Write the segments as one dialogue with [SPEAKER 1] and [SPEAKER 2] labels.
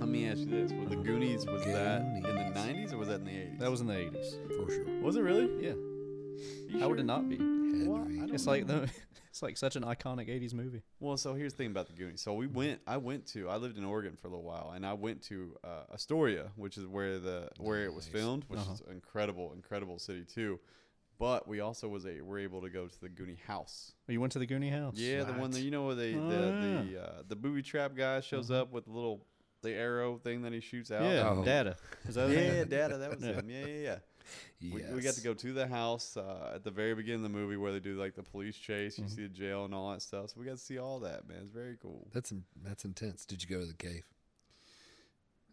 [SPEAKER 1] Let me ask you this: Was the Goonies was that in the
[SPEAKER 2] Goonies.
[SPEAKER 1] '90s or was that in the '80s?
[SPEAKER 3] That was in the 80s.
[SPEAKER 2] for sure.
[SPEAKER 1] Was it really?
[SPEAKER 3] Yeah.
[SPEAKER 1] You
[SPEAKER 3] How
[SPEAKER 1] sure?
[SPEAKER 3] would it not be?
[SPEAKER 2] Had to
[SPEAKER 1] Well,
[SPEAKER 2] be.
[SPEAKER 1] I don't
[SPEAKER 3] It's like the, it's like such an iconic 80s movie.
[SPEAKER 1] Well, so here's the thing about the Goonies. So we went. I went to. I lived in Oregon for a little while, and I went to uh, Astoria, which is where the where it was
[SPEAKER 2] Nice.
[SPEAKER 1] filmed, which
[SPEAKER 3] Uh-huh.
[SPEAKER 1] is an incredible, incredible city too. But we also was a were able to go to the Goonie house.
[SPEAKER 3] Oh, You went to the Goonie house.
[SPEAKER 1] Yeah, the one that you know where they
[SPEAKER 3] Oh, Uh-huh.
[SPEAKER 1] the the, uh, the booby trap guy shows up with the little the arrow thing that he shoots out.
[SPEAKER 3] Yeah,
[SPEAKER 2] Oh.
[SPEAKER 3] data. Is that the
[SPEAKER 1] yeah,
[SPEAKER 3] name?
[SPEAKER 1] Dada, that was him. Yeah, yeah, yeah. We, we got
[SPEAKER 2] Yes.
[SPEAKER 1] to go to the house uh, at the very beginning of the movie where they do like the police chase. You
[SPEAKER 3] Mm-hmm.
[SPEAKER 1] see the jail and all that stuff. So we got to see all that, man. It's very cool.
[SPEAKER 2] That's in, that's intense. Did you go to the cave?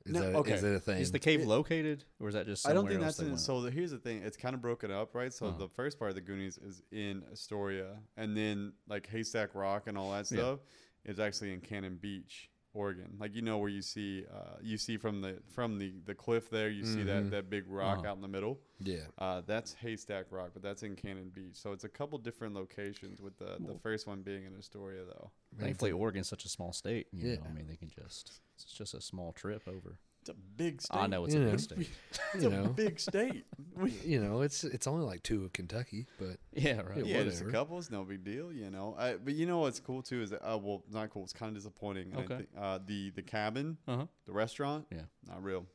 [SPEAKER 2] Is
[SPEAKER 1] No,
[SPEAKER 2] that
[SPEAKER 1] okay.
[SPEAKER 2] is that a thing?
[SPEAKER 3] Is the cave located, or is that just?
[SPEAKER 1] I
[SPEAKER 3] Somewhere
[SPEAKER 1] don't think
[SPEAKER 3] else
[SPEAKER 1] that's
[SPEAKER 3] they
[SPEAKER 1] in.
[SPEAKER 3] went?
[SPEAKER 1] So the, here's the thing: it's kind of broken up, right? So the first part of the Goonies is in Astoria, and then like Haystack Rock and all that
[SPEAKER 3] Yeah.
[SPEAKER 1] stuff is actually in Cannon Beach, Oregon. Like you know where you see, uh, you see from the from the the cliff there, you see
[SPEAKER 3] Mm-hmm.
[SPEAKER 1] that that big rock
[SPEAKER 3] Uh-huh.
[SPEAKER 1] out in the middle.
[SPEAKER 2] yeah.
[SPEAKER 1] Uh, that's Haystack Rock, but that's in Cannon Beach. So it's a couple different locations, with the the first one being in Astoria, though.
[SPEAKER 3] Thankfully, Oregon's such a small state. You
[SPEAKER 2] Yeah.
[SPEAKER 3] know, I mean, they can just. It's just a small trip over.
[SPEAKER 1] It's a big state.
[SPEAKER 3] I know it's
[SPEAKER 2] You
[SPEAKER 3] a
[SPEAKER 2] know.
[SPEAKER 3] big state.
[SPEAKER 1] it's
[SPEAKER 2] you
[SPEAKER 1] a
[SPEAKER 2] know.
[SPEAKER 1] big state. We-
[SPEAKER 2] You know, it's it's only like two of Kentucky, but
[SPEAKER 3] Yeah, right.
[SPEAKER 1] yeah, just a
[SPEAKER 2] whatever.
[SPEAKER 1] couple. It's no big deal, you know. I, but you know what's cool too is that, uh, well, not cool. It's kind of disappointing. and I
[SPEAKER 3] Okay.
[SPEAKER 1] think, uh, the the cabin,
[SPEAKER 3] Uh huh.
[SPEAKER 1] the restaurant,
[SPEAKER 3] Yeah.
[SPEAKER 1] not real,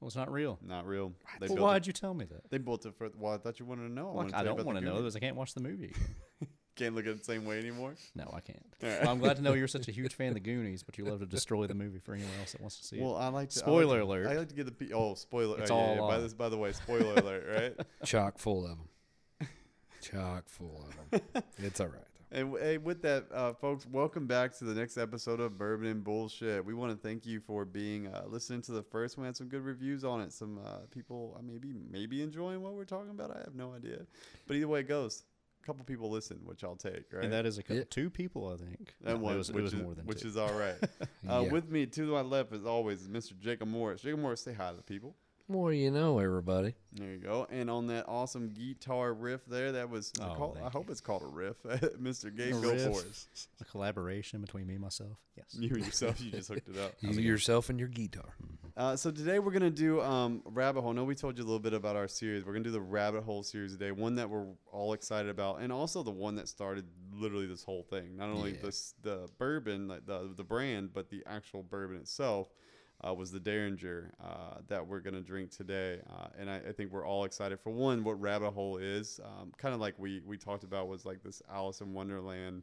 [SPEAKER 3] Well, it's not real.
[SPEAKER 1] not real. They
[SPEAKER 3] Well,
[SPEAKER 1] built
[SPEAKER 3] why'd
[SPEAKER 1] it,
[SPEAKER 3] you tell me that?
[SPEAKER 1] they built it for. Well, I thought you wanted to know.
[SPEAKER 3] Like,
[SPEAKER 1] wanted
[SPEAKER 3] I
[SPEAKER 1] tell you
[SPEAKER 3] don't
[SPEAKER 1] about
[SPEAKER 3] want
[SPEAKER 1] the
[SPEAKER 3] to know
[SPEAKER 1] Goonies.
[SPEAKER 3] because I can't watch the movie. again.
[SPEAKER 1] Can't look at it the same way anymore.
[SPEAKER 3] No, I can't.
[SPEAKER 1] right.
[SPEAKER 3] Well, I'm glad to know you're such a huge fan of the Goonies, but you love to destroy the movie for anyone else that wants to see
[SPEAKER 1] Well,
[SPEAKER 3] it.
[SPEAKER 1] I like to,
[SPEAKER 3] Spoiler
[SPEAKER 1] I like,
[SPEAKER 3] alert.
[SPEAKER 1] I like to get the pe- oh spoiler.
[SPEAKER 3] It's
[SPEAKER 1] oh, yeah,
[SPEAKER 3] all
[SPEAKER 1] yeah, by
[SPEAKER 3] on.
[SPEAKER 1] this, by the way, spoiler alert, right?
[SPEAKER 2] chock full of them. chock full of them. It's all right. though.
[SPEAKER 1] And w- hey, with that, uh, folks, welcome back to the next episode of Bourbon and Bullshit. We want to thank you for being uh, listening to the first one. Had some good reviews on it. Some uh, people uh, maybe maybe enjoying what we're talking about. I have no idea, but either way it goes, a couple people listen, which I'll take. Right.
[SPEAKER 3] and that is a couple,
[SPEAKER 2] Yeah.
[SPEAKER 3] two people, I think.
[SPEAKER 1] That
[SPEAKER 3] No,
[SPEAKER 1] one,
[SPEAKER 3] it was, it
[SPEAKER 1] which,
[SPEAKER 3] was
[SPEAKER 1] is,
[SPEAKER 3] more than
[SPEAKER 1] which
[SPEAKER 3] two.
[SPEAKER 1] is all right. uh,
[SPEAKER 2] Yeah.
[SPEAKER 1] With me to my left, as always, is Mr. Jacob Morris. Jacob Morris, say hi to the people.
[SPEAKER 2] More you know, everybody.
[SPEAKER 1] There you go. And on that awesome guitar riff there, that was, uh,
[SPEAKER 3] Oh,
[SPEAKER 1] called,
[SPEAKER 3] thank
[SPEAKER 1] I hope it's called a riff. Mr. Gabe
[SPEAKER 3] A
[SPEAKER 1] Go
[SPEAKER 3] riff.
[SPEAKER 1] for it.
[SPEAKER 3] a collaboration between me and myself. Yes.
[SPEAKER 1] You yourself, you just hooked it up.
[SPEAKER 2] You yourself and your guitar.
[SPEAKER 1] Uh, so today we're gonna do um, rabbit hole. I know we told you a little bit about our series. We're gonna do the rabbit hole series today, one that we're all excited about, and also the one that started literally this whole thing. Not only
[SPEAKER 2] Yeah.
[SPEAKER 1] this the bourbon, like the the brand, but the actual bourbon itself uh, was the Derringer uh, that we're gonna drink today. Uh, and I, I think we're all excited for one what rabbit hole is. Um, kind of like we we talked about was like this Alice in Wonderland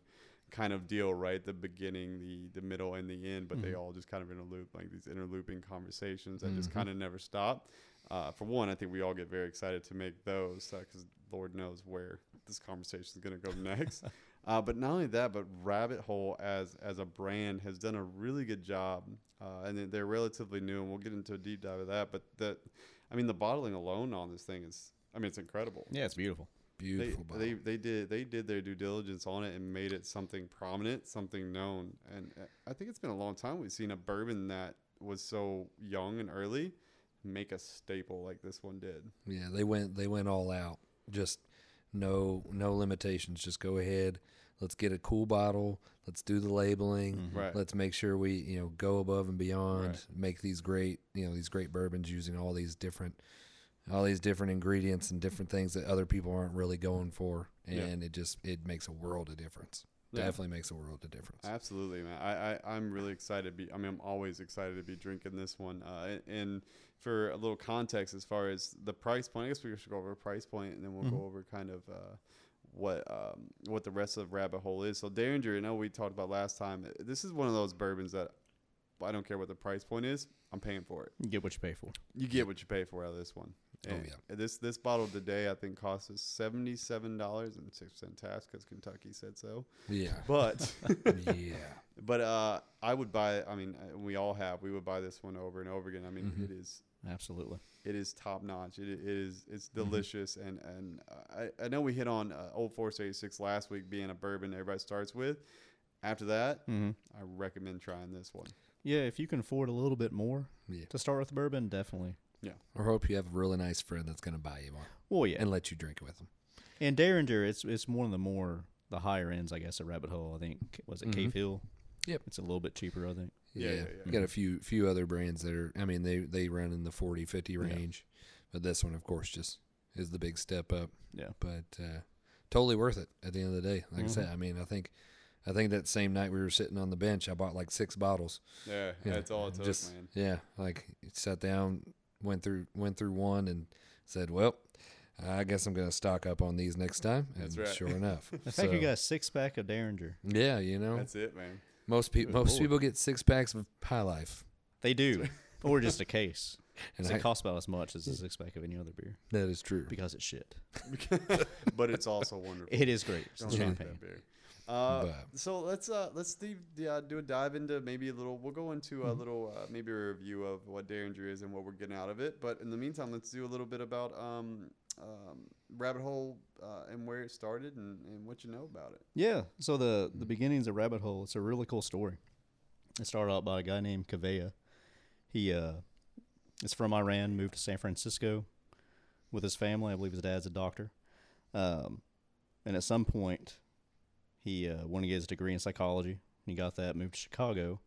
[SPEAKER 1] kind of deal, right? The beginning, the the middle, and the end, but they all just kind of interloop, like these interlooping conversations that just kind of never stop. Uh, for one, I think we all get very excited to make those because Lord knows where this conversation is going to go next. uh, but not only that, but Rabbit Hole as as a brand has done a really good job, uh, and they- they're relatively new, and we'll get into a deep dive of that. But that, I mean, the bottling alone on this thing is, I mean, it's incredible
[SPEAKER 3] Yeah, it's beautiful.
[SPEAKER 1] they,
[SPEAKER 2] Beautiful
[SPEAKER 1] they
[SPEAKER 2] bottle.
[SPEAKER 1] they did they did their due diligence on it and made it something prominent, something known. And uh, I think it's been a long time we've seen a bourbon that was so young and early make a staple like this one did.
[SPEAKER 2] Yeah, they went they went all out. Just no no limitations. Just go ahead. Let's get a cool bottle. Let's do the labeling.
[SPEAKER 1] Right.
[SPEAKER 2] Let's make sure we, you know, go above and beyond,
[SPEAKER 1] Mm-hmm. Right.
[SPEAKER 2] make these great, you know, these great bourbons using all these different all these different ingredients and different things that other people aren't really going for.
[SPEAKER 1] Yeah.
[SPEAKER 2] And it just it makes a world of difference.
[SPEAKER 1] Yeah.
[SPEAKER 2] Definitely makes a world of difference.
[SPEAKER 1] Absolutely, man. I, I I'm really excited. To be I mean, I'm always excited to be drinking this one. Uh, a- and for a little context, as far as the price point, I guess we should go over a price point, and then we'll
[SPEAKER 2] Mm-hmm.
[SPEAKER 1] go over kind of uh, what um, what the rest of Rabbit Hole is. So Derringer, I know we talked about last time. uh, This is one of those bourbons that I don't care what the price point is. I'm paying for it.
[SPEAKER 3] You get what you pay for.
[SPEAKER 1] You get what you pay for out of this one.
[SPEAKER 2] Oh,
[SPEAKER 1] And
[SPEAKER 2] yeah.
[SPEAKER 1] This this bottle today, I think, costs us seventy seven dollars and six cent tax because Kentucky said so.
[SPEAKER 2] Yeah.
[SPEAKER 1] But
[SPEAKER 2] yeah.
[SPEAKER 1] But uh, I would buy. I mean, uh, we all have. We would buy this one over and over again. I mean, it is
[SPEAKER 3] Absolutely.
[SPEAKER 1] it is top notch. It, it is it's delicious. And and I, I know we hit on uh, Old Forester 86 last week being a bourbon everybody starts with. After that, I recommend trying this one.
[SPEAKER 3] Yeah, if you can afford a little bit more
[SPEAKER 2] Yeah.
[SPEAKER 3] to start with bourbon, definitely.
[SPEAKER 2] Or hope you have a really nice friend that's going to buy you one
[SPEAKER 3] Well, yeah,
[SPEAKER 2] and let you drink it with them.
[SPEAKER 3] and Derringer, it's it's one of the more the higher ends, I guess, at Rabbit Hole. I think was it Cave Hill.
[SPEAKER 2] Yep.
[SPEAKER 3] it's a little bit cheaper, I think.
[SPEAKER 1] Yeah, yeah, yeah.
[SPEAKER 2] Got a few few other brands that are I mean they they run in the 40 50 range. But this one of course just is the big step up.
[SPEAKER 3] Yeah.
[SPEAKER 2] But uh totally worth it at the end of the day. Like
[SPEAKER 1] Mm-hmm.
[SPEAKER 2] I said, I mean, I think I think that same night we were sitting on the bench, I bought like six bottles.
[SPEAKER 1] Yeah,
[SPEAKER 2] Yeah,
[SPEAKER 1] that's all it
[SPEAKER 2] and
[SPEAKER 1] took,
[SPEAKER 2] just,
[SPEAKER 1] man.
[SPEAKER 2] Yeah, like sat down, went through went through one and said, "Well, I guess I'm going to stock up on these next time." And
[SPEAKER 1] That's right.
[SPEAKER 2] sure enough.
[SPEAKER 3] I think you got a six pack of Derringer.
[SPEAKER 2] Yeah, you know.
[SPEAKER 1] That's it, man.
[SPEAKER 2] most people most
[SPEAKER 3] lord.
[SPEAKER 2] people get six packs of High Life.
[SPEAKER 3] They do, or just a case. 'Cause
[SPEAKER 2] And
[SPEAKER 3] it
[SPEAKER 2] I,
[SPEAKER 3] costs about as much as a six pack of any other beer
[SPEAKER 2] that is true.
[SPEAKER 3] because it's shit.
[SPEAKER 1] But it's also wonderful.
[SPEAKER 3] It is great.
[SPEAKER 1] Don't
[SPEAKER 3] It's
[SPEAKER 1] knock
[SPEAKER 3] champagne.
[SPEAKER 1] that beer. Uh,
[SPEAKER 2] But-
[SPEAKER 1] so let's uh, let's Steve, uh, do a dive into maybe a little. We'll go into a little uh, maybe a review of what Derringer is and what we're getting out of it. But in the meantime, let's do a little bit about um, um, Rabbit Hole uh, and where it started and, and what you know about it.
[SPEAKER 3] Yeah. So the the beginnings of Rabbit Hole. It's a really cool story. It started out by a guy named Kaveya. He uh, is from Iran. Moved to San Francisco with his family. I believe his dad's a doctor. Um, and at some point, he uh, wanted to get his degree in psychology. He got that. Moved to Chicago,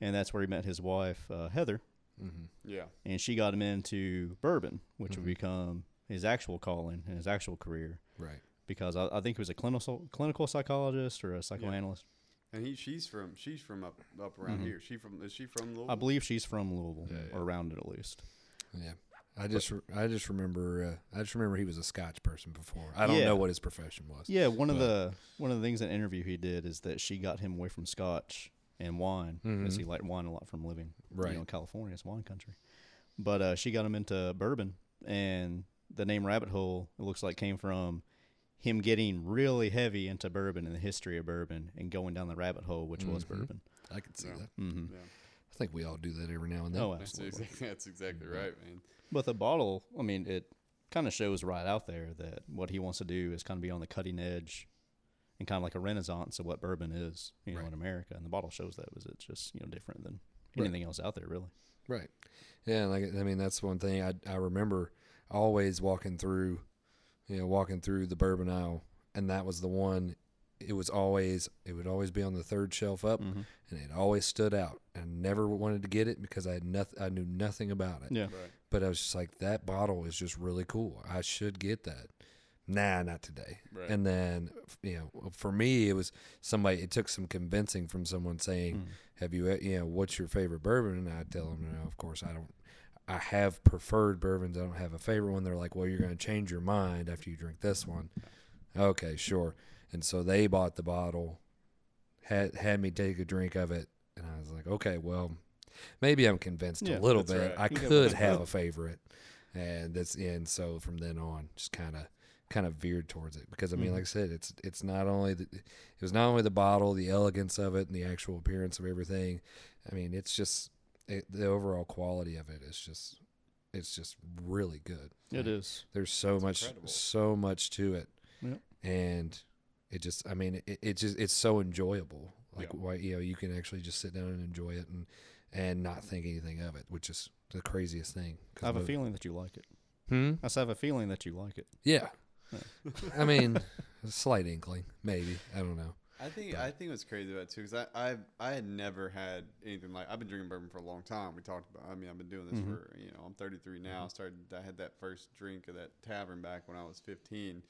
[SPEAKER 3] and that's where he met his wife uh, Heather.
[SPEAKER 2] mm-hmm.
[SPEAKER 1] Yeah,
[SPEAKER 3] And she got him into bourbon, which would become his actual calling and his actual career.
[SPEAKER 2] Right.
[SPEAKER 3] Because I, I think he was a clinical clinical psychologist or a psychoanalyst.
[SPEAKER 1] and he she's from she's from up up around here. She from is she from Louisville?
[SPEAKER 3] I believe she's from Louisville or around it at least.
[SPEAKER 2] Yeah. I just re- I just remember uh, I just remember he was a Scotch person before. I don't
[SPEAKER 3] Yeah.
[SPEAKER 2] know what his profession was.
[SPEAKER 3] Yeah, one of the one of the things in the interview he did is that she got him away from scotch and wine because he liked wine a lot from living
[SPEAKER 2] Right.
[SPEAKER 3] you know, in California. It's wine country, but uh, she got him into bourbon, and the name Rabbit Hole it looks like came from him getting really heavy into bourbon and the history of bourbon and going down the rabbit hole, which was bourbon. Mm-hmm.
[SPEAKER 2] I could see that.
[SPEAKER 1] yeah.
[SPEAKER 2] I think we all do that every now and then.
[SPEAKER 3] Oh,
[SPEAKER 1] That's
[SPEAKER 3] absolutely.
[SPEAKER 1] exactly, that's exactly right, man.
[SPEAKER 3] But the bottle, I mean, it kind of shows right out there that what he wants to do is kind of be on the cutting edge and kind of like a renaissance of what bourbon is, you know, in America. And the bottle shows that was it's just, you know, different than anything else out there, really.
[SPEAKER 2] Right. Yeah, and like I mean that's one thing I I remember always walking through you know, walking through the bourbon aisle and that was the one it was always it would always be on the third shelf up
[SPEAKER 3] Mm-hmm.
[SPEAKER 2] and it always stood out. I never wanted to get it because I had nothing I knew nothing about it.
[SPEAKER 3] Yeah.
[SPEAKER 1] Right.
[SPEAKER 2] But I was just like, that bottle is just really cool. I should get that. Nah, not today.
[SPEAKER 1] Right.
[SPEAKER 2] And then, f- you know, for me, it was somebody, it took some convincing from someone saying,
[SPEAKER 1] Hmm.
[SPEAKER 2] Have you, e- you know, what's your favorite bourbon? And I tell them, No, of course, I don't, I have preferred bourbons. I don't have a favorite one. They're like, Well, you're going to change your mind after you drink this one. Okay, sure. And so they bought the bottle, had had me take a drink of it, and I was like, okay, well, maybe I'm convinced
[SPEAKER 3] Yeah,
[SPEAKER 2] a little
[SPEAKER 1] that's
[SPEAKER 2] bit.
[SPEAKER 1] right.
[SPEAKER 2] I
[SPEAKER 1] You got
[SPEAKER 2] could have a favorite, and that's and so from then on, just kind of kind of veered towards it because I
[SPEAKER 3] Mm-hmm.
[SPEAKER 2] mean, like I said, it's it's not only the, it was not only the bottle, the elegance of it, and the actual appearance of everything. I mean, it's just it, the overall quality of it is just it's just really good.
[SPEAKER 3] It is.
[SPEAKER 2] There's so much,
[SPEAKER 1] incredible.
[SPEAKER 2] so much to it,
[SPEAKER 3] Yep.
[SPEAKER 2] and it just, I mean, it, it just, it's so enjoyable. Like,
[SPEAKER 1] Yeah.
[SPEAKER 2] why, you know, you can actually just sit down and enjoy it and and not think anything of it, which is the craziest thing. 'Cause
[SPEAKER 3] I have a
[SPEAKER 2] mo-
[SPEAKER 3] feeling that you like it.
[SPEAKER 2] Hmm?
[SPEAKER 3] I said, I have a feeling that you like it.
[SPEAKER 2] Yeah, I mean, a slight inkling, maybe. I don't know.
[SPEAKER 1] I think I think what's crazy about it too is I I've, I had never had anything like I've been drinking bourbon for a long time. We talked about I mean I've been doing this for you know I'm 33 now. I started I had that first drink of that tavern back when I was 15,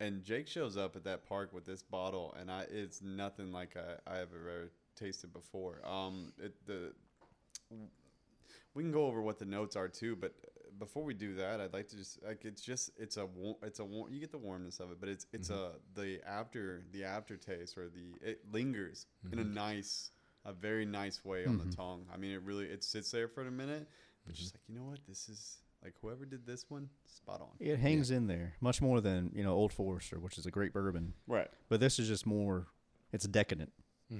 [SPEAKER 1] and Jake shows up at that park with this bottle and I it's nothing like I I have ever tasted before. Um, it the we can go over what the notes are too, but uh, before we do that, I'd like to just like it's just it's a wa- it's a war- you get the warmness of it, but it's it's a the after the aftertaste or the it lingers in a nice a very nice way on the tongue. I mean, it really it sits there for a minute, but just like you know what this is like whoever did this one spot on
[SPEAKER 3] It hangs in there much more than, you know, Old Forester, which is a great bourbon.
[SPEAKER 1] right.
[SPEAKER 3] But this is just more, it's decadent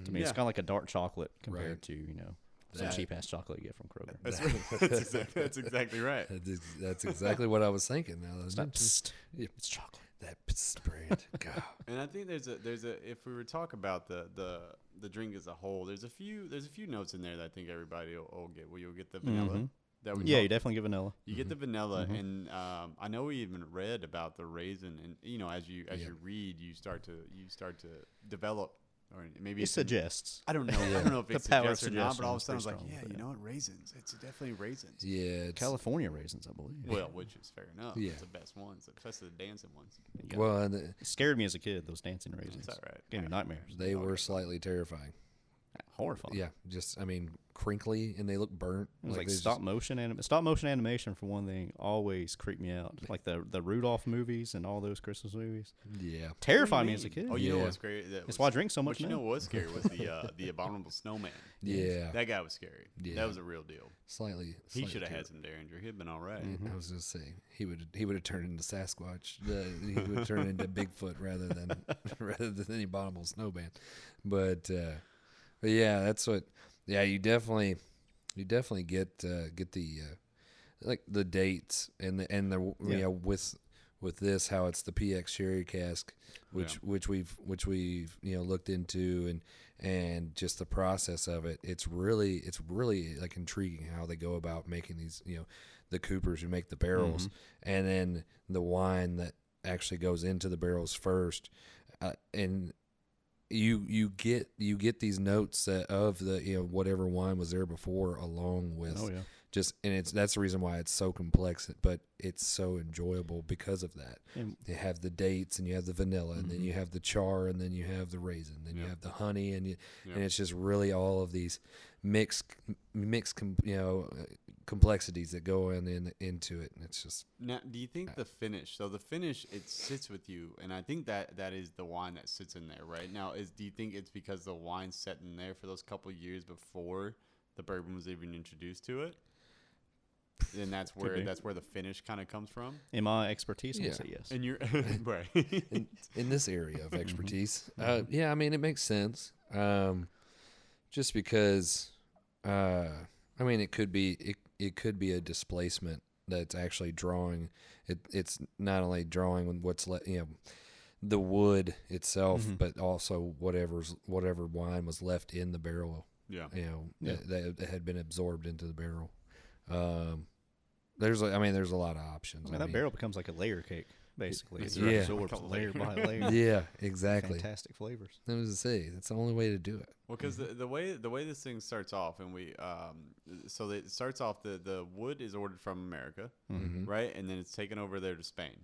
[SPEAKER 3] to me. It's
[SPEAKER 1] Yeah.
[SPEAKER 3] kind of like a dark chocolate compared
[SPEAKER 2] Right.
[SPEAKER 3] to, you know, some cheap ass chocolate you get from Kroger.
[SPEAKER 1] That's, right. that's, exactly, that's exactly right.
[SPEAKER 2] That is- That's exactly what I was thinking. Now that I mentioned Yeah.
[SPEAKER 3] It's chocolate.
[SPEAKER 2] that brand, God,
[SPEAKER 1] And I think there's a there's a if we were to talk about the the the drink as a whole. There's a few there's a few notes in there that I think everybody will, will get. Well, you'll get the vanilla.
[SPEAKER 3] Mhm.
[SPEAKER 1] That we
[SPEAKER 3] Yeah,
[SPEAKER 1] talked-
[SPEAKER 3] you Mm-hmm. definitely get vanilla.
[SPEAKER 1] you get the vanilla, and um, I know we even read about the raisin, and you know, as you as
[SPEAKER 2] Yeah.
[SPEAKER 1] you read, you start to you start to develop, or maybe
[SPEAKER 3] It
[SPEAKER 1] it's an-
[SPEAKER 3] suggests.
[SPEAKER 1] I don't know. I don't know if
[SPEAKER 3] The
[SPEAKER 1] it's
[SPEAKER 3] power of
[SPEAKER 1] suggests or not, but all of a sudden I was
[SPEAKER 3] suggestion is
[SPEAKER 1] like,
[SPEAKER 3] pretty
[SPEAKER 1] yeah,
[SPEAKER 3] strong,
[SPEAKER 1] you
[SPEAKER 3] but
[SPEAKER 1] know what, raisins. It's definitely raisins.
[SPEAKER 2] Yeah, it's,
[SPEAKER 3] California raisins, I believe.
[SPEAKER 1] Well, which is fair enough.
[SPEAKER 2] Yeah.
[SPEAKER 1] It's the best ones, especially the dancing ones.
[SPEAKER 2] well, and the-
[SPEAKER 3] It scared me as a kid. Those dancing raisins.
[SPEAKER 1] It's all right.
[SPEAKER 3] Gave me nightmares.
[SPEAKER 2] they were slightly terrifying.
[SPEAKER 3] Horrifying.
[SPEAKER 2] Yeah, just I mean, crinkly and they look burnt.
[SPEAKER 3] It was like,
[SPEAKER 2] there's
[SPEAKER 3] stop motion anim- stop motion animation for one thing always creeped me out. Like the the Rudolph movies and all those Christmas movies
[SPEAKER 2] just- yeah,
[SPEAKER 3] terrified me as a kid.
[SPEAKER 1] Oh, you know
[SPEAKER 2] Yeah.
[SPEAKER 1] what's scary? That
[SPEAKER 3] That's
[SPEAKER 1] was-
[SPEAKER 3] why I drink so much
[SPEAKER 1] What you know
[SPEAKER 3] now.
[SPEAKER 1] was scary was the uh, the abominable snowman.
[SPEAKER 2] yeah,
[SPEAKER 1] That guy was scary.
[SPEAKER 2] Yeah.
[SPEAKER 1] That was a real deal.
[SPEAKER 2] slightly.
[SPEAKER 1] He
[SPEAKER 2] slightly
[SPEAKER 1] should have
[SPEAKER 2] terri-
[SPEAKER 1] had some Derringer. He'd been all right.
[SPEAKER 3] Mm-hmm.
[SPEAKER 2] I was gonna say he would he would have turned into Sasquatch. The, he would have turned into Bigfoot rather than rather than any bottomable snowman. But uh, but yeah, that's what. Yeah, you definitely you definitely get uh, get the uh, like the dates and the and the
[SPEAKER 3] Yeah.
[SPEAKER 2] you know with with this how it's the PX sherry cask which
[SPEAKER 1] Yeah.
[SPEAKER 2] which we've which we've you know looked into and and just the process of it it's really it's really like intriguing how they go about making these you know the coopers who make the barrels and then the wine that actually goes into the barrels first uh, and you you get you get these notes that of the you know whatever wine was there before along with
[SPEAKER 3] Oh yeah.
[SPEAKER 2] just and it's that's the reason why it's so complex but it's so enjoyable because of that
[SPEAKER 3] And-
[SPEAKER 2] you have the dates and you have the vanilla and then
[SPEAKER 3] Mm-hmm.
[SPEAKER 2] you have the char and then you have the raisin then you
[SPEAKER 1] Yep.
[SPEAKER 2] have the honey and you,
[SPEAKER 1] Yep.
[SPEAKER 2] and it's just really all of these mixed mixed com, you know uh, complexities that go in, in into it and it's just
[SPEAKER 1] Now, do you
[SPEAKER 2] Uh,
[SPEAKER 1] think the finish? So the finish, it sits with you, and I think that that is the wine that sits in there right now. Is do you think it's because the wine sat in there for those couple years before the bourbon was even introduced to it? And that's where
[SPEAKER 3] be.
[SPEAKER 1] that's where the finish kind of comes from.
[SPEAKER 3] In my expertise, I
[SPEAKER 2] Yeah.
[SPEAKER 3] would say yes.
[SPEAKER 1] And you're right.
[SPEAKER 2] in, in this area
[SPEAKER 3] Mm-hmm.
[SPEAKER 2] of expertise uh, yeah i mean it makes sense um, just because uh, i mean it could be it, it could be a displacement that's actually drawing it, it's not only drawing what's le- you know the wood itself
[SPEAKER 3] Mm-hmm.
[SPEAKER 2] but also whatever's whatever wine was left in the barrel
[SPEAKER 1] yeah.
[SPEAKER 2] you know
[SPEAKER 3] Yeah.
[SPEAKER 2] that, that had been absorbed into the barrel um, there's a- i mean there's a lot of options
[SPEAKER 3] I mean, that barrel becomes like a layer cake, basically.
[SPEAKER 1] it's
[SPEAKER 3] It
[SPEAKER 2] right. Yeah.
[SPEAKER 3] absorbs
[SPEAKER 1] Like a
[SPEAKER 3] layer by layer.
[SPEAKER 2] yeah exactly
[SPEAKER 3] Fantastic flavors.
[SPEAKER 2] I was to say that's the only way to do it.
[SPEAKER 1] Well, because the, the way the way this thing starts off, and we um, so it starts off the the wood is ordered from America,
[SPEAKER 2] Mm-hmm.
[SPEAKER 1] right, and then it's taken over there to Spain,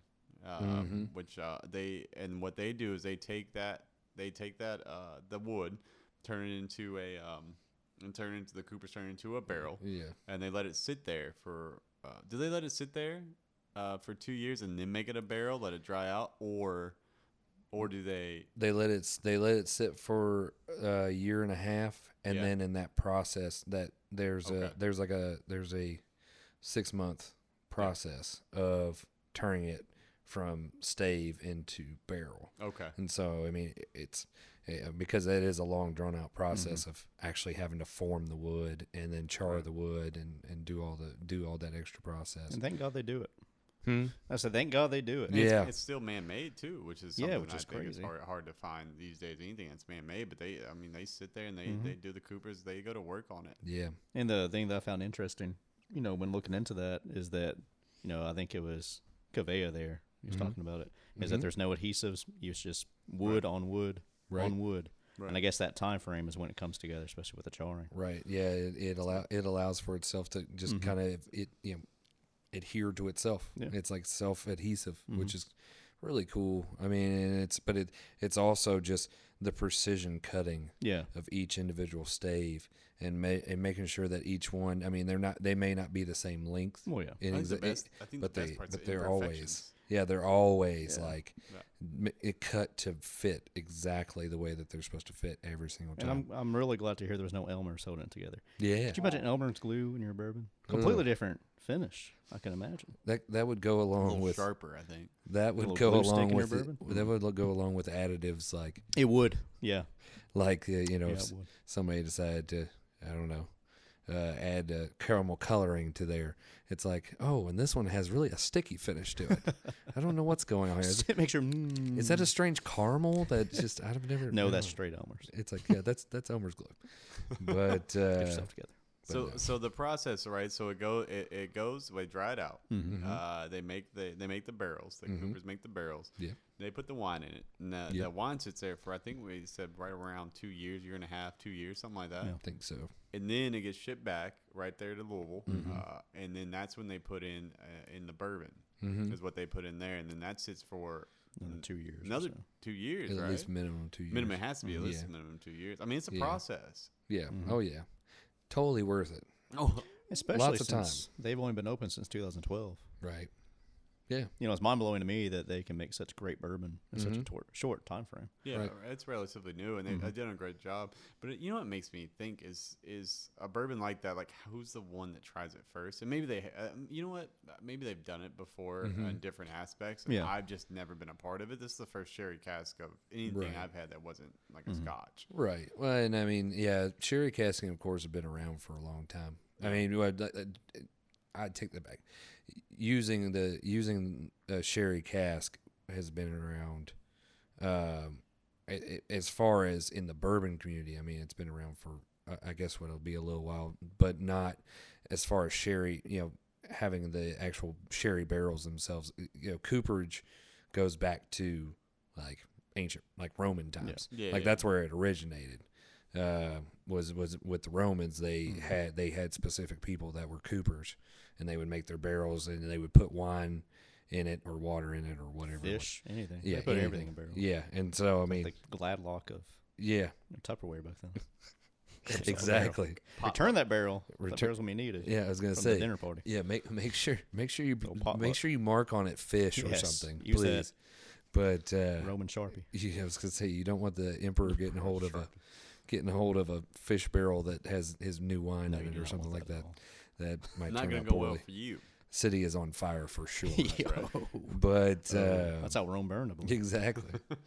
[SPEAKER 1] um, which uh, they and what they do is they take that they take that uh, the wood, turn it into a um, and turn it into the Coopers turn it into a barrel,
[SPEAKER 2] Yeah,
[SPEAKER 1] and they let it sit there for uh, do they let it sit there uh, for two years and then make it a barrel, let it dry out, or or do they
[SPEAKER 2] they let it s- they let it sit for a year and a half, and
[SPEAKER 1] Yeah.
[SPEAKER 2] then in that process, that there's a
[SPEAKER 1] Okay.
[SPEAKER 2] there's like a there's a six month process of turning it from stave into barrel.
[SPEAKER 1] okay
[SPEAKER 2] And so, I mean, it's eh, because that is a long, drawn out process of actually having to form the wood and then char the wood and, and do all the do all that extra process.
[SPEAKER 3] And thank God they do it.
[SPEAKER 2] Hmm?
[SPEAKER 3] I said, thank God they do it.
[SPEAKER 1] And
[SPEAKER 2] Yeah.
[SPEAKER 1] it's, it's still man-made too, which is
[SPEAKER 3] Yeah,
[SPEAKER 1] something
[SPEAKER 3] which
[SPEAKER 1] I
[SPEAKER 3] is
[SPEAKER 1] think is
[SPEAKER 3] crazy.
[SPEAKER 1] hard, hard to find these days. Anything that's man-made, but they, I mean, they sit there and they,
[SPEAKER 3] Mm-hmm.
[SPEAKER 1] they do the Coopers. They go to work on it.
[SPEAKER 2] Yeah,
[SPEAKER 3] And the thing that I found interesting, you know, when looking into that is that, you know, I think it was Cavea there. He was talking about it. Is that there's no adhesives. It's just wood on wood
[SPEAKER 2] Right.
[SPEAKER 3] on wood.
[SPEAKER 1] Right.
[SPEAKER 3] And I guess that time frame is when it comes together, especially with the charring.
[SPEAKER 2] Right. Yeah. It, it allow it allows for itself to just
[SPEAKER 1] Mm-hmm.
[SPEAKER 2] kind of it you know adhere to itself.
[SPEAKER 3] Yeah.
[SPEAKER 2] It's like self adhesive,
[SPEAKER 1] Mm-hmm.
[SPEAKER 2] which is really cool. I mean, and it's but it it's also just the precision cutting
[SPEAKER 3] Yeah.
[SPEAKER 2] of each individual stave and ma- and making sure that each one. I mean, they're not they may not be the same length.
[SPEAKER 3] Well, yeah.
[SPEAKER 2] in
[SPEAKER 1] I think the
[SPEAKER 2] exa- it-
[SPEAKER 1] best- I think the
[SPEAKER 2] but
[SPEAKER 1] best
[SPEAKER 2] they
[SPEAKER 1] part's
[SPEAKER 2] but
[SPEAKER 1] the
[SPEAKER 2] they're always
[SPEAKER 1] imperfections.
[SPEAKER 2] yeah they're always like
[SPEAKER 1] Yeah.
[SPEAKER 2] m- it cut to fit exactly the way that they're supposed to fit every single
[SPEAKER 3] And
[SPEAKER 2] time.
[SPEAKER 3] I'm, I'm really glad to hear there was no Elmer's holding it together.
[SPEAKER 2] yeah.
[SPEAKER 3] Could you imagine Elmer's glue in your bourbon? Completely different finish, I can imagine.
[SPEAKER 2] That that would go
[SPEAKER 1] A
[SPEAKER 2] along
[SPEAKER 1] little
[SPEAKER 2] with
[SPEAKER 1] sharper, I think.
[SPEAKER 2] that would
[SPEAKER 3] little
[SPEAKER 2] go
[SPEAKER 3] glue stick in
[SPEAKER 2] along
[SPEAKER 3] your
[SPEAKER 2] with it,
[SPEAKER 3] bourbon?
[SPEAKER 2] that would go along with additives like
[SPEAKER 3] It would. Yeah.
[SPEAKER 2] like uh, you know
[SPEAKER 3] Yeah,
[SPEAKER 2] if
[SPEAKER 3] it
[SPEAKER 2] s-
[SPEAKER 3] would.
[SPEAKER 2] somebody decided to I don't know uh, add uh, caramel coloring to there. It's like, oh, and this one has really a sticky finish to it. I don't know what's going on here. Is,
[SPEAKER 3] Make sure. Mm.
[SPEAKER 2] is that a strange caramel that just I've never?
[SPEAKER 3] no? That's
[SPEAKER 2] no.
[SPEAKER 3] straight Elmer's.
[SPEAKER 2] It's like yeah, that's that's Elmer's glue. But
[SPEAKER 3] Get
[SPEAKER 2] uh,
[SPEAKER 3] yourself together.
[SPEAKER 2] but
[SPEAKER 1] So
[SPEAKER 2] no.
[SPEAKER 1] so the process, right? So it go it, it goes they dry it out.
[SPEAKER 3] Mhm.
[SPEAKER 1] Uh, they make the they make the barrels. The
[SPEAKER 3] Mm-hmm.
[SPEAKER 1] coopers make the barrels.
[SPEAKER 2] Yeah.
[SPEAKER 1] They put the wine in it. And the,
[SPEAKER 2] Yeah.
[SPEAKER 1] the wine sits there for I think we said right around two years, year and a half, two years, something like that.
[SPEAKER 3] Yeah.
[SPEAKER 2] I think so.
[SPEAKER 1] And then it gets shipped back right there to Louisville.
[SPEAKER 3] Mm-hmm.
[SPEAKER 1] Uh, and then that's when they put in uh, in the bourbon
[SPEAKER 2] Mhm.
[SPEAKER 1] is what they put in there. And then that sits for
[SPEAKER 3] Another two years. or
[SPEAKER 1] another
[SPEAKER 3] so.
[SPEAKER 1] two years,
[SPEAKER 2] At
[SPEAKER 1] right?
[SPEAKER 2] least minimum two years.
[SPEAKER 1] minimum it has to be at
[SPEAKER 2] Mhm.
[SPEAKER 1] least
[SPEAKER 2] Yeah.
[SPEAKER 1] minimum two years. I mean, it's a
[SPEAKER 2] Yeah.
[SPEAKER 1] process.
[SPEAKER 2] Yeah.
[SPEAKER 3] Mm-hmm.
[SPEAKER 2] Oh yeah. Totally worth it.
[SPEAKER 1] Oh,
[SPEAKER 3] Especially
[SPEAKER 2] Lots of
[SPEAKER 3] since they've only been open since 2012.
[SPEAKER 2] Right. Yeah.
[SPEAKER 3] You know, it's mind blowing to me that they can make such great bourbon in such a
[SPEAKER 2] Mhm.
[SPEAKER 3] tor- short time frame.
[SPEAKER 1] Yeah,
[SPEAKER 2] Right. Mm-hmm.
[SPEAKER 1] it's relatively new, and they, they did a great job. But it, you know what makes me think is is a bourbon like that. Like, who's the one that tries it first? And maybe they, uh, you know what? Maybe they've done it before
[SPEAKER 2] Mm-hmm.
[SPEAKER 1] in different aspects. And
[SPEAKER 3] Yeah.
[SPEAKER 1] I've just never been a part of it. This is the first sherry cask of anything
[SPEAKER 2] Right. Mm-hmm.
[SPEAKER 1] I've had that wasn't like a Scotch.
[SPEAKER 2] Right. Well, and I mean, yeah, sherry casting, of course, have been around for a long time. I mean, uh, well, th- th- I take that back. Using the using a sherry cask has been around, um, a- a- as far as in the bourbon community. I mean, it's been around for, I- I guess, what it'll be a little while, but not as far as sherry. You know, having the actual sherry barrels themselves. You know, cooperage goes back to like ancient, like Roman times
[SPEAKER 1] Yeah,
[SPEAKER 2] like
[SPEAKER 1] yeah.
[SPEAKER 2] that's where it originated uh, was was with the romans they
[SPEAKER 3] Mm-hmm.
[SPEAKER 2] had they had specific people that were coopers and they would make their barrels and they would put wine in it or water in it or whatever it was.
[SPEAKER 3] Fish, anything.
[SPEAKER 2] yeah
[SPEAKER 3] they put
[SPEAKER 2] anything.
[SPEAKER 3] everything in barrels.
[SPEAKER 2] yeah and so i mean
[SPEAKER 3] The Gladlock of
[SPEAKER 2] yeah
[SPEAKER 3] Tupperware back then.
[SPEAKER 2] exactly
[SPEAKER 3] Return that barrel. that
[SPEAKER 2] Return-
[SPEAKER 3] barrel's gonna be needed.
[SPEAKER 2] yeah i was gonna
[SPEAKER 3] from
[SPEAKER 2] say
[SPEAKER 3] the dinner party.
[SPEAKER 2] yeah make make sure make sure you
[SPEAKER 3] potluck.
[SPEAKER 2] make sure you mark on it fish or
[SPEAKER 3] Yes,
[SPEAKER 2] something
[SPEAKER 3] use that.
[SPEAKER 2] please but uh
[SPEAKER 3] Roman Sharpie.
[SPEAKER 2] Yeah, I was gonna say you don't want the emperor getting hold of a getting a hold of a fish barrel that has his new wine
[SPEAKER 3] No,
[SPEAKER 2] in
[SPEAKER 3] you
[SPEAKER 2] it
[SPEAKER 3] do
[SPEAKER 2] or
[SPEAKER 3] not
[SPEAKER 2] something
[SPEAKER 3] want
[SPEAKER 2] like
[SPEAKER 3] that
[SPEAKER 2] that.
[SPEAKER 3] at all.
[SPEAKER 2] That might
[SPEAKER 1] Not
[SPEAKER 2] turn
[SPEAKER 1] going
[SPEAKER 2] out
[SPEAKER 1] to go
[SPEAKER 2] poorly.
[SPEAKER 1] well for you.
[SPEAKER 2] City is on fire for sure.
[SPEAKER 3] Yo.
[SPEAKER 1] Oh,
[SPEAKER 2] but uh,
[SPEAKER 3] That's how Rome burned, I believe.
[SPEAKER 2] exactly.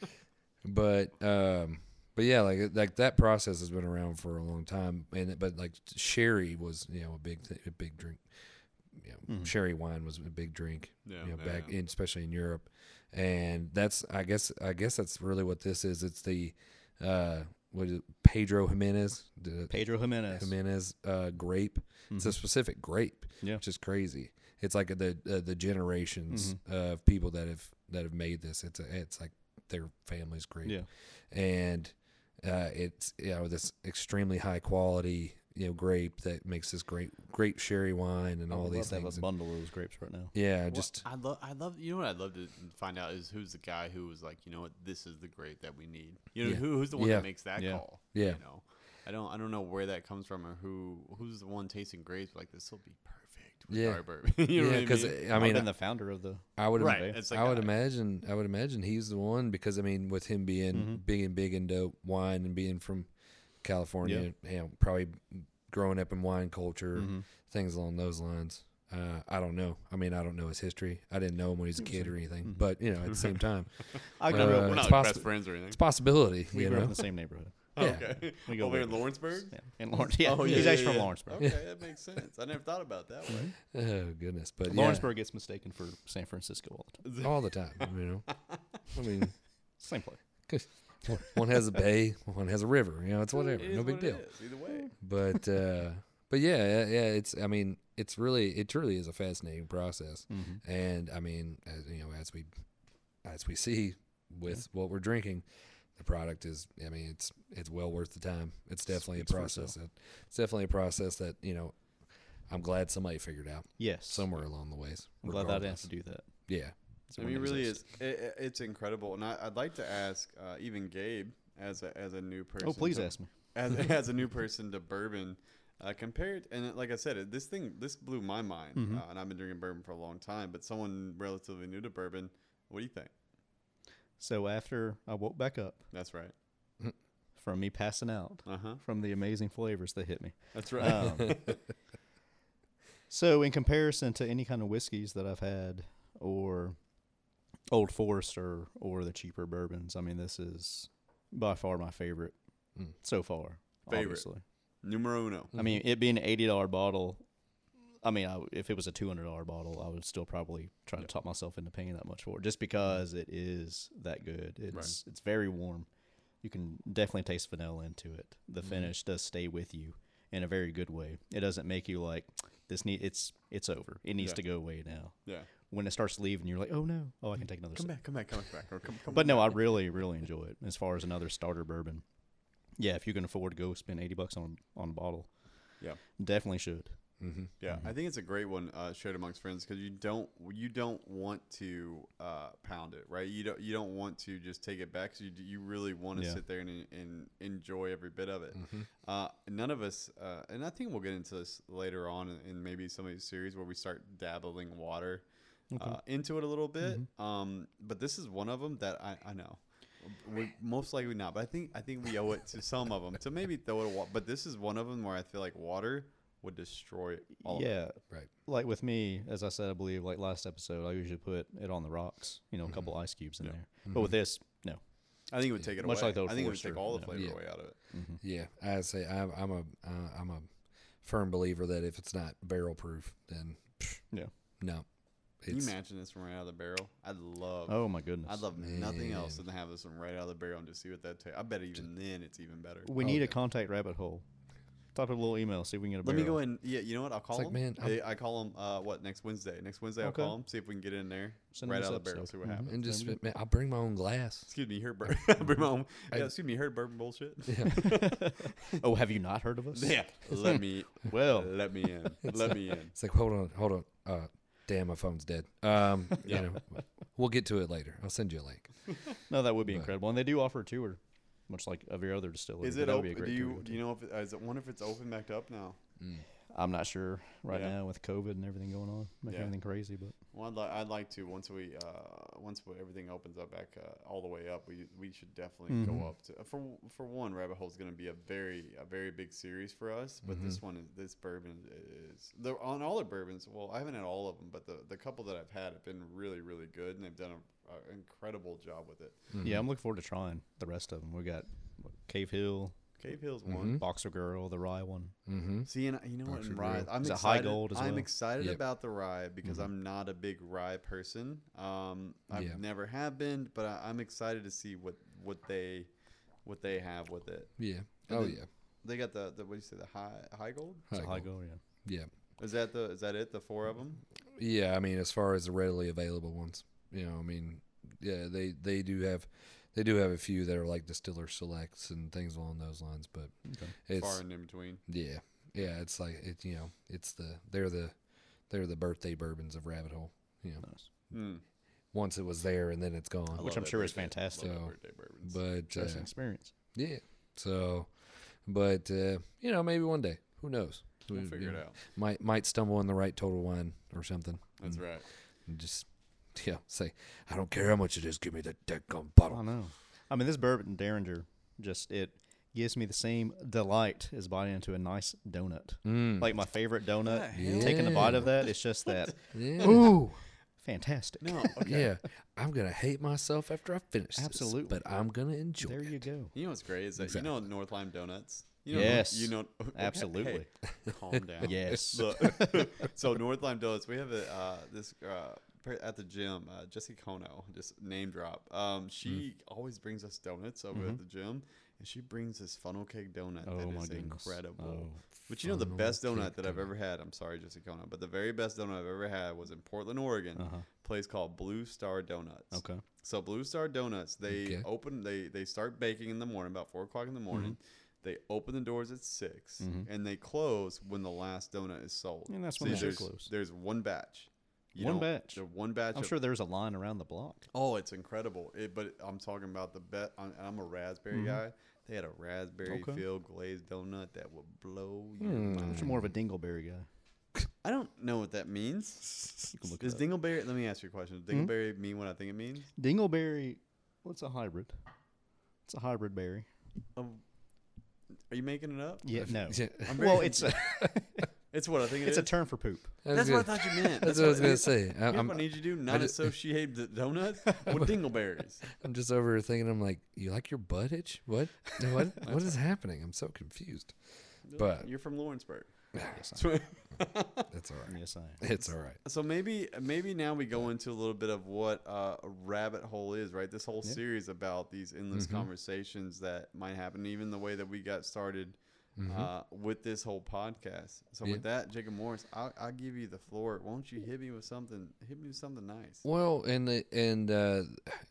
[SPEAKER 2] but um, but yeah, like like that process has been around for a long time, and it- but like sherry was you know a big th- a big drink. You know, Sherry wine was a big drink,
[SPEAKER 1] Mm-hmm. Yeah,
[SPEAKER 2] you know,
[SPEAKER 1] yeah,
[SPEAKER 2] back
[SPEAKER 1] yeah.
[SPEAKER 2] in, especially in Europe, and that's I guess I guess that's really what this is. It's the uh, what is it, Pedro Jimenez, the
[SPEAKER 3] Pedro Jimenez.
[SPEAKER 2] Jimenez uh, grape. It's a specific grape,
[SPEAKER 3] Mm-hmm. Yeah.
[SPEAKER 2] which is crazy. It's like the uh, the generations
[SPEAKER 3] Mm-hmm.
[SPEAKER 2] of people that have that have made this. It's a, it's like their family's grape,
[SPEAKER 3] Yeah.
[SPEAKER 2] and uh, it's you know this extremely high quality you know grape that makes this great grape sherry wine and
[SPEAKER 3] I
[SPEAKER 2] all
[SPEAKER 3] would
[SPEAKER 2] these
[SPEAKER 3] love to have a
[SPEAKER 2] things. And,
[SPEAKER 3] bundle of those grapes right now.
[SPEAKER 2] yeah,
[SPEAKER 1] Well,
[SPEAKER 2] just
[SPEAKER 1] I love. I love. You know what I'd love to find out is who's the guy who was like, you know what, this is the grape that we need. You know
[SPEAKER 2] Yeah.
[SPEAKER 1] who, who's the one
[SPEAKER 2] Yeah.
[SPEAKER 1] that makes that
[SPEAKER 3] Yeah.
[SPEAKER 1] call.
[SPEAKER 2] Yeah.
[SPEAKER 1] You know, I don't. I don't know where that comes from or who who's the one tasting grapes like this will be perfect with
[SPEAKER 2] Yeah.
[SPEAKER 1] our bourbon. you know
[SPEAKER 2] yeah,
[SPEAKER 1] what I
[SPEAKER 2] because
[SPEAKER 1] mean?
[SPEAKER 2] I
[SPEAKER 3] I've
[SPEAKER 2] mean,
[SPEAKER 3] been the founder of the.
[SPEAKER 2] I would
[SPEAKER 1] right.
[SPEAKER 2] imagine-
[SPEAKER 1] It's like
[SPEAKER 2] I would
[SPEAKER 1] a-
[SPEAKER 2] imagine I would imagine he's the one because I mean with him being big and big into wine and being from California, you know, probably growing up in wine culture, things along those lines. Uh, I don't know. I mean, I don't know his history. I didn't know him when he was a kid or anything. But you know, at the same time,
[SPEAKER 3] I
[SPEAKER 2] Uh,
[SPEAKER 3] grew up.
[SPEAKER 1] We're
[SPEAKER 2] it's
[SPEAKER 1] not
[SPEAKER 2] possi-
[SPEAKER 1] best friends or anything.
[SPEAKER 2] it's a possibility.
[SPEAKER 3] We
[SPEAKER 2] you
[SPEAKER 3] grew up in
[SPEAKER 2] know,
[SPEAKER 3] the same neighborhood.
[SPEAKER 2] yeah.
[SPEAKER 1] Okay.
[SPEAKER 3] We go
[SPEAKER 1] Over in
[SPEAKER 3] way back.
[SPEAKER 1] Lawrenceburg.
[SPEAKER 3] Yeah. In Lawrence. Yeah.
[SPEAKER 1] Oh,
[SPEAKER 3] He's
[SPEAKER 1] yeah, yeah,
[SPEAKER 3] actually from
[SPEAKER 1] yeah.
[SPEAKER 3] Lawrenceburg.
[SPEAKER 1] Okay, that makes sense. I never thought about it that way.
[SPEAKER 2] Oh goodness, but yeah,
[SPEAKER 3] Lawrenceburg gets mistaken for San Francisco all the time.
[SPEAKER 2] all the time. You know, I mean,
[SPEAKER 3] Same place.
[SPEAKER 2] one has a bay, one has a river. You know, it's whatever.
[SPEAKER 1] It is
[SPEAKER 2] No big
[SPEAKER 1] what it
[SPEAKER 2] deal.
[SPEAKER 1] is, Either way.
[SPEAKER 2] but uh but yeah yeah yeah, it's i mean it's really it truly is a fascinating process
[SPEAKER 3] Mm-hmm.
[SPEAKER 2] and i mean as you know as we as we see with what we're drinking the product is i mean it's it's well worth the time it's definitely a
[SPEAKER 3] Speaks for
[SPEAKER 2] process that, it's definitely a process that you know i'm glad somebody figured out
[SPEAKER 3] Yes.
[SPEAKER 2] somewhere along the ways
[SPEAKER 3] I'm glad that I didn't have
[SPEAKER 2] regardless.
[SPEAKER 3] to do that.
[SPEAKER 2] yeah
[SPEAKER 3] It's
[SPEAKER 1] I mean, it
[SPEAKER 3] when
[SPEAKER 1] really
[SPEAKER 3] exists.
[SPEAKER 1] is. It, it- it's incredible, and I, I'd like to ask uh, even Gabe as a, as a new person.
[SPEAKER 3] Oh, please
[SPEAKER 1] to-
[SPEAKER 3] ask me.
[SPEAKER 1] As, as a new person to bourbon, uh, compared and it- like I said, it- this thing this blew my mind, uh, and I've been drinking bourbon for a long time. But someone relatively new to bourbon, what do you think?
[SPEAKER 3] So after I woke back up
[SPEAKER 1] That's right.
[SPEAKER 3] from me passing out
[SPEAKER 1] Uh huh.
[SPEAKER 3] from the amazing flavors that hit me.
[SPEAKER 1] That's right.
[SPEAKER 3] Um, so, in comparison to any kind of whiskeys that I've had, or Old Forester, or the cheaper bourbons, I mean, this is by far my favorite
[SPEAKER 2] Mm.
[SPEAKER 3] so far.
[SPEAKER 1] Favorite.
[SPEAKER 3] Obviously,
[SPEAKER 1] Numero uno.
[SPEAKER 3] I mean, it being an eighty dollar bottle. I mean, I w if it was a two hundred dollar bottle, I would still probably try to talk myself into paying that much for it, just
[SPEAKER 1] Mm-hmm.
[SPEAKER 3] because it is that good. It's it's very warm. You can definitely taste vanilla into it. The
[SPEAKER 1] Mm-hmm.
[SPEAKER 3] finish does stay with you in a very good way. It doesn't make you like this. Need it's it's over. It needs
[SPEAKER 1] Yeah.
[SPEAKER 3] to go away now.
[SPEAKER 1] Yeah.
[SPEAKER 3] When it starts leaving, you're like, oh no, oh I can take another.
[SPEAKER 1] Mm-hmm. Come
[SPEAKER 3] sip.
[SPEAKER 1] back, come back, come back. Or come, come
[SPEAKER 3] But no, I really really enjoy it. As far as another starter bourbon, yeah, if you can afford to go spend eighty bucks on on a bottle,
[SPEAKER 1] Yeah.
[SPEAKER 3] definitely should.
[SPEAKER 2] Mm-hmm.
[SPEAKER 1] Yeah, I think it's a great one uh, shared amongst friends because you don't you don't want to uh, pound it, right? You don't you don't want to just take it back 'cause you d- you really want to
[SPEAKER 3] Yeah.
[SPEAKER 1] sit there and, and enjoy every bit of it. Uh, none of us, uh, and I think we'll get into this later on in, in maybe some of these series where we start dabbling water uh, into it a little bit.
[SPEAKER 3] Mm-hmm.
[SPEAKER 1] Um, but this is one of them that I, I know. We most likely not, but I think I think we owe it to some of them to maybe throw it. A wa- but this is one of them where I feel like water would destroy all. of it.
[SPEAKER 3] yeah,
[SPEAKER 2] Right.
[SPEAKER 3] like with me, as I said, I believe like last episode, I usually put it on the rocks, you know, a
[SPEAKER 1] Mm-hmm.
[SPEAKER 3] couple ice cubes in there. But with this, no.
[SPEAKER 1] I think it would take it
[SPEAKER 3] Much
[SPEAKER 1] away.
[SPEAKER 3] like the old
[SPEAKER 1] I think it would
[SPEAKER 3] Forester,
[SPEAKER 1] take all the
[SPEAKER 3] yeah.
[SPEAKER 1] flavor
[SPEAKER 2] Yeah.
[SPEAKER 1] away out of it.
[SPEAKER 2] Yeah, I say I'm, I'm a uh, I'm a firm believer that if it's not barrel proof, then psh,
[SPEAKER 3] Yeah.
[SPEAKER 2] no,
[SPEAKER 1] Can you
[SPEAKER 2] it's
[SPEAKER 1] imagine this from right out of the barrel? I'd love.
[SPEAKER 3] Oh my goodness.
[SPEAKER 1] I'd love nothing else than to have this one right out of the barrel and just see what that tastes. I bet even then it's even better.
[SPEAKER 3] we need a contact rabbit hole. Type a little email, see if we can get a
[SPEAKER 1] Let me go
[SPEAKER 3] barrel.
[SPEAKER 1] and yeah, you know what? I'll call
[SPEAKER 2] like,
[SPEAKER 1] him.
[SPEAKER 2] man, I'm-
[SPEAKER 1] I, I call him uh, what next Wednesday? Next Wednesday
[SPEAKER 3] Okay.
[SPEAKER 1] I'll call him. See if we can get in there
[SPEAKER 3] Send him
[SPEAKER 1] right
[SPEAKER 3] this
[SPEAKER 1] out of the barrel.
[SPEAKER 3] episode. Mm-hmm.
[SPEAKER 1] See what happens.
[SPEAKER 2] and just man, I'll bring my own glass.
[SPEAKER 1] Excuse me, heard bourbon. bring my own- yeah, excuse me, heard bourbon bullshit.
[SPEAKER 3] Oh, have you not heard of us?
[SPEAKER 1] yeah, let me.
[SPEAKER 3] Well.
[SPEAKER 1] let me in. Let me in.
[SPEAKER 2] It's like hold on, hold on. Uh, damn, my phone's dead. Um, you know, we'll get to it later. I'll send you a link.
[SPEAKER 3] No, that would be incredible. And they do offer a tour, much like every other distillery.
[SPEAKER 1] Is
[SPEAKER 3] but
[SPEAKER 1] it
[SPEAKER 3] that would be a
[SPEAKER 1] open?
[SPEAKER 3] great
[SPEAKER 1] Do
[SPEAKER 3] tour to
[SPEAKER 1] you
[SPEAKER 3] go
[SPEAKER 1] do you know if it, is it wonder if it's open back up now?
[SPEAKER 3] to. I'm not sure right
[SPEAKER 1] Yeah.
[SPEAKER 3] now with COVID and everything going on, making
[SPEAKER 1] Yeah.
[SPEAKER 3] everything crazy, but
[SPEAKER 1] Well, I'd, li- I'd like to once we uh, once we, everything opens up back uh, all the way up, we we should definitely
[SPEAKER 3] Mm-hmm.
[SPEAKER 1] go up to uh, for for one. Rabbit Hole is going to be a very a very big series for us, but this
[SPEAKER 3] Mm-hmm.
[SPEAKER 1] one is this bourbon is the on all the bourbons. Well, I haven't had all of them, but the the couple that I've had have been really really good, and they've done an incredible job with it.
[SPEAKER 3] yeah, I'm looking forward to trying the rest of them. We got what, Cave Hill,
[SPEAKER 1] Cave Hill's one.
[SPEAKER 3] Boxer Girl, the Rye one.
[SPEAKER 2] Mm-hmm.
[SPEAKER 1] See, and I- you know what?
[SPEAKER 2] Boxer
[SPEAKER 1] And rye,
[SPEAKER 2] Grill.
[SPEAKER 1] I'm
[SPEAKER 3] Is it
[SPEAKER 1] excited.
[SPEAKER 3] high gold as
[SPEAKER 1] I'm
[SPEAKER 3] well?
[SPEAKER 1] excited
[SPEAKER 2] Yep.
[SPEAKER 1] about the rye because I'm not a big rye person. Um, I've
[SPEAKER 2] Yeah.
[SPEAKER 1] never have been, but I, I'm excited to see what what they what they have with it.
[SPEAKER 2] Yeah. Oh yeah.
[SPEAKER 1] They got the, the what do you say the high high gold?
[SPEAKER 3] It's a
[SPEAKER 2] High
[SPEAKER 3] high goal, yeah.
[SPEAKER 2] Yeah.
[SPEAKER 1] Is that the is that it? The four of them?
[SPEAKER 2] Yeah, I mean, as far as the readily available ones, you know, I mean, yeah, they they do have they do have a few that are like distiller selects and things along those lines, but it's
[SPEAKER 1] Far and in between.
[SPEAKER 2] yeah, yeah, it's like it, you know, it's the they're the they're the birthday bourbons of Rabbit Hole. You know,
[SPEAKER 1] Mm.
[SPEAKER 2] once it was there and then it's gone,
[SPEAKER 3] Which
[SPEAKER 1] Love
[SPEAKER 3] I'm
[SPEAKER 1] it.
[SPEAKER 3] sure is
[SPEAKER 1] Birthday-
[SPEAKER 3] fantastic.
[SPEAKER 1] love it.
[SPEAKER 2] So,
[SPEAKER 1] Birthday bourbons.
[SPEAKER 2] but uh,
[SPEAKER 3] That's an experience.
[SPEAKER 2] yeah, so, but uh, you know, maybe one day, who knows?
[SPEAKER 1] We'll figure it out.
[SPEAKER 2] Might might stumble on the right total wine or something.
[SPEAKER 1] That's right.
[SPEAKER 2] and just yeah say I don't care how much it is, give me the dead gum
[SPEAKER 3] I
[SPEAKER 2] bottle.
[SPEAKER 3] know. I mean, this bourbon Derringer just it gives me the same delight as biting into a nice donut. Like my favorite donut. Taking a bite of that, it's just that
[SPEAKER 2] Yeah,
[SPEAKER 3] ooh, fantastic.
[SPEAKER 1] No, okay.
[SPEAKER 2] yeah. I'm gonna hate myself after I finish. this,
[SPEAKER 3] Absolutely.
[SPEAKER 2] but I'm gonna enjoy.
[SPEAKER 3] There
[SPEAKER 2] it.
[SPEAKER 3] you go.
[SPEAKER 1] You know what's great is that
[SPEAKER 2] Exactly.
[SPEAKER 1] you know North Lime Donuts. You know,
[SPEAKER 3] Yes.
[SPEAKER 1] You know. okay, hey,
[SPEAKER 3] Absolutely.
[SPEAKER 1] calm down.
[SPEAKER 3] Yes.
[SPEAKER 1] So, so North Lime Donuts, we have a, uh, this uh, per- at the gym, uh, Jessie Kono, just name drop. Um,
[SPEAKER 3] Mm.
[SPEAKER 1] she always brings us donuts over at the gym, and she brings this funnel cake donut
[SPEAKER 3] Mm-hmm. Oh,
[SPEAKER 1] that
[SPEAKER 3] my
[SPEAKER 1] is
[SPEAKER 3] goodness.
[SPEAKER 1] incredible.
[SPEAKER 3] Oh,
[SPEAKER 1] but you know the
[SPEAKER 2] funnel
[SPEAKER 1] best donut
[SPEAKER 2] cake
[SPEAKER 1] that I've ever had. I'm sorry, Jessie Kono, but the very best donut I've ever had was in Portland, Oregon. a Place called Blue Star Donuts.
[SPEAKER 3] Uh-huh. Okay.
[SPEAKER 1] So Blue Star Donuts, they
[SPEAKER 2] Okay.
[SPEAKER 1] open they they start baking in the morning about four o'clock in the morning.
[SPEAKER 3] Mm-hmm.
[SPEAKER 1] They open the doors at 6 and they close when the last donut is sold.
[SPEAKER 3] And that's when they should
[SPEAKER 1] there's,
[SPEAKER 3] close.
[SPEAKER 1] There's one batch.
[SPEAKER 3] One
[SPEAKER 1] don't-
[SPEAKER 3] batch.
[SPEAKER 1] the One batch.
[SPEAKER 3] I'm
[SPEAKER 1] of-
[SPEAKER 3] sure there's a line around the block.
[SPEAKER 1] Oh, it's incredible. It, but I'm talking about the bet. I'm, I'm a raspberry guy. They had a raspberry
[SPEAKER 3] Mm-hmm. Okay. Hmm.
[SPEAKER 1] filled glazed donut that would blow your
[SPEAKER 3] I'm
[SPEAKER 1] mind.
[SPEAKER 3] more of a dingleberry guy.
[SPEAKER 1] I don't know what that means.
[SPEAKER 3] You can look it
[SPEAKER 1] Does
[SPEAKER 3] up. Mm-hmm.
[SPEAKER 1] dingleberry? Let me ask you a question. Does dingleberry mean what I think it means?
[SPEAKER 3] Dingleberry, what's a hybrid? It's a hybrid berry.
[SPEAKER 1] Um, are you making it up?
[SPEAKER 3] Yeah, no.
[SPEAKER 2] Yeah,
[SPEAKER 3] well, it's a,
[SPEAKER 1] It's what I think it
[SPEAKER 3] it's a
[SPEAKER 1] is.
[SPEAKER 3] term for poop.
[SPEAKER 1] That's
[SPEAKER 2] that's
[SPEAKER 1] what
[SPEAKER 2] good.
[SPEAKER 1] I thought you meant.
[SPEAKER 2] That's what I was gonna say. I,
[SPEAKER 1] You know
[SPEAKER 2] I'm
[SPEAKER 1] what I need you to do? Not associate the donuts with dingleberries.
[SPEAKER 2] I'm just over here thinking. I'm like, you like your butt itch? What? No, What? what is happening? I'm so confused. But-
[SPEAKER 1] you're from Lawrenceburg.
[SPEAKER 3] Yes, I
[SPEAKER 1] So,
[SPEAKER 2] That's all
[SPEAKER 3] am.
[SPEAKER 2] right.
[SPEAKER 3] Yes, I am.
[SPEAKER 2] It's all right.
[SPEAKER 1] so maybe maybe now we go into a little bit of what uh, a rabbit hole is, right? This whole
[SPEAKER 3] Yeah.
[SPEAKER 1] series about these endless
[SPEAKER 2] Mm-hmm.
[SPEAKER 1] conversations that might happen, even the way that we got started uh, with this whole podcast. So
[SPEAKER 2] Mm-hmm. Yeah.
[SPEAKER 1] with that, Jacob Morris, I'll, I'll give you the floor. Won't you hit me with something? Hit me with something nice.
[SPEAKER 2] Well, and the, and uh,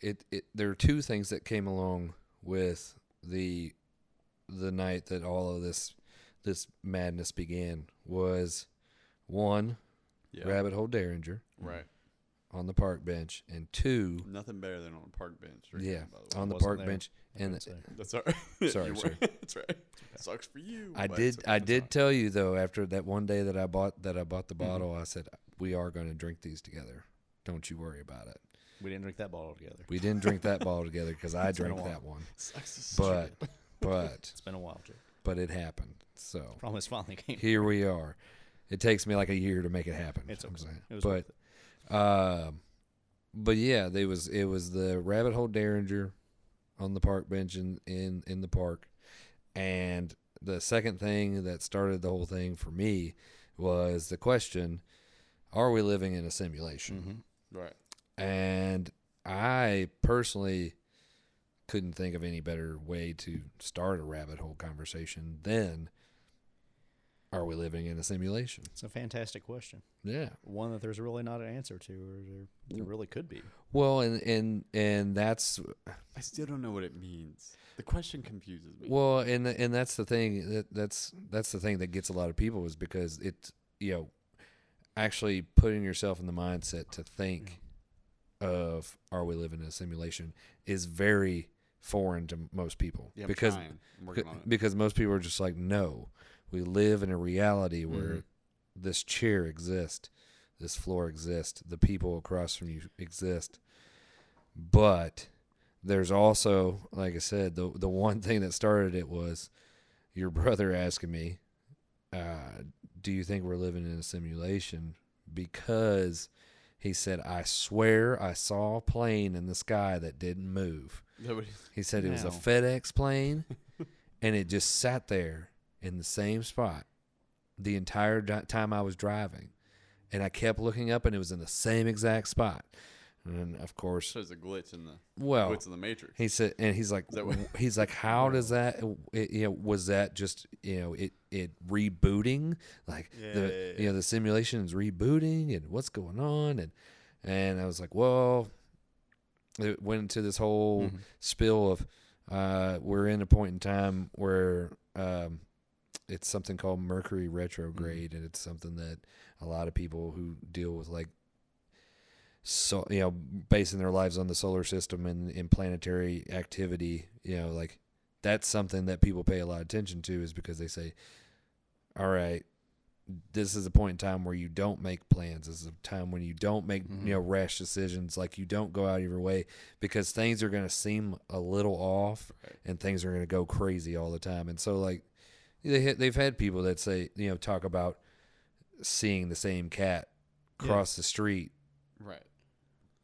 [SPEAKER 2] it, it there are two things that came along with the the night that all of this this madness began was one
[SPEAKER 1] Yeah.
[SPEAKER 2] rabbit hole derringer
[SPEAKER 1] Right.
[SPEAKER 2] on the park bench and two
[SPEAKER 1] Nothing better than on a park bench. Right
[SPEAKER 2] yeah
[SPEAKER 1] By the way.
[SPEAKER 2] on the
[SPEAKER 3] Wasn't
[SPEAKER 2] park
[SPEAKER 3] there.
[SPEAKER 2] bench and
[SPEAKER 3] So,
[SPEAKER 1] That's all right.
[SPEAKER 2] Sorry,
[SPEAKER 1] You were-
[SPEAKER 2] sorry.
[SPEAKER 1] That's right. Sucks for you.
[SPEAKER 2] I
[SPEAKER 1] but
[SPEAKER 2] did.
[SPEAKER 1] it's-
[SPEAKER 2] I
[SPEAKER 1] it's
[SPEAKER 2] did
[SPEAKER 1] all right.
[SPEAKER 2] tell you though. After that one day that I bought that I bought
[SPEAKER 3] Mm-hmm.
[SPEAKER 2] the bottle, I said we are going to drink these together. Don't you worry about it.
[SPEAKER 3] we didn't drink that bottle together.
[SPEAKER 2] We didn't drink that bottle together because I
[SPEAKER 3] It's been a
[SPEAKER 2] drank
[SPEAKER 3] while.
[SPEAKER 2] that one.
[SPEAKER 1] Sucks to suck.
[SPEAKER 2] But but
[SPEAKER 3] It's been a while, Jake.
[SPEAKER 2] but it happened. So
[SPEAKER 3] Promise finally came.
[SPEAKER 2] here we are. It takes me like a year to make it happen.
[SPEAKER 3] It's
[SPEAKER 2] I'm
[SPEAKER 3] okay.
[SPEAKER 2] saying.
[SPEAKER 3] It was
[SPEAKER 2] but
[SPEAKER 3] worth
[SPEAKER 2] um, but yeah, they was it was the rabbit hole derringer on the park bench in in in the park, and the second thing that started the whole thing for me was the question: Are we living in a simulation?
[SPEAKER 3] Mm-hmm.
[SPEAKER 1] Right.
[SPEAKER 2] And I personally couldn't think of any better way to start a rabbit hole conversation than are we living in a simulation?
[SPEAKER 3] It's a fantastic question.
[SPEAKER 2] Yeah.
[SPEAKER 3] One that there's really not an answer to, or there,
[SPEAKER 2] Mm.
[SPEAKER 3] there really could be.
[SPEAKER 2] Well, and and and that's
[SPEAKER 1] I still don't know what it means. The question confuses me.
[SPEAKER 2] well, and and that's the thing that that's that's the thing that gets a lot of people is because it's you know actually putting yourself in the mindset to think
[SPEAKER 1] Mm-hmm.
[SPEAKER 2] of are we living in a simulation is very foreign to most people
[SPEAKER 1] yeah, I'm
[SPEAKER 2] because
[SPEAKER 1] trying. I'm working on it.
[SPEAKER 2] because most people are just like, no, we live in a reality
[SPEAKER 1] Mm-hmm.
[SPEAKER 2] where this chair exists, this floor exists, the people across from you exist. But there's also, like I said, the the one thing that started it was your brother asking me, uh, "Do you think we're living in a simulation?" Because he said, "I swear I saw a plane in the sky that didn't move."
[SPEAKER 1] Nobody,
[SPEAKER 2] He said it was a
[SPEAKER 3] Now.
[SPEAKER 2] FedEx plane, and it just sat there in the same spot the entire di- time I was driving, and I kept looking up, and it was in the same exact spot. And of course,
[SPEAKER 1] so there's a glitch in the
[SPEAKER 2] well,
[SPEAKER 1] glitch in the matrix.
[SPEAKER 2] he said, and he's like,
[SPEAKER 1] Is that what-
[SPEAKER 2] he's like, how does that? It, you know, was that just you know it it rebooting like
[SPEAKER 1] Yeah,
[SPEAKER 2] the
[SPEAKER 1] yeah, yeah.
[SPEAKER 2] you know the simulation is rebooting and what's going on and and I was like, well, it went into this whole
[SPEAKER 1] Mm-hmm.
[SPEAKER 3] Mm-hmm.
[SPEAKER 2] spill of uh, we're in a point in time where um, it's something called Mercury retrograde, and it's something that a lot of people who deal with like so you know basing their lives on the solar system and, and planetary activity, you know, like that's something that people pay a lot of attention to is because they say, all right. This is a point in time where you don't make plans. This is a time when you don't make
[SPEAKER 1] Mm-hmm.
[SPEAKER 2] you know rash decisions. Like you don't go out of your way because things are going to seem a little off
[SPEAKER 1] Right.
[SPEAKER 2] and things are going to go crazy all the time. And so like they ha- they've had people that say, you know, talk about seeing the same cat
[SPEAKER 3] Yeah.
[SPEAKER 2] cross the street,
[SPEAKER 1] Right.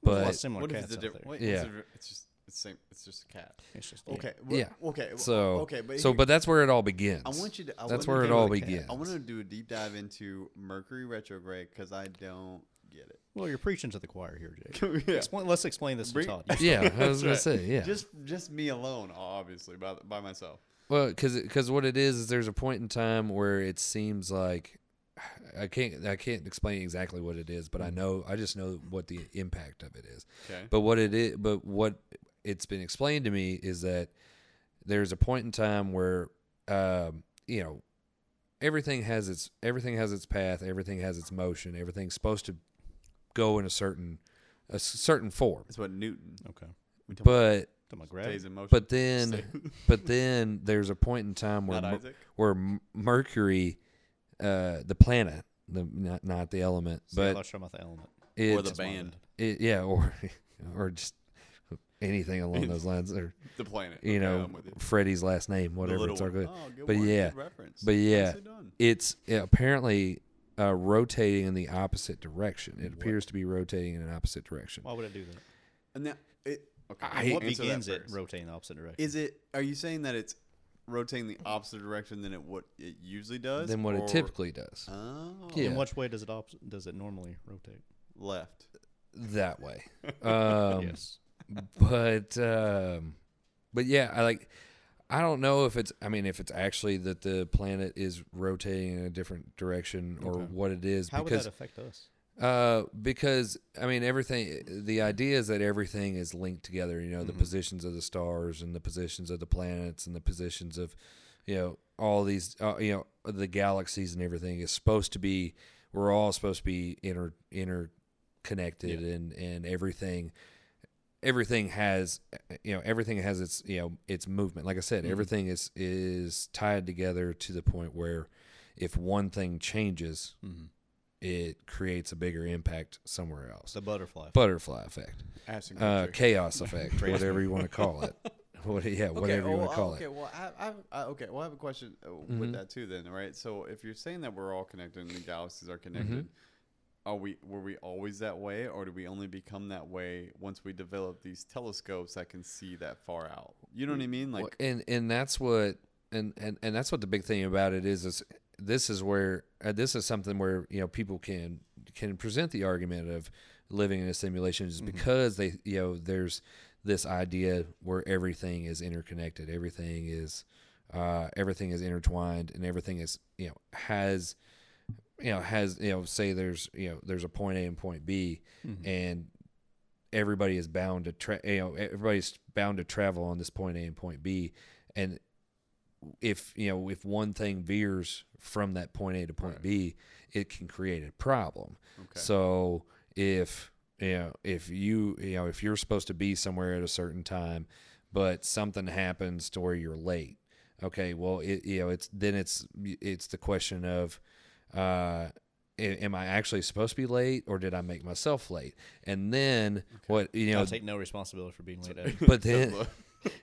[SPEAKER 3] There's a lot
[SPEAKER 2] but
[SPEAKER 3] of similar
[SPEAKER 1] What if
[SPEAKER 3] cats
[SPEAKER 1] it's a
[SPEAKER 3] out
[SPEAKER 1] different?
[SPEAKER 3] there.
[SPEAKER 1] Wait,
[SPEAKER 2] Yeah.
[SPEAKER 1] It's, a, it's just it's same. It's just a cat.
[SPEAKER 3] It's just
[SPEAKER 1] Okay.
[SPEAKER 3] yeah.
[SPEAKER 1] wha-
[SPEAKER 2] Yeah.
[SPEAKER 1] Okay. w-
[SPEAKER 2] so
[SPEAKER 1] okay, but
[SPEAKER 2] so
[SPEAKER 1] here-
[SPEAKER 2] but that's where it all begins.
[SPEAKER 1] I want you to. I
[SPEAKER 2] that's
[SPEAKER 1] wanna
[SPEAKER 2] where it
[SPEAKER 1] do
[SPEAKER 2] all
[SPEAKER 1] a-
[SPEAKER 2] begins.
[SPEAKER 1] I want to do a deep dive into Mercury retrograde because I don't get it.
[SPEAKER 3] Well, you're preaching to the choir here, Jake.
[SPEAKER 1] Yeah.
[SPEAKER 3] Explain, let's explain this to
[SPEAKER 1] Bring-
[SPEAKER 3] Todd.
[SPEAKER 2] yeah, I was gonna
[SPEAKER 1] That's
[SPEAKER 2] say yeah.
[SPEAKER 1] Just just me alone, obviously, by by myself.
[SPEAKER 2] Well, because what it is is there's a point in time where it seems like I can't I can't explain exactly what it is, but I know I just know what the impact of it is.
[SPEAKER 1] Okay.
[SPEAKER 2] But what it is, but what it's been explained to me is that there's a point in time where um, you know everything has its everything has its path, everything has its motion, everything's supposed to go in a certain a s- certain form.
[SPEAKER 1] That's what Newton
[SPEAKER 3] Okay.
[SPEAKER 2] But
[SPEAKER 3] To my
[SPEAKER 1] stays
[SPEAKER 3] gravity.
[SPEAKER 1] in motion.
[SPEAKER 2] but then but then there's a point in time where
[SPEAKER 1] not
[SPEAKER 2] Mer-
[SPEAKER 1] Isaac.
[SPEAKER 2] where M- Mercury, uh, the planet, the not not the element,
[SPEAKER 3] See, I
[SPEAKER 2] but
[SPEAKER 3] thought you were talking about the element.
[SPEAKER 2] it,
[SPEAKER 1] or the
[SPEAKER 3] my
[SPEAKER 1] band,
[SPEAKER 2] it- yeah, or or just anything along those lines, or
[SPEAKER 1] the planet.
[SPEAKER 2] you
[SPEAKER 1] Okay,
[SPEAKER 2] know,
[SPEAKER 1] I'm with you. The
[SPEAKER 2] Freddie's last name, whatever
[SPEAKER 1] little
[SPEAKER 2] it's all
[SPEAKER 1] one.
[SPEAKER 2] good.
[SPEAKER 1] Oh, good
[SPEAKER 2] But
[SPEAKER 1] one,
[SPEAKER 2] yeah,
[SPEAKER 1] good reference.
[SPEAKER 2] but yeah.
[SPEAKER 1] Nicely done.
[SPEAKER 2] It's yeah, apparently uh, rotating in the opposite direction. It appears to be rotating in an opposite direction.
[SPEAKER 3] Why would it do that?
[SPEAKER 1] And now, it, okay,
[SPEAKER 2] I-
[SPEAKER 1] answer
[SPEAKER 3] what
[SPEAKER 1] that
[SPEAKER 3] begins it
[SPEAKER 1] first.
[SPEAKER 3] rotating the opposite direction?
[SPEAKER 1] Is it? Are you saying that it's rotating the opposite direction than it what it usually does?
[SPEAKER 2] than what
[SPEAKER 1] or-
[SPEAKER 2] it typically does
[SPEAKER 1] Oh,
[SPEAKER 2] Yeah.
[SPEAKER 3] In which way does it op- does it normally rotate?
[SPEAKER 1] left.
[SPEAKER 2] that way. Um,
[SPEAKER 3] yes.
[SPEAKER 2] but um but yeah i like i don't know if it's i mean if it's actually that the planet is rotating in a different direction or
[SPEAKER 3] Okay.
[SPEAKER 2] what it is
[SPEAKER 3] How would
[SPEAKER 2] because
[SPEAKER 3] that affect us?
[SPEAKER 2] uh because i mean everything the idea is that everything is linked together you know
[SPEAKER 3] Mm-hmm.
[SPEAKER 2] the positions of the stars and the positions of the planets and the positions of you know all these uh, you know the galaxies and everything is supposed to be we're all supposed to be inter interconnected and and everything everything has uh, you know everything has its you know its movement like i said everything is is tied together to the point where if one thing changes it creates a bigger impact somewhere else
[SPEAKER 3] The butterfly.
[SPEAKER 2] butterfly effect uh,
[SPEAKER 1] Asymmetric.
[SPEAKER 2] chaos effect whatever you want to call it what, yeah whatever you
[SPEAKER 1] well,
[SPEAKER 2] want to call
[SPEAKER 1] okay, oh,
[SPEAKER 2] it Mm-hmm.
[SPEAKER 1] well, I, I, I, okay, well, I have a question uh, with that too. Then, right? So, if you're saying that we're all connected and the galaxies
[SPEAKER 2] Mm-hmm.
[SPEAKER 1] are connected, are we? Were we always that way, or do we only become that way once we develop these telescopes that can see that far out? You know what I mean? Like,
[SPEAKER 2] Well, and and that's what and, and and that's what the big thing about it is is this is where uh, this is something where you know people can can present the argument of living in a simulation is
[SPEAKER 1] Mm-hmm.
[SPEAKER 2] because they you know there's this idea where everything is interconnected everything is uh, everything is intertwined and everything is you know has you know has you know say there's you know there's a point A and point B
[SPEAKER 1] Mm-hmm.
[SPEAKER 2] and everybody is bound to tra- you know everybody's bound to travel on this point A and point B and if you know if one thing veers from that point A to point B it can create a problem
[SPEAKER 1] Okay.
[SPEAKER 2] so if you know if you you know if you're supposed to be somewhere at a certain time but something happens to where you're late okay well it you know it's then it's it's the question of uh a- am i actually supposed to be late or did i make myself late and then what you know
[SPEAKER 3] I take no responsibility for being late. ever.
[SPEAKER 2] but
[SPEAKER 1] good
[SPEAKER 2] then
[SPEAKER 1] luck.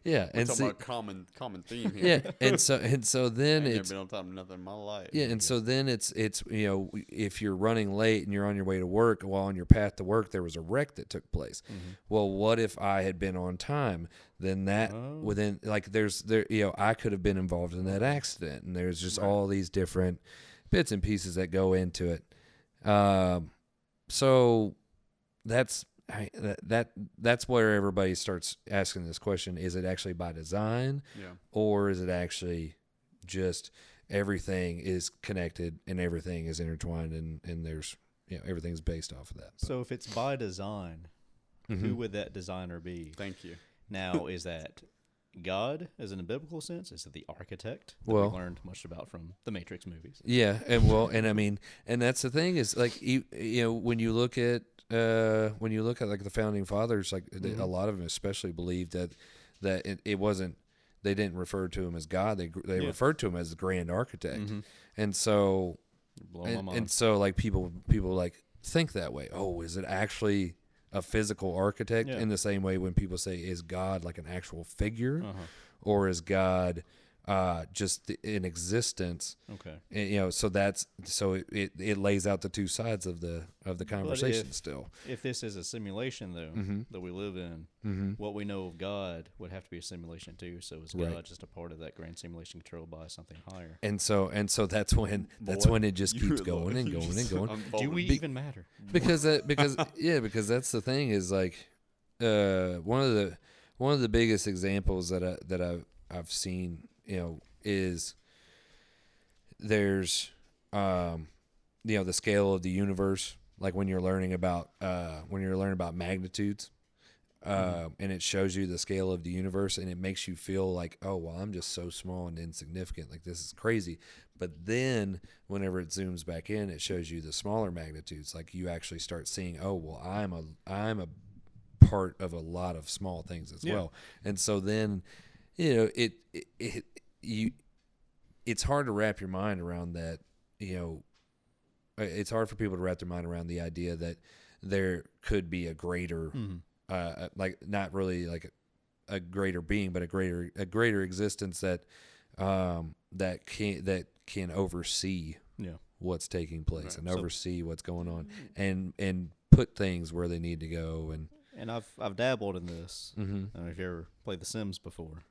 [SPEAKER 2] yeah
[SPEAKER 1] We're
[SPEAKER 2] and
[SPEAKER 1] talking
[SPEAKER 2] so,
[SPEAKER 1] about common common theme here.
[SPEAKER 2] yeah and so and so then
[SPEAKER 1] I've
[SPEAKER 2] it's
[SPEAKER 1] never been on time of nothing in my life.
[SPEAKER 2] yeah, and so then it's it's you know if you're running late and you're on your way to work, well, on your path to work there was a wreck that took place. Well, what if I had been on time? Then that within like there's there you know I could have been involved in that accident, and there's just all these different bits and pieces that go into it. Um, so that's I, that, that that's where everybody starts asking this question: Is it actually by design?
[SPEAKER 1] yeah.
[SPEAKER 2] or is it actually just everything is connected and everything is intertwined and and there's you know everything's based off of that But-
[SPEAKER 3] So if it's by design,
[SPEAKER 2] Mm-hmm.
[SPEAKER 3] who would that designer be?
[SPEAKER 1] Thank you.
[SPEAKER 3] Now, is that God, as in a biblical sense? Is it the architect that
[SPEAKER 2] Well-
[SPEAKER 3] we learned much about from the Matrix movies?
[SPEAKER 2] yeah and well and i mean and that's the thing is like you, you know when you look at uh when you look at like the founding fathers like they- a lot of them especially believed that that it, it wasn't they didn't refer to him as god they gr- they referred to him as the grand architect
[SPEAKER 3] Mm-hmm.
[SPEAKER 2] and so
[SPEAKER 3] You're blowing
[SPEAKER 2] and,
[SPEAKER 3] my mind.
[SPEAKER 2] and so like people people like think that way oh is it actually a physical architect
[SPEAKER 3] Yeah.
[SPEAKER 2] in the same way when people say is god like an actual figure or is god uh just the, in existence
[SPEAKER 3] okay.
[SPEAKER 2] Eh, you know so that's so it, it it lays out the two sides of the of the conversation
[SPEAKER 3] if-
[SPEAKER 2] still
[SPEAKER 3] If this is a simulation, though,
[SPEAKER 2] Mm-hmm.
[SPEAKER 3] that we live in, what we know of God would have to be a simulation, too. So is
[SPEAKER 2] Right.
[SPEAKER 3] God just a part of that grand simulation controlled by something higher?
[SPEAKER 2] and so and so that's when that's
[SPEAKER 1] Boy,
[SPEAKER 2] when it just
[SPEAKER 1] you
[SPEAKER 2] keeps
[SPEAKER 1] are
[SPEAKER 2] going and
[SPEAKER 1] you
[SPEAKER 2] going and
[SPEAKER 1] just
[SPEAKER 2] going
[SPEAKER 3] Do
[SPEAKER 1] unfolded.
[SPEAKER 3] we even matter?
[SPEAKER 2] because that because yeah because that's the thing is like uh one of the one of the biggest examples that I that I've I've seen you know is there's um you know the scale of the universe like when you're learning about uh when you're learning about magnitudes uh, and it shows you the scale of the universe and it makes you feel like oh well i'm just so small and insignificant like this is crazy but then whenever it zooms back in it shows you the smaller magnitudes like you actually start seeing oh well i'm a i'm a part of a lot of small things as well and so then you know it, it, it you it's hard to wrap your mind around that you know uh, it's hard for people to wrap their mind around the idea that there could be a greater
[SPEAKER 1] Hmm.
[SPEAKER 3] Mm-hmm.
[SPEAKER 2] uh, uh, like not really like a greater being but a greater a greater existence that um that can that can oversee
[SPEAKER 3] Yeah.
[SPEAKER 2] what's taking place and
[SPEAKER 3] So-
[SPEAKER 1] Hmm.
[SPEAKER 2] oversee what's going on and and put things where they need to go and
[SPEAKER 3] And I've I've dabbled in this.
[SPEAKER 2] Mm-hmm.
[SPEAKER 3] I don't know if you ever played The Sims before.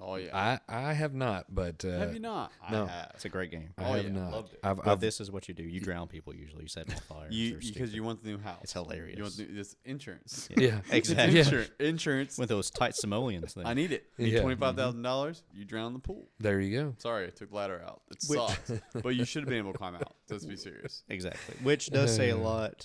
[SPEAKER 1] Oh yeah.
[SPEAKER 2] I I have not, but uh,
[SPEAKER 1] have you not?
[SPEAKER 2] no.
[SPEAKER 1] I have.
[SPEAKER 3] Ah, It's a great game.
[SPEAKER 2] I
[SPEAKER 1] Oh,
[SPEAKER 2] have
[SPEAKER 1] yeah,
[SPEAKER 2] not.
[SPEAKER 1] loved it.
[SPEAKER 2] I've,
[SPEAKER 3] But
[SPEAKER 2] I've
[SPEAKER 3] this is what you do. You drown people usually. You set them on fire.
[SPEAKER 1] You
[SPEAKER 3] They're
[SPEAKER 1] because you
[SPEAKER 3] stupid.
[SPEAKER 1] want the new house.
[SPEAKER 3] It's
[SPEAKER 1] You want
[SPEAKER 3] hilarious.
[SPEAKER 1] the, this insurance.
[SPEAKER 2] yeah
[SPEAKER 3] Exactly.
[SPEAKER 2] Yeah.
[SPEAKER 1] Insur- insurance.
[SPEAKER 3] With those tight simoleons things.
[SPEAKER 1] I need it. Need
[SPEAKER 2] Yeah.
[SPEAKER 1] twenty five thousand dollars. You drown in the pool.
[SPEAKER 2] There you go.
[SPEAKER 1] Sorry, I took ladder out. It
[SPEAKER 3] Which-
[SPEAKER 1] sucks. but you should have been able to climb out. Let's be serious.
[SPEAKER 3] Exactly. Which does say a
[SPEAKER 2] Yeah.
[SPEAKER 3] lot.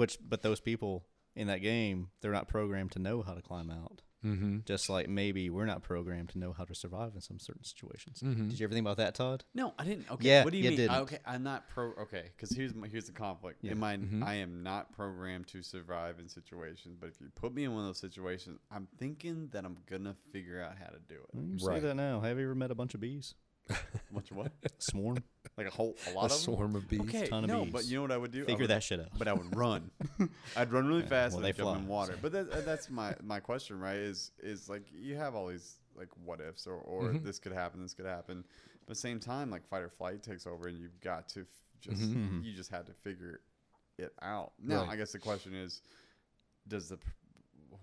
[SPEAKER 3] Which, but those people in that game, they're not programmed to know how to climb out.
[SPEAKER 2] Mm-hmm.
[SPEAKER 3] Just like maybe we're not programmed to know how to survive in some certain situations.
[SPEAKER 2] Mhm.
[SPEAKER 3] Did you ever think about that, Todd?
[SPEAKER 1] No, I didn't. Okay,
[SPEAKER 3] Yeah,
[SPEAKER 1] what do you
[SPEAKER 3] you
[SPEAKER 1] mean?
[SPEAKER 3] didn't.
[SPEAKER 1] I- okay, I'm not pro. Okay, because here's my, here's the conflict.
[SPEAKER 3] Yeah.
[SPEAKER 1] In my,
[SPEAKER 2] Mhm.
[SPEAKER 1] I am not programmed to survive in situations. But if you put me in one of those situations, I'm thinking that I'm gonna figure out how to do it.
[SPEAKER 3] Well, You say
[SPEAKER 2] Right.
[SPEAKER 3] that now. Have you ever met a bunch of bees?
[SPEAKER 1] Much what?
[SPEAKER 3] Swarm.
[SPEAKER 1] Like a whole a
[SPEAKER 2] A,
[SPEAKER 1] lot of 'em?
[SPEAKER 2] swarm of bees.
[SPEAKER 1] Okay,
[SPEAKER 3] ton of
[SPEAKER 1] no,
[SPEAKER 3] bees.
[SPEAKER 1] but you know what I would do? I
[SPEAKER 3] Figure
[SPEAKER 1] would-
[SPEAKER 3] that shit out.
[SPEAKER 1] But I would run. I'd run really
[SPEAKER 3] Yeah,
[SPEAKER 1] fast
[SPEAKER 3] well,
[SPEAKER 1] and
[SPEAKER 3] they
[SPEAKER 1] I'd jump in
[SPEAKER 3] fly,
[SPEAKER 1] water.
[SPEAKER 3] so-
[SPEAKER 1] But that, uh, that's my my question, right? Is is like you have all these like what ifs or or
[SPEAKER 2] Mhm.
[SPEAKER 1] this could happen, this could happen. But at the same time, like fight or flight takes over, and you've got to f- just
[SPEAKER 3] Mhm. Mhm.
[SPEAKER 1] you just had to figure it out. Now,
[SPEAKER 2] Mm-hmm, Right.
[SPEAKER 1] I guess the question is, does the p-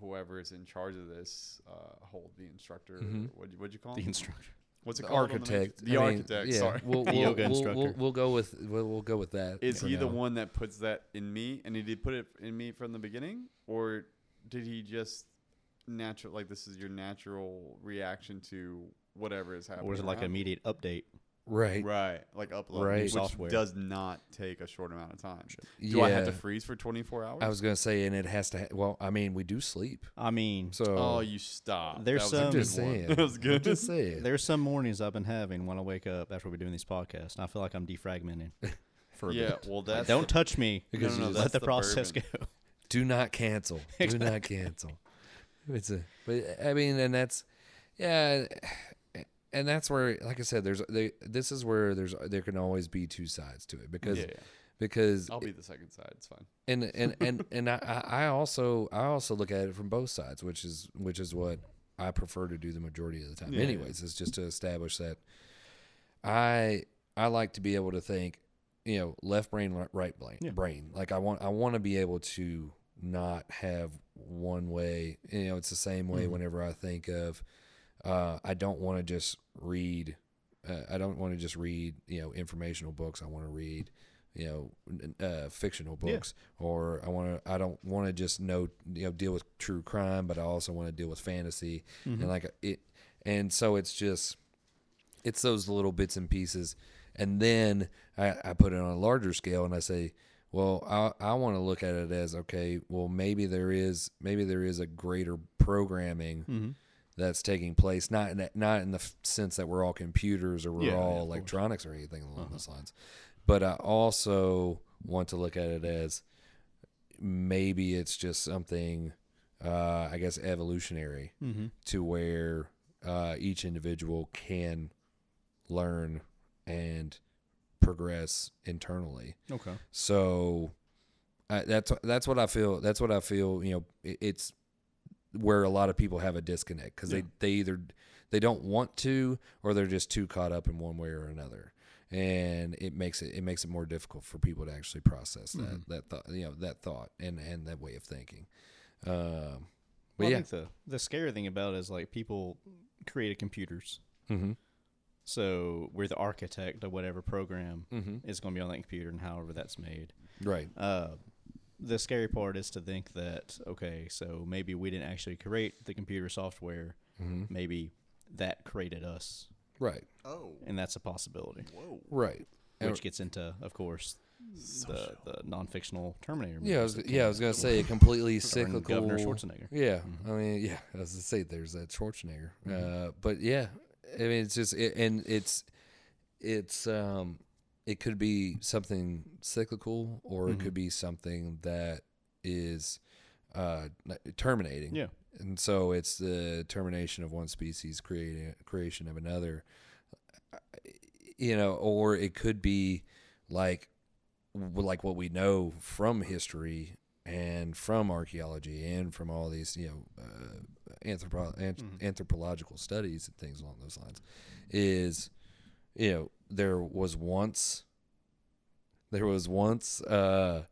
[SPEAKER 1] whoever is in charge of this uh, hold the instructor?
[SPEAKER 2] Mhm.
[SPEAKER 1] What would you call
[SPEAKER 3] The
[SPEAKER 1] him?
[SPEAKER 3] instructor.
[SPEAKER 1] What's it
[SPEAKER 2] The
[SPEAKER 1] called? on the
[SPEAKER 2] architect.
[SPEAKER 1] main- The
[SPEAKER 2] I mean,
[SPEAKER 1] architect.
[SPEAKER 2] yeah,
[SPEAKER 1] Sorry.
[SPEAKER 2] We'll,
[SPEAKER 3] The
[SPEAKER 2] we'll,
[SPEAKER 3] yoga
[SPEAKER 2] we'll,
[SPEAKER 3] instructor.
[SPEAKER 2] We'll, we'll go with we'll, we'll go with that.
[SPEAKER 1] Is
[SPEAKER 2] for
[SPEAKER 1] he the
[SPEAKER 2] now.
[SPEAKER 1] one that puts that in me, and did he put it in me from the beginning, or did he just natural like this is your natural reaction to whatever is happening?
[SPEAKER 3] Or is it like an
[SPEAKER 1] around you?
[SPEAKER 3] immediate update?
[SPEAKER 2] Right.
[SPEAKER 1] right, like upload
[SPEAKER 2] Right.
[SPEAKER 1] which
[SPEAKER 3] Software.
[SPEAKER 1] does not take a short amount of time. Do
[SPEAKER 2] yeah.
[SPEAKER 1] I have to freeze for twenty four hours?
[SPEAKER 2] I was gonna say, and it has to. Ha- well, I mean, we do sleep,
[SPEAKER 3] I mean,
[SPEAKER 2] so
[SPEAKER 1] oh, you stop.
[SPEAKER 3] There's
[SPEAKER 1] that
[SPEAKER 3] some-
[SPEAKER 1] was a good one.
[SPEAKER 2] uh, just saying.
[SPEAKER 1] that was good.
[SPEAKER 2] Just saying.
[SPEAKER 3] there's some mornings I've been having when I wake up after we're doing these podcasts, and I feel like I'm defragmenting for a
[SPEAKER 1] yeah,
[SPEAKER 3] bit.
[SPEAKER 1] well,
[SPEAKER 3] Like,
[SPEAKER 1] that's
[SPEAKER 3] don't touch me.
[SPEAKER 1] Because
[SPEAKER 2] you
[SPEAKER 3] no, no,
[SPEAKER 1] just-
[SPEAKER 3] let the,
[SPEAKER 1] that's the
[SPEAKER 3] process
[SPEAKER 1] bourbon.
[SPEAKER 3] go.
[SPEAKER 2] do not cancel. Do not cancel. It's a, but I mean, and that's, yeah, and that's where, like I said, there's, they, this is where there's, there can always be two sides to it
[SPEAKER 1] the,
[SPEAKER 2] because,
[SPEAKER 1] yeah, yeah.
[SPEAKER 2] because,
[SPEAKER 1] I'll be the second side. It's fine.
[SPEAKER 2] and and and and I, I I also, I also look at it from both sides, which is, which is what I prefer to do the majority of the time.
[SPEAKER 1] Yeah, yeah.
[SPEAKER 2] Anyways, it's just to establish that I, I like to be able to think, you know, left brain, li- right brain,
[SPEAKER 3] Yeah.
[SPEAKER 2] brain. Like I want, I want to be able to not have one way. You know, it's the same way
[SPEAKER 3] Mhm.
[SPEAKER 2] whenever I think of. Uh, I don't want to just read. Uh, I don't want to just read. You know, informational books. I want to read. You know, n- uh, fictional
[SPEAKER 3] Yeah.
[SPEAKER 2] books, or I want to. I don't want to just know. You know, deal with true crime, but I also want to deal with fantasy and like it. And so it's just it's those little bits and pieces. And then I, I put it on a larger scale and I say, well, I, I want to look at it as okay, well, maybe there is maybe there is a greater programming
[SPEAKER 3] Mm-hmm.
[SPEAKER 2] that's taking place, not in that, not in the f- sense that we're all computers or we're
[SPEAKER 3] Yeah, yeah,
[SPEAKER 2] all
[SPEAKER 3] of course. Uh-huh.
[SPEAKER 2] electronics or anything along those lines, but I also want to look at it as maybe it's just something, uh, I guess, evolutionary
[SPEAKER 3] Mm-hmm.
[SPEAKER 2] to where uh, each individual can learn and progress internally.
[SPEAKER 3] Okay.
[SPEAKER 2] So I, that's that's what I feel. That's what I feel. You know, it, it's where a lot of people have a disconnect because
[SPEAKER 3] Yeah.
[SPEAKER 2] they they either they don't want to or they're just too caught up in one way or another, and it makes it it makes it more difficult for people to actually process that
[SPEAKER 3] Mhm.
[SPEAKER 2] that thought you know that thought and and that way of thinking. Um, but
[SPEAKER 3] Well, I
[SPEAKER 2] yeah,
[SPEAKER 3] think the the scary thing about it is like people created computers,
[SPEAKER 2] mm-hmm.
[SPEAKER 3] so we're the architect of whatever program
[SPEAKER 2] Mm-hmm.
[SPEAKER 3] is going to be on that computer and however that's made.
[SPEAKER 2] right.
[SPEAKER 3] Uh, the scary part is to think that okay, so maybe we didn't actually create the computer software,
[SPEAKER 2] Mm-hmm.
[SPEAKER 3] maybe that created us,
[SPEAKER 2] Right.
[SPEAKER 1] Oh,
[SPEAKER 3] and that's a possibility.
[SPEAKER 1] whoa.
[SPEAKER 2] Right. And-
[SPEAKER 3] Which gets into, of course, the, the non fictional Terminator.
[SPEAKER 2] yeah, I
[SPEAKER 3] movies
[SPEAKER 2] was,
[SPEAKER 3] that
[SPEAKER 2] yeah, I
[SPEAKER 3] came
[SPEAKER 2] was
[SPEAKER 3] out.
[SPEAKER 2] gonna say a completely
[SPEAKER 3] Starring
[SPEAKER 2] cyclical.
[SPEAKER 3] Governor Schwarzenegger.
[SPEAKER 2] Yeah, I mean, yeah, I was gonna say there's that Schwarzenegger, uh, but yeah, I mean, it's just it, and it's it's um it could be something cyclical or it could be something that is uh n- terminating.
[SPEAKER 3] Yeah.
[SPEAKER 2] and so it's the termination of one species creating creation of another Uh, you know or it could be like w- like what we know from history and from archaeology and from all these you know uh, anthropo- anth- anthropological studies and things along those lines is you know there was once there was once uh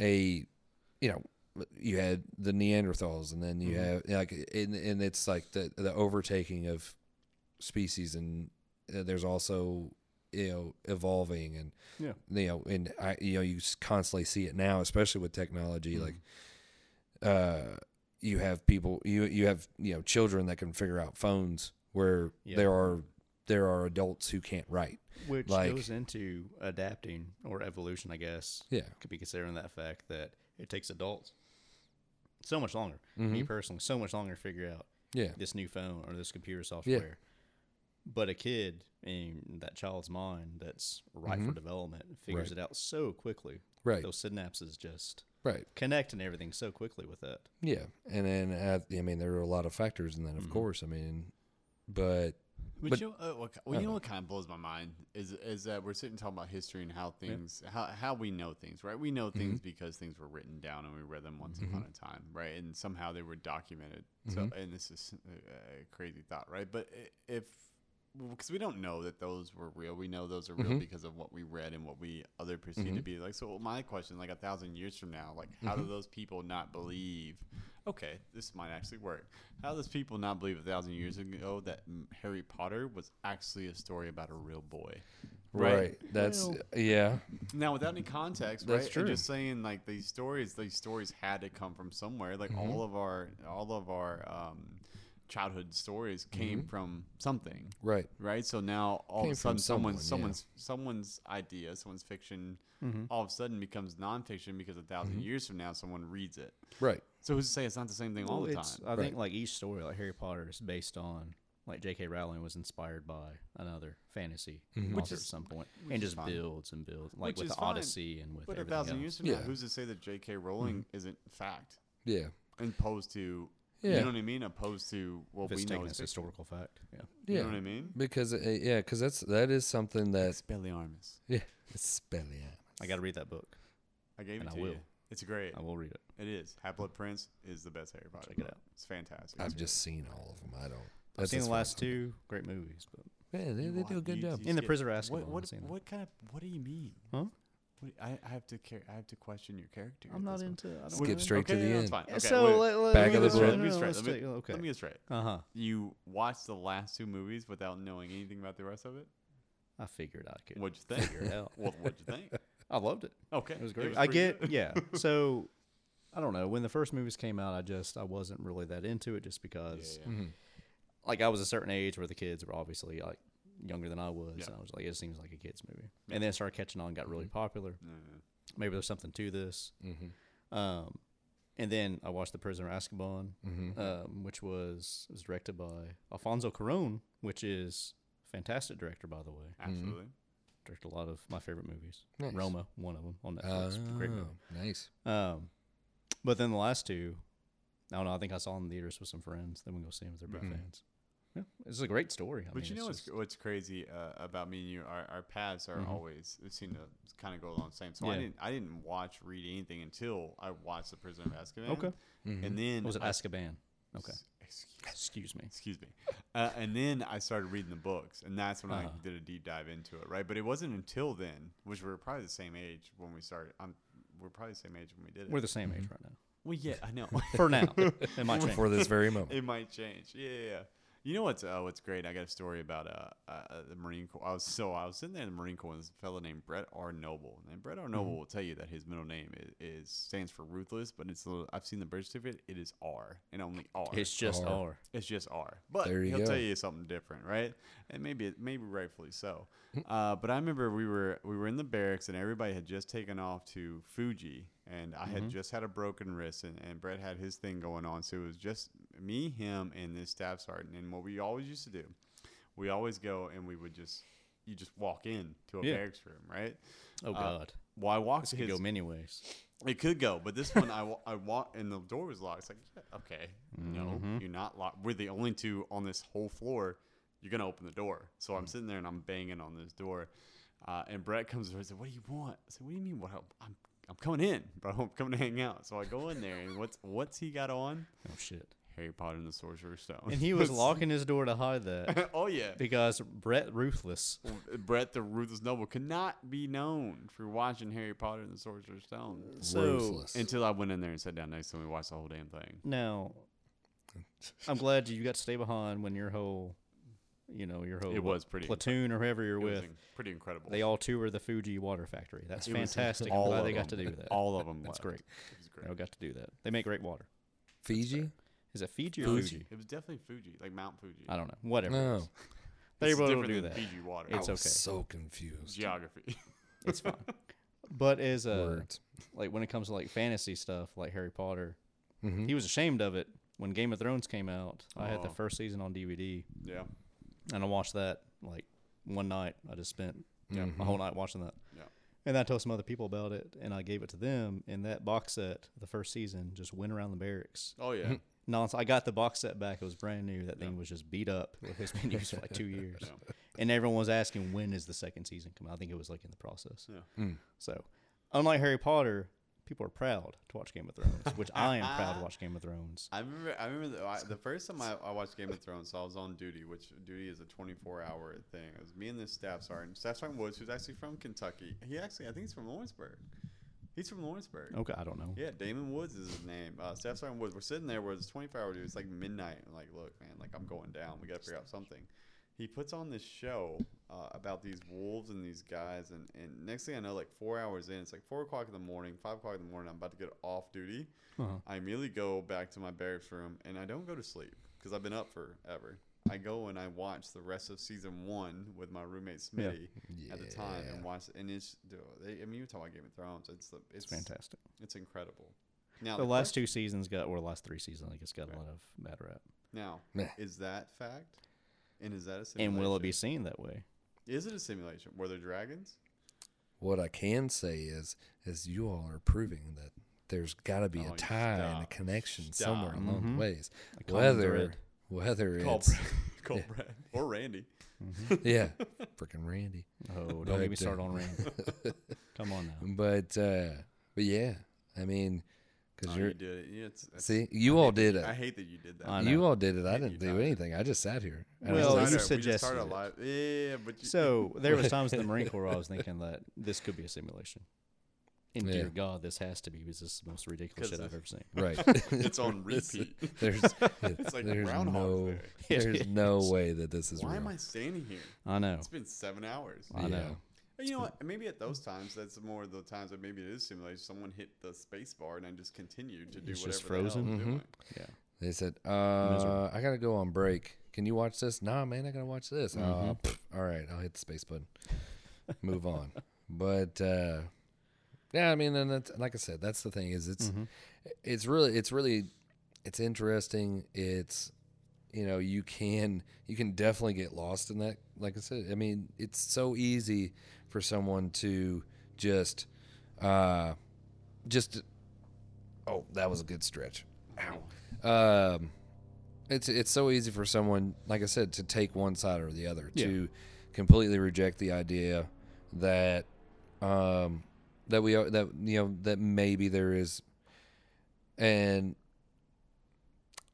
[SPEAKER 2] a you know you had the Neanderthals, and then you have like, and, and it's like the the overtaking of species, and uh, there's also you know evolving, and
[SPEAKER 3] Yeah.
[SPEAKER 2] you know, and I you know you s- constantly see it now, especially with technology,
[SPEAKER 1] Mm-hmm.
[SPEAKER 2] like uh, you have people you you have you know children that can figure out phones where
[SPEAKER 3] Yeah.
[SPEAKER 2] there are there are adults who can't write.
[SPEAKER 3] Which
[SPEAKER 2] Like-
[SPEAKER 3] goes into adapting or evolution, I guess.
[SPEAKER 2] Yeah.
[SPEAKER 3] Could be considering that fact that it takes adults so much longer.
[SPEAKER 1] Mm-hmm.
[SPEAKER 2] Mm-hmm.
[SPEAKER 3] Me personally, so much longer to figure out
[SPEAKER 2] Yeah.
[SPEAKER 3] this new phone or this computer software. But a kid in that child's mind that's ripe for development figures
[SPEAKER 2] Mm-hmm. Right.
[SPEAKER 3] it out so quickly.
[SPEAKER 2] Right.
[SPEAKER 3] Those synapses just
[SPEAKER 2] Right.
[SPEAKER 3] connect and everything so quickly with that.
[SPEAKER 2] Yeah. And then uh, I mean there are a lot of factors in that,
[SPEAKER 1] Mm-hmm.
[SPEAKER 2] of course. I mean, but
[SPEAKER 1] But,
[SPEAKER 2] But-
[SPEAKER 1] you, know, uh, what, ki- well, you know what kind of blows my mind is is that we're sitting talking about history and how things how, how we know things, right? We know things because things were written down and we read them once upon a time, right? And somehow they were documented. So, and this is a- a crazy thought, right? But i- if because we don't know that those were real, we know those are real
[SPEAKER 2] Mm-hmm.
[SPEAKER 1] because of what we read and what we other perceive to be like. So my question, like a thousand years from now, like how
[SPEAKER 2] Mm-hmm.
[SPEAKER 1] do those people not believe? Okay, this might actually work. How does people not believe a thousand years ago that mm, Harry Potter was actually a story about a real boy?
[SPEAKER 2] right,
[SPEAKER 1] Right.
[SPEAKER 2] that's yeah.
[SPEAKER 1] Now, without any context,
[SPEAKER 2] That's
[SPEAKER 1] right?
[SPEAKER 2] true.
[SPEAKER 1] And just saying like these stories, these stories had to come from somewhere. Like
[SPEAKER 2] Mm-hmm.
[SPEAKER 1] all of our, all of our um, childhood stories came
[SPEAKER 2] Mm-hmm.
[SPEAKER 1] from something,
[SPEAKER 2] Right.
[SPEAKER 1] right? So now all
[SPEAKER 2] Came
[SPEAKER 1] of a
[SPEAKER 2] from
[SPEAKER 1] sudden, someone's
[SPEAKER 2] someone, yeah.
[SPEAKER 1] someone's someone's idea, someone's fiction, all of a sudden becomes nonfiction because a 1000 years from now, someone reads it.
[SPEAKER 2] Right.
[SPEAKER 1] So who's to say it's not the same thing all
[SPEAKER 3] Well,
[SPEAKER 1] the time?
[SPEAKER 3] it's- I think like each story, like Harry Potter, is based on like J.K. Rowling was inspired by another fantasy
[SPEAKER 2] Mm-hmm.
[SPEAKER 3] author at some point, and just builds and builds,
[SPEAKER 1] Which
[SPEAKER 3] like with
[SPEAKER 1] is
[SPEAKER 3] the
[SPEAKER 1] fine,
[SPEAKER 3] Odyssey and with
[SPEAKER 1] But a
[SPEAKER 3] everything
[SPEAKER 1] thousand
[SPEAKER 3] else.
[SPEAKER 1] years from now,
[SPEAKER 2] Yeah.
[SPEAKER 1] who's to say that J.K. Rowling isn't fact,
[SPEAKER 2] Yeah.
[SPEAKER 1] opposed to you
[SPEAKER 2] Yeah.
[SPEAKER 1] know what I mean, opposed to what
[SPEAKER 3] If it's
[SPEAKER 1] we know
[SPEAKER 3] taken
[SPEAKER 1] is
[SPEAKER 3] as
[SPEAKER 1] fiction.
[SPEAKER 3] historical fact, yeah.
[SPEAKER 2] Yeah.
[SPEAKER 1] You know what I mean?
[SPEAKER 2] Because uh, yeah, because that's that is something that
[SPEAKER 1] Expelliarmus.
[SPEAKER 2] yeah. It's spelling.
[SPEAKER 3] I got to read that book.
[SPEAKER 1] I gave
[SPEAKER 3] And
[SPEAKER 1] it
[SPEAKER 3] I
[SPEAKER 1] to you.
[SPEAKER 3] will.
[SPEAKER 1] It's great.
[SPEAKER 3] I will read it.
[SPEAKER 1] It is. Half Blood Prince is the best Harry Potter.
[SPEAKER 3] Check it
[SPEAKER 1] book.
[SPEAKER 3] out.
[SPEAKER 1] It's fantastic.
[SPEAKER 2] I've
[SPEAKER 1] It's
[SPEAKER 2] just seen all of them. I don't.
[SPEAKER 3] I've
[SPEAKER 2] that's
[SPEAKER 3] seen
[SPEAKER 2] as
[SPEAKER 3] the
[SPEAKER 2] far
[SPEAKER 3] last
[SPEAKER 2] as I'm-
[SPEAKER 3] two great movies, but
[SPEAKER 2] Yeah, they,
[SPEAKER 1] great.
[SPEAKER 2] they
[SPEAKER 1] You
[SPEAKER 2] do a
[SPEAKER 1] want-
[SPEAKER 2] good
[SPEAKER 1] you-
[SPEAKER 2] job.
[SPEAKER 1] you
[SPEAKER 3] In the
[SPEAKER 1] skip-
[SPEAKER 3] Prisoner of Azkaban,
[SPEAKER 1] What,
[SPEAKER 3] I've
[SPEAKER 1] what,
[SPEAKER 3] seen that.
[SPEAKER 1] what kind of? What do you mean?
[SPEAKER 3] Huh?
[SPEAKER 1] What, I, I have to care. I have to question your character.
[SPEAKER 3] I'm
[SPEAKER 1] at
[SPEAKER 3] not
[SPEAKER 1] this point.
[SPEAKER 3] into. I don't
[SPEAKER 2] Skip
[SPEAKER 1] Wait,
[SPEAKER 2] straight to
[SPEAKER 1] okay,
[SPEAKER 2] the
[SPEAKER 1] no, it's
[SPEAKER 2] end.
[SPEAKER 1] fine.
[SPEAKER 3] Yeah,
[SPEAKER 1] Okay,
[SPEAKER 3] so
[SPEAKER 1] wait,
[SPEAKER 3] let- let-
[SPEAKER 2] Back
[SPEAKER 1] let me
[SPEAKER 2] of the
[SPEAKER 1] get
[SPEAKER 2] book.
[SPEAKER 1] straight, Let me
[SPEAKER 3] No,
[SPEAKER 1] straight.
[SPEAKER 3] let's
[SPEAKER 1] Let me,
[SPEAKER 3] take- okay.
[SPEAKER 1] let me get straight.
[SPEAKER 3] Uh huh.
[SPEAKER 1] You watched the last two movies without knowing anything about the rest of it.
[SPEAKER 3] I figured I could.
[SPEAKER 1] What'd you think?
[SPEAKER 3] Figure it out.
[SPEAKER 1] What, what'd you think?
[SPEAKER 3] I loved it.
[SPEAKER 1] Okay,
[SPEAKER 3] It was great. I
[SPEAKER 1] pretty
[SPEAKER 3] get,
[SPEAKER 1] good.
[SPEAKER 3] yeah. So I don't know. When the first movies came out, I just I wasn't really that into it, just because
[SPEAKER 1] Yeah, yeah.
[SPEAKER 2] Mm-hmm,
[SPEAKER 3] like I was a certain age where the kids were obviously like younger than I was,
[SPEAKER 1] Yeah.
[SPEAKER 3] and I was like, it seems like a kids movie. And then it started catching on, got really popular.
[SPEAKER 1] Mm.
[SPEAKER 3] Maybe there's something to this.
[SPEAKER 2] Mm-hmm.
[SPEAKER 3] Um, and then I watched The Prisoner of Azkaban,
[SPEAKER 1] Mm-hmm.
[SPEAKER 3] um, which was was directed by Alfonso Cuarón, which is a fantastic director by the way.
[SPEAKER 1] Absolutely.
[SPEAKER 3] Directed a lot of my favorite movies.
[SPEAKER 2] Nice.
[SPEAKER 3] Roma, one of them on Netflix. Great movie.
[SPEAKER 2] Oh, nice.
[SPEAKER 3] Um, but then the last two, I don't know. I think I saw them in theaters with some friends. Then we go see them with their big
[SPEAKER 2] Mhm.
[SPEAKER 3] fans. Yeah, it's a great story. I
[SPEAKER 1] But
[SPEAKER 3] mean,
[SPEAKER 1] you know
[SPEAKER 3] it's
[SPEAKER 1] what's,
[SPEAKER 3] just-
[SPEAKER 1] what's crazy uh, about me and you? Our, our paths are
[SPEAKER 3] Mhm.
[SPEAKER 1] always it seem to kind of go along the same. So I
[SPEAKER 3] Yeah.
[SPEAKER 1] didn't I didn't watch read anything until I watched The Prisoner of Azkaban.
[SPEAKER 3] Okay. Mm-hmm.
[SPEAKER 1] and then
[SPEAKER 3] what was it
[SPEAKER 1] I-
[SPEAKER 3] Azkaban? Okay,
[SPEAKER 1] s- Excuse,
[SPEAKER 3] excuse me.
[SPEAKER 1] excuse me, uh, and then I started reading the books, and that's when
[SPEAKER 3] Uh-huh.
[SPEAKER 1] I did a deep dive into it, right? But it wasn't until then, which we were probably the same age when we started. I'm, we're probably the same age when we did it.
[SPEAKER 3] We're the same age right now.
[SPEAKER 1] well, yeah, I know.
[SPEAKER 3] For now, it might change.
[SPEAKER 2] For this very moment.
[SPEAKER 1] It might change. Yeah, yeah. yeah. You know what's uh, what's great? I got a story about uh, uh the Marine Corps. I was so I was sitting there in the Marine Corps, and this fellow named Brett R. Noble, and Brett R.
[SPEAKER 3] Mm-hmm.
[SPEAKER 1] Noble will tell you that his middle name is, is stands for ruthless, but it's a little, I've seen the birth certificate. It is R and only R.
[SPEAKER 3] It's just
[SPEAKER 2] R.
[SPEAKER 3] R.
[SPEAKER 1] It's just R. But
[SPEAKER 2] There you
[SPEAKER 1] he'll
[SPEAKER 2] go.
[SPEAKER 1] tell you something different, right? And maybe maybe rightfully so. Uh, but I remember we were we were in the barracks and everybody had just taken off to Fuji and I
[SPEAKER 2] Mm-hmm.
[SPEAKER 1] had just had a broken wrist and, and Brett had his thing going on. So it was just me, him, and this staff sergeant. And what we always used to do, we always go and we would just you just walk in to a
[SPEAKER 3] Yeah.
[SPEAKER 1] barracks room, right?
[SPEAKER 3] Oh
[SPEAKER 1] Uh,
[SPEAKER 3] God,
[SPEAKER 1] Well, I walked
[SPEAKER 3] this
[SPEAKER 1] to
[SPEAKER 3] could
[SPEAKER 1] his
[SPEAKER 3] go many ways.
[SPEAKER 1] it could go, but this one I, wa- I walked and the door was locked. It's like, yeah, okay, no,
[SPEAKER 3] Mm-hmm.
[SPEAKER 1] you're not locked. We're the only two on this whole floor. You're gonna open the door. So
[SPEAKER 3] Mm.
[SPEAKER 1] I'm sitting there and I'm banging on this door, uh, and Brett comes over and said, "What do you want?" I said, "What do you mean? What? I- I'm I'm coming in, bro. I'm coming to hang out." So I go in there and what's what's he got on?
[SPEAKER 3] Oh shit.
[SPEAKER 1] Harry Potter and the Sorcerer's Stone.
[SPEAKER 3] And he was
[SPEAKER 1] It's-
[SPEAKER 3] locking his door to hide that
[SPEAKER 1] oh yeah.
[SPEAKER 3] because Brett Ruthless.
[SPEAKER 1] Brett the Ruthless Noble could not be known for watching Harry Potter and the Sorcerer's Stone
[SPEAKER 3] So
[SPEAKER 2] Ruthless.
[SPEAKER 1] until I went in there and sat down next to him and watched the whole damn thing.
[SPEAKER 3] now, I'm glad you got to stay behind when your whole, you know, your whole
[SPEAKER 1] It was pretty
[SPEAKER 3] platoon or whoever you're
[SPEAKER 1] It was
[SPEAKER 3] with.
[SPEAKER 1] in- pretty incredible.
[SPEAKER 3] They all toured the Fuji Water Factory. That's
[SPEAKER 1] It was
[SPEAKER 3] fantastic. I'm
[SPEAKER 1] all
[SPEAKER 3] glad
[SPEAKER 1] of
[SPEAKER 3] they got to
[SPEAKER 1] them.
[SPEAKER 3] do that.
[SPEAKER 1] all of them.
[SPEAKER 3] That's
[SPEAKER 1] left.
[SPEAKER 3] great.
[SPEAKER 1] It was
[SPEAKER 3] I
[SPEAKER 1] great.
[SPEAKER 3] got to do that. They make great water.
[SPEAKER 2] Fiji?
[SPEAKER 3] Is it Fiji or
[SPEAKER 2] Fuji.
[SPEAKER 3] Fuji?
[SPEAKER 1] It was definitely Fuji, like Mount Fuji.
[SPEAKER 3] I don't know. Whatever. it
[SPEAKER 2] No.
[SPEAKER 3] is. They
[SPEAKER 1] It's
[SPEAKER 3] were able
[SPEAKER 1] different
[SPEAKER 3] to do
[SPEAKER 1] than
[SPEAKER 3] that.
[SPEAKER 1] Fiji water.
[SPEAKER 3] It's
[SPEAKER 2] I
[SPEAKER 3] okay.
[SPEAKER 2] was so confused.
[SPEAKER 1] geography.
[SPEAKER 3] It's fine. But as
[SPEAKER 1] uh,
[SPEAKER 3] a
[SPEAKER 2] Words.
[SPEAKER 3] like when it comes to like fantasy stuff, like Harry Potter,
[SPEAKER 2] Mhm.
[SPEAKER 3] he was ashamed of it when Game of Thrones came out. I had the
[SPEAKER 1] Oh.
[SPEAKER 3] first season on DVD,
[SPEAKER 1] yeah.
[SPEAKER 3] and I watched that like one night. I just spent
[SPEAKER 1] Yeah.
[SPEAKER 2] mm-hmm.
[SPEAKER 3] my whole night watching that.
[SPEAKER 1] Mm-hmm. Yeah.
[SPEAKER 3] And I told some other people about it, and I gave it to them. And that box set, the first season, just went around the barracks.
[SPEAKER 1] Oh yeah.
[SPEAKER 3] Nonsense. I got the box set back. It was brand new. That thing was just beat up. It has been used for like two years. And everyone was asking when is the second season coming. I think it was like in the process.
[SPEAKER 1] Yeah.
[SPEAKER 3] So, unlike Harry Potter, people are proud to watch Game of Thrones, which I am proud to watch Game of Thrones.
[SPEAKER 1] I remember. I remember the, I, the first time I, I watched Game of Thrones. So I was on duty, which duty is a 24-hour thing. It was me and this staff sergeant, staff sergeant Woods, who's actually from Kentucky. He actually, I think he's from Lawrenceburg. He's from Lawrenceburg.
[SPEAKER 3] Okay, I don't know.
[SPEAKER 1] Yeah, Damon Woods is his name. Uh, Staff Sergeant Woods. We're sitting there where it's 24 hour dude. It's like midnight. I'm like, look, man, like I'm going down. We got to figure out something. He puts on this show uh, about these wolves and these guys. And, and next thing I know, like four hours in, it's like four o'clock in the morning, five o'clock in the morning. I'm about to get off duty.
[SPEAKER 3] Uh-huh.
[SPEAKER 1] I immediately go back to my barracks room and I don't go to sleep because I've been up forever. I go and I watch the rest of season one with my roommate Smitty at the time and watch. And it's, dude, they, I mean, you talk about Game of Thrones. It's the, it's,
[SPEAKER 3] It's fantastic.
[SPEAKER 1] it's incredible. Now
[SPEAKER 3] The
[SPEAKER 1] question-
[SPEAKER 3] last two seasons got, or the last three seasons, I guess, got
[SPEAKER 1] Right.
[SPEAKER 3] a lot of bad rap.
[SPEAKER 1] Now,
[SPEAKER 2] Meh.
[SPEAKER 1] is that fact? And is that a simulation?
[SPEAKER 3] And will it be seen that way?
[SPEAKER 1] Is it a simulation? Were there dragons?
[SPEAKER 2] What I can say is, is you all are proving that there's got to be
[SPEAKER 1] Oh,
[SPEAKER 2] a tie and a
[SPEAKER 1] stop.
[SPEAKER 2] connection
[SPEAKER 1] Stop.
[SPEAKER 2] somewhere along
[SPEAKER 3] Mhm.
[SPEAKER 2] the ways.
[SPEAKER 3] A common
[SPEAKER 2] Whether,
[SPEAKER 3] thread.
[SPEAKER 2] whether
[SPEAKER 1] Call
[SPEAKER 2] it's
[SPEAKER 1] Brad, call
[SPEAKER 2] yeah.
[SPEAKER 1] Brad or Randy.
[SPEAKER 2] yeah, freaking Randy.
[SPEAKER 3] Oh, don't get me
[SPEAKER 2] But, uh,
[SPEAKER 3] started on Randy. Come on now.
[SPEAKER 2] But, uh, but yeah, I mean,
[SPEAKER 1] Oh,
[SPEAKER 2] because
[SPEAKER 1] you
[SPEAKER 2] you're
[SPEAKER 1] did it. Yeah, it's, it's-
[SPEAKER 2] see, you all did
[SPEAKER 1] I
[SPEAKER 2] it.
[SPEAKER 1] hate that you did that.
[SPEAKER 3] I know.
[SPEAKER 2] You all did it. I
[SPEAKER 1] Hate you
[SPEAKER 2] didn't do
[SPEAKER 1] not.
[SPEAKER 2] anything. I just sat here. I
[SPEAKER 1] We
[SPEAKER 3] Well,
[SPEAKER 2] was
[SPEAKER 1] just
[SPEAKER 3] you
[SPEAKER 1] started- we just started
[SPEAKER 3] suggested it.
[SPEAKER 1] live. Yeah, but you,
[SPEAKER 3] So there was times in the Marine Corps I was thinking that this could be a simulation. And
[SPEAKER 2] Yeah.
[SPEAKER 3] dear God, this has to be because this is the most ridiculous
[SPEAKER 1] 'Cause
[SPEAKER 3] shit I've
[SPEAKER 1] the-
[SPEAKER 3] ever seen.
[SPEAKER 2] right.
[SPEAKER 1] it's on repeat.
[SPEAKER 2] There's,
[SPEAKER 1] It's like
[SPEAKER 2] there's
[SPEAKER 1] Groundhog's
[SPEAKER 2] no,
[SPEAKER 1] Day.
[SPEAKER 3] It
[SPEAKER 2] there's no way that this is
[SPEAKER 1] Why
[SPEAKER 2] real.
[SPEAKER 1] am I standing here?
[SPEAKER 3] I know.
[SPEAKER 1] It's been seven hours.
[SPEAKER 3] I know.
[SPEAKER 1] But you know what? Maybe at those times, that's more of the times that maybe it is simulation. Someone hit the space bar and I just continued to do
[SPEAKER 3] It's
[SPEAKER 1] whatever
[SPEAKER 3] just
[SPEAKER 1] the hell
[SPEAKER 3] frozen.
[SPEAKER 1] I'm
[SPEAKER 2] Mhm.
[SPEAKER 1] doing.
[SPEAKER 3] Yeah.
[SPEAKER 2] They said, uh, I gotta go on break. Can you watch this? Nah, man, I gotta watch this. "Aw, pff, all right, I'll hit the space button. Move on. But uh, yeah, I mean, and that's, like I said, that's the thing is it's it's really it's really it's interesting. It's you know you can you can definitely get lost in that. Like I said, I mean, it's so easy for someone to just uh, just oh that was a good stretch um, it's it's so easy for someone, like I said, to take one side or the other,
[SPEAKER 3] Yeah.
[SPEAKER 2] to completely reject the idea that um, that we are that you know that maybe there is, and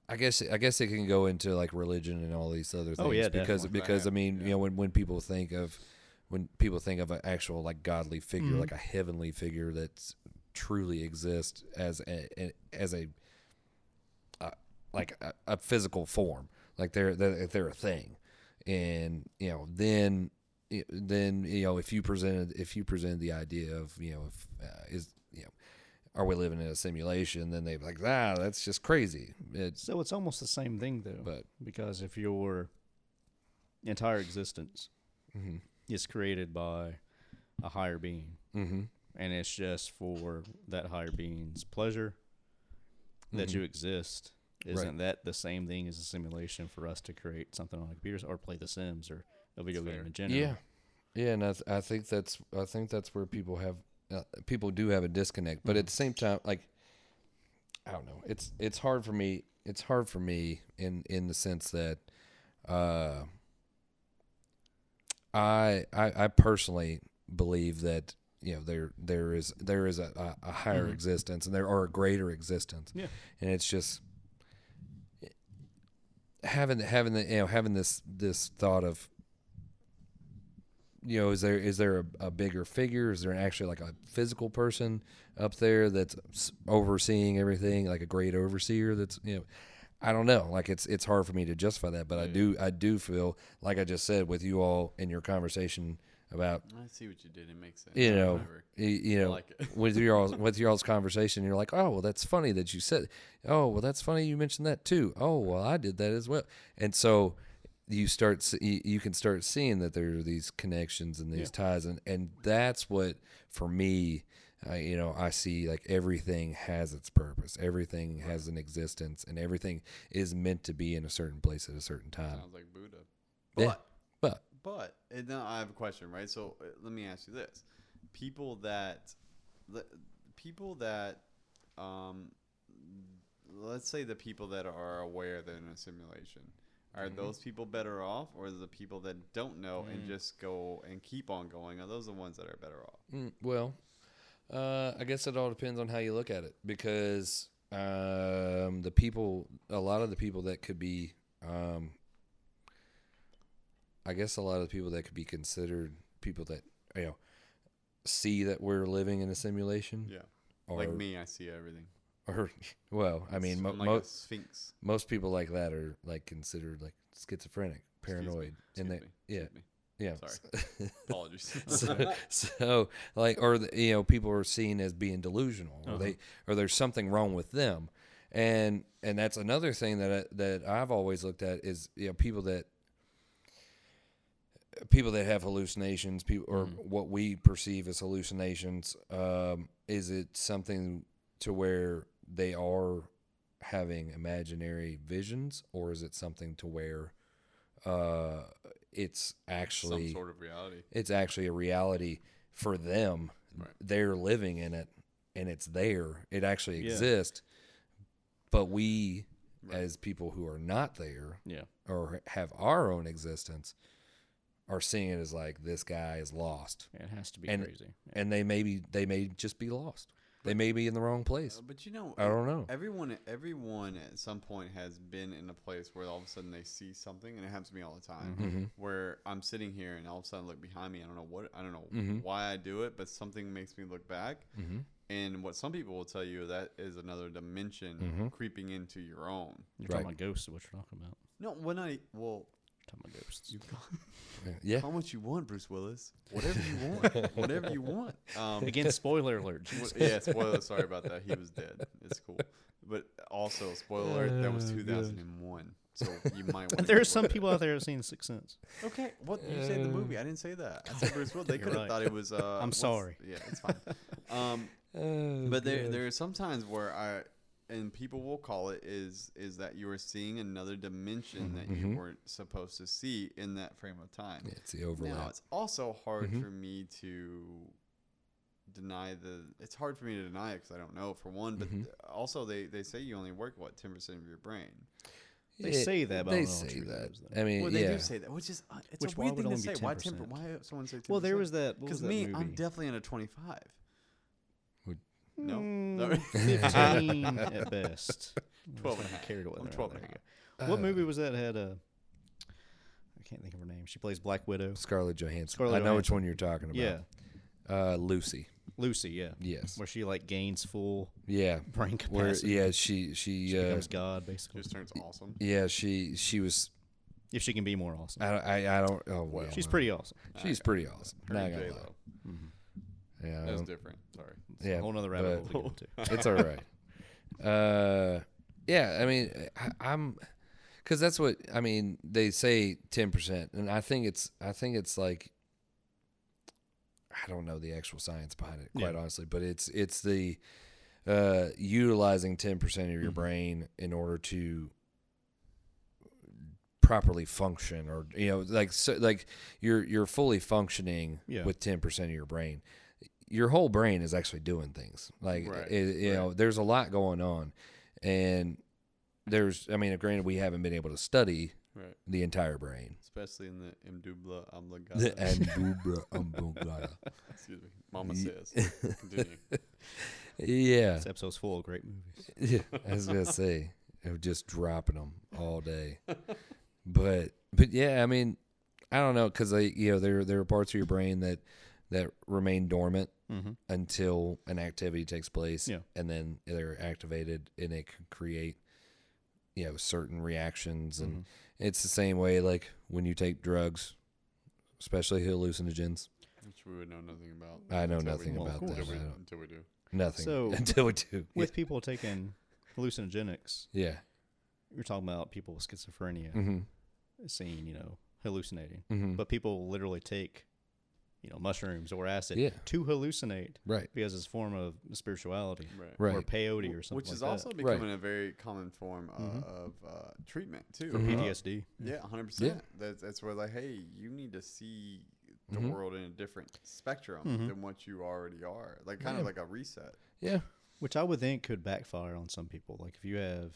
[SPEAKER 2] I guess I guess it can go into like religion and all these other things.
[SPEAKER 3] Oh, yeah,
[SPEAKER 2] because
[SPEAKER 1] definitely.
[SPEAKER 2] because I mean
[SPEAKER 1] Yeah.
[SPEAKER 2] you know when when people think of when people think of an actual like godly figure,
[SPEAKER 3] Mhm.
[SPEAKER 2] like a heavenly figure that's truly exists as a, a as a like a, a physical form like they're, they're they're a thing and you know then y- then you know if you presented if you presented the idea of you know if uh, is you know are we living in a simulation then they'd be like ah that's just crazy it's
[SPEAKER 3] So it's almost the same thing, though.
[SPEAKER 2] but
[SPEAKER 3] because if your entire existence
[SPEAKER 2] Mhm.
[SPEAKER 3] is created by a higher being
[SPEAKER 2] mm-hmm
[SPEAKER 3] and it's just for that higher being's pleasure that
[SPEAKER 2] Mm-hmm.
[SPEAKER 3] you exist isn't that the same thing as a simulation for us to create something on computers or play the sims or a video
[SPEAKER 1] fair.
[SPEAKER 3] game in general
[SPEAKER 2] yeah yeah and I, th- I think that's i think that's where people have uh, people do have a disconnect but at the same time like i don't know it's it's hard for me it's hard for me in in the sense that uh i i, I personally believe that you know there there is there is a, a, a higher existence and there are a greater existence
[SPEAKER 3] Yeah.
[SPEAKER 2] and it's just having having the you know having this this thought of you know is there is there a, a bigger figure is there actually like a physical person up there that's s- overseeing everything like a great overseer that's you know I don't know like it's it's hard for me to justify that but I do I do feel like I just said with you all in your conversation about
[SPEAKER 1] I see what you did. It makes sense.
[SPEAKER 2] you know,
[SPEAKER 1] Whatever.
[SPEAKER 2] y- you know,
[SPEAKER 1] like it.
[SPEAKER 2] with your all's, with your all's conversation, you're like, oh well, that's funny that you said. Oh well, that's funny you mentioned that too. Oh well, I did that as well. And so you start se- you you can start seeing that there are these connections and these ties, and and that's what for me. Uh, you know, I see like everything has its purpose. Everything has an existence, and everything is meant to be in a certain place at a certain time.
[SPEAKER 1] Sounds like Buddha.
[SPEAKER 2] Yeah.
[SPEAKER 1] Uh, But
[SPEAKER 2] But
[SPEAKER 1] But and now I have a question, right? So uh, let me ask you this: people that, the- people that, um, let's say the people that are aware they're in a simulation, are
[SPEAKER 2] Mm-hmm.
[SPEAKER 1] those people better off, or the people that don't know and just go and keep on going? Are those the ones that are better off?
[SPEAKER 2] Mm, well, uh, I guess it all depends on how you look at it because um, the people, a lot of the people that could be, um, I guess a lot of the people that could be considered people that, you know, see that we're living in a simulation.
[SPEAKER 1] Yeah,
[SPEAKER 2] Mm. Or,
[SPEAKER 1] like me, I see everything.
[SPEAKER 2] Or, well, I mean,
[SPEAKER 1] S-
[SPEAKER 2] mo-
[SPEAKER 1] I'm like
[SPEAKER 2] mo-
[SPEAKER 1] a sphinx.
[SPEAKER 2] most people like that are like considered like schizophrenic,
[SPEAKER 1] Excuse me,
[SPEAKER 2] paranoid.
[SPEAKER 1] excuse
[SPEAKER 2] and they,
[SPEAKER 1] me,
[SPEAKER 2] yeah,
[SPEAKER 1] excuse me.
[SPEAKER 2] yeah.
[SPEAKER 1] Sorry. Apologies.
[SPEAKER 2] so, so like or the, you know people are seen as being delusional or they
[SPEAKER 1] Uh-huh.
[SPEAKER 2] or there's something wrong with them and and that's another thing that I, that I've always looked at is you know people that people that have hallucinations people or
[SPEAKER 1] Mm-hmm.
[SPEAKER 2] what we perceive as hallucinations um, is it something to where they are having imaginary visions or is it something to where uh, it's
[SPEAKER 1] Some
[SPEAKER 2] actually
[SPEAKER 1] sort of reality.
[SPEAKER 2] it's actually a reality for them.
[SPEAKER 1] Right.
[SPEAKER 2] They're living in it and it's there. It actually
[SPEAKER 3] Yeah.
[SPEAKER 2] exists. But we as people who are not there
[SPEAKER 3] Yeah.
[SPEAKER 2] or have our own existence are seeing it as like this guy is lost.
[SPEAKER 3] It has to be
[SPEAKER 2] And-
[SPEAKER 3] crazy.
[SPEAKER 2] And they may be they may just be lost. They may be in the wrong place.
[SPEAKER 1] Uh, But you know,
[SPEAKER 2] I don't know.
[SPEAKER 3] Uh,
[SPEAKER 1] Everyone, everyone at some point has been in a place where all of a sudden they see something, and it happens to me all the time. Where I'm sitting here, and all of a sudden I look behind me. I don't know what, I don't know why I do it, but something makes me look back.
[SPEAKER 2] Mm-hmm.
[SPEAKER 1] And what some people will tell you that is another dimension creeping into your own.
[SPEAKER 3] You're talking
[SPEAKER 2] talking Right.
[SPEAKER 3] about ghosts, what you're talking about.
[SPEAKER 1] No, when I well,
[SPEAKER 3] talking about ghosts.
[SPEAKER 1] you
[SPEAKER 2] Yeah.
[SPEAKER 3] Oh.
[SPEAKER 1] how much you want, Bruce Willis? Whatever you want, whatever you want. Um,
[SPEAKER 3] Again, spoiler alert.
[SPEAKER 1] Well, yeah, spoiler. Sorry about that. He was dead. It's cool. But also, spoiler alert, that
[SPEAKER 3] Oh,
[SPEAKER 1] was 2001. So you might want
[SPEAKER 3] there are some people out there who've seen Sixth Sense.
[SPEAKER 1] Okay, what? You said the movie. I didn't say that. I said Bruce Willis. They could have
[SPEAKER 3] Uh, right.
[SPEAKER 1] thought it was. Uh, what's-
[SPEAKER 3] sorry.
[SPEAKER 1] Yeah, it's fine. Um,
[SPEAKER 2] Oh,
[SPEAKER 1] but there, there are some times where I, and people will call it, is is that you are seeing another dimension that
[SPEAKER 3] Mm-hmm.
[SPEAKER 1] you weren't supposed to see in that frame of time.
[SPEAKER 2] it's the overlap.
[SPEAKER 1] Now it's also hard for me to deny the. It's hard for me to deny it because I don't know for one, but th- also they they say you only work what ten percent of your brain.
[SPEAKER 3] They
[SPEAKER 2] It-
[SPEAKER 3] say that, but I
[SPEAKER 2] they
[SPEAKER 3] don't know how
[SPEAKER 2] say
[SPEAKER 3] true that
[SPEAKER 2] that.
[SPEAKER 3] is,
[SPEAKER 2] I
[SPEAKER 3] though.
[SPEAKER 2] mean,
[SPEAKER 1] Well, they
[SPEAKER 2] Eh, yeah.
[SPEAKER 1] do say that, which is uh, it's
[SPEAKER 3] Which
[SPEAKER 1] a
[SPEAKER 3] why
[SPEAKER 1] weird
[SPEAKER 3] would
[SPEAKER 1] thing to
[SPEAKER 3] only
[SPEAKER 1] say.
[SPEAKER 3] be
[SPEAKER 1] Why ten? per-
[SPEAKER 3] 10%?
[SPEAKER 1] Why would someone say? 10%?
[SPEAKER 3] Well, there was that. What
[SPEAKER 1] because
[SPEAKER 3] was that
[SPEAKER 1] me,
[SPEAKER 3] movie?
[SPEAKER 1] I'm definitely under twenty five.
[SPEAKER 2] Would-
[SPEAKER 1] No,
[SPEAKER 3] Mm,
[SPEAKER 1] Sorry.
[SPEAKER 3] 15 at best.
[SPEAKER 1] 12 and a
[SPEAKER 3] Let's not
[SPEAKER 1] half.
[SPEAKER 3] get Carried away.
[SPEAKER 1] I'm
[SPEAKER 3] there.
[SPEAKER 1] 12
[SPEAKER 3] There
[SPEAKER 1] and a Uh,
[SPEAKER 3] you go. What movie was that? Had a. I can't think of her name. She plays Black Widow.
[SPEAKER 2] Scarlett Johansson.
[SPEAKER 3] Scarlett
[SPEAKER 2] I know which one you're talking about.
[SPEAKER 3] Yeah,
[SPEAKER 2] Uh, Lucy.
[SPEAKER 3] Lucy. Yeah.
[SPEAKER 2] Yes.
[SPEAKER 3] Where she like gains full
[SPEAKER 2] Yeah.
[SPEAKER 3] brain
[SPEAKER 2] Where
[SPEAKER 3] capacity.
[SPEAKER 2] yeah, she she,
[SPEAKER 3] She
[SPEAKER 2] uh,
[SPEAKER 3] becomes God basically.
[SPEAKER 1] just turns awesome.
[SPEAKER 2] yeah she she was
[SPEAKER 3] If she can be more awesome,
[SPEAKER 1] Ah,
[SPEAKER 2] I I, I don't oh well
[SPEAKER 3] she's
[SPEAKER 1] uh,
[SPEAKER 2] no.
[SPEAKER 3] pretty awesome.
[SPEAKER 2] she's pretty awesome
[SPEAKER 1] Her
[SPEAKER 2] not
[SPEAKER 1] and
[SPEAKER 2] gonna
[SPEAKER 1] J
[SPEAKER 2] lie.
[SPEAKER 1] Lo.
[SPEAKER 2] yeah I
[SPEAKER 1] That was
[SPEAKER 2] don't-
[SPEAKER 1] different. Sorry.
[SPEAKER 2] yeah
[SPEAKER 3] A whole nother rabbit
[SPEAKER 2] but
[SPEAKER 3] hole to get into.
[SPEAKER 2] it's all right uh yeah I mean I, I'm because that's what I mean they say ten percent and I think it's I think it's like I don't know the actual science behind it quite
[SPEAKER 3] Yeah.
[SPEAKER 2] honestly but it's it's the uh utilizing ten percent
[SPEAKER 3] Mm-hmm.
[SPEAKER 2] of your brain in order to properly function or you know like so, like you're you're fully functioning
[SPEAKER 3] Yeah.
[SPEAKER 2] with 10% of your brain your whole brain is actually doing things like
[SPEAKER 1] Right,
[SPEAKER 2] it, you
[SPEAKER 1] right.
[SPEAKER 2] know there's a lot going on and there's i mean granted we haven't been able to study
[SPEAKER 1] Right.
[SPEAKER 2] the entire brain
[SPEAKER 1] Especially in the Mdubla Amlagada.
[SPEAKER 2] And um, dubra umbungada.
[SPEAKER 1] Excuse me. Mama says. Continue.
[SPEAKER 2] yeah
[SPEAKER 3] This episode's full of great movies.
[SPEAKER 2] Yeah, I was gonna say, of just dropping them all day. but but yeah, I mean, I don't know because they you know there there are parts of your brain that that remain dormant
[SPEAKER 3] Mm-hmm.
[SPEAKER 2] until an activity takes place
[SPEAKER 3] Yeah.
[SPEAKER 2] and then they're activated and it can create you know certain reactions and
[SPEAKER 3] Mm-hmm.
[SPEAKER 2] it's the same way like when you take drugs especially hallucinogens
[SPEAKER 1] Which we would know nothing about.
[SPEAKER 2] I know
[SPEAKER 1] until
[SPEAKER 2] nothing
[SPEAKER 1] we,
[SPEAKER 3] Well, of course.
[SPEAKER 2] about that
[SPEAKER 1] Until we,
[SPEAKER 2] I don't-
[SPEAKER 1] until we do.
[SPEAKER 2] nothing
[SPEAKER 3] So,
[SPEAKER 2] until we do
[SPEAKER 3] With people taking hallucinogenics,
[SPEAKER 2] yeah
[SPEAKER 3] you're talking about people with schizophrenia
[SPEAKER 2] mm-hmm.
[SPEAKER 3] seeing, you know, hallucinating.
[SPEAKER 2] Mm-hmm.
[SPEAKER 3] But people literally take, you know, mushrooms or acid
[SPEAKER 2] yeah
[SPEAKER 3] to hallucinate
[SPEAKER 2] right
[SPEAKER 3] because it's a form of spirituality
[SPEAKER 1] Right.
[SPEAKER 3] or
[SPEAKER 2] right
[SPEAKER 3] peyote
[SPEAKER 1] W-
[SPEAKER 3] or something
[SPEAKER 1] Which
[SPEAKER 3] like
[SPEAKER 1] is
[SPEAKER 3] that
[SPEAKER 1] also
[SPEAKER 2] Right.
[SPEAKER 1] becoming a very common form uh,
[SPEAKER 3] Mhm.
[SPEAKER 1] of uh, treatment too.
[SPEAKER 3] for
[SPEAKER 2] Mhm.
[SPEAKER 1] Uh,
[SPEAKER 3] PTSD.
[SPEAKER 1] Yeah, hundred percent. That's that's where like, hey, you need to see the
[SPEAKER 2] Mhm.
[SPEAKER 1] world in a different spectrum
[SPEAKER 3] Mhm.
[SPEAKER 1] than what you already are. Like kind
[SPEAKER 2] Yeah.
[SPEAKER 1] of like a reset.
[SPEAKER 2] yeah
[SPEAKER 3] Which I would think could backfire on some people. Like if you have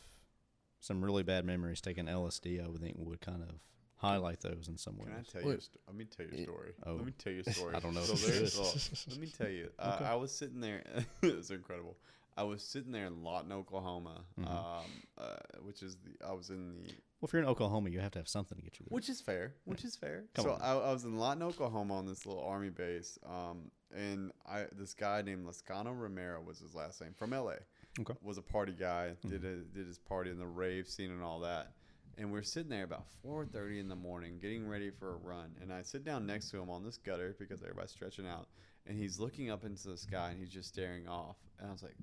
[SPEAKER 3] some really bad memories taking LSD, I would think would kind of highlight those in some ways.
[SPEAKER 1] Can I tell you?
[SPEAKER 2] What-
[SPEAKER 1] A st- let me tell you
[SPEAKER 2] Eh,
[SPEAKER 1] a story.
[SPEAKER 3] oh.
[SPEAKER 1] Let me tell you a story.
[SPEAKER 3] I don't know if
[SPEAKER 1] So
[SPEAKER 3] it's
[SPEAKER 1] there's-
[SPEAKER 3] good.
[SPEAKER 1] oh, let me tell you. Uh, I was sitting there. it was incredible. I was sitting there in Lawton, Oklahoma,
[SPEAKER 3] Mhm.
[SPEAKER 1] um, uh, which is the I was in the
[SPEAKER 3] well, if you're in Oklahoma, you have to have something to get you there.
[SPEAKER 1] Which is fair. Which is fair.
[SPEAKER 3] Come
[SPEAKER 1] so
[SPEAKER 3] on.
[SPEAKER 1] I, I was in Lawton, Oklahoma, on this little army base, um, and I this guy named Lascano Romero was his last name from LA.
[SPEAKER 3] Okay. Mm-hmm.
[SPEAKER 1] Was a party guy. Did a, did his party in the rave scene and all that. And we're sitting there about 4:30 in the morning, getting ready for a run. And I sit down next to him on this gutter because everybody's stretching out, and he's looking up into the sky and he's just staring off. And I was like,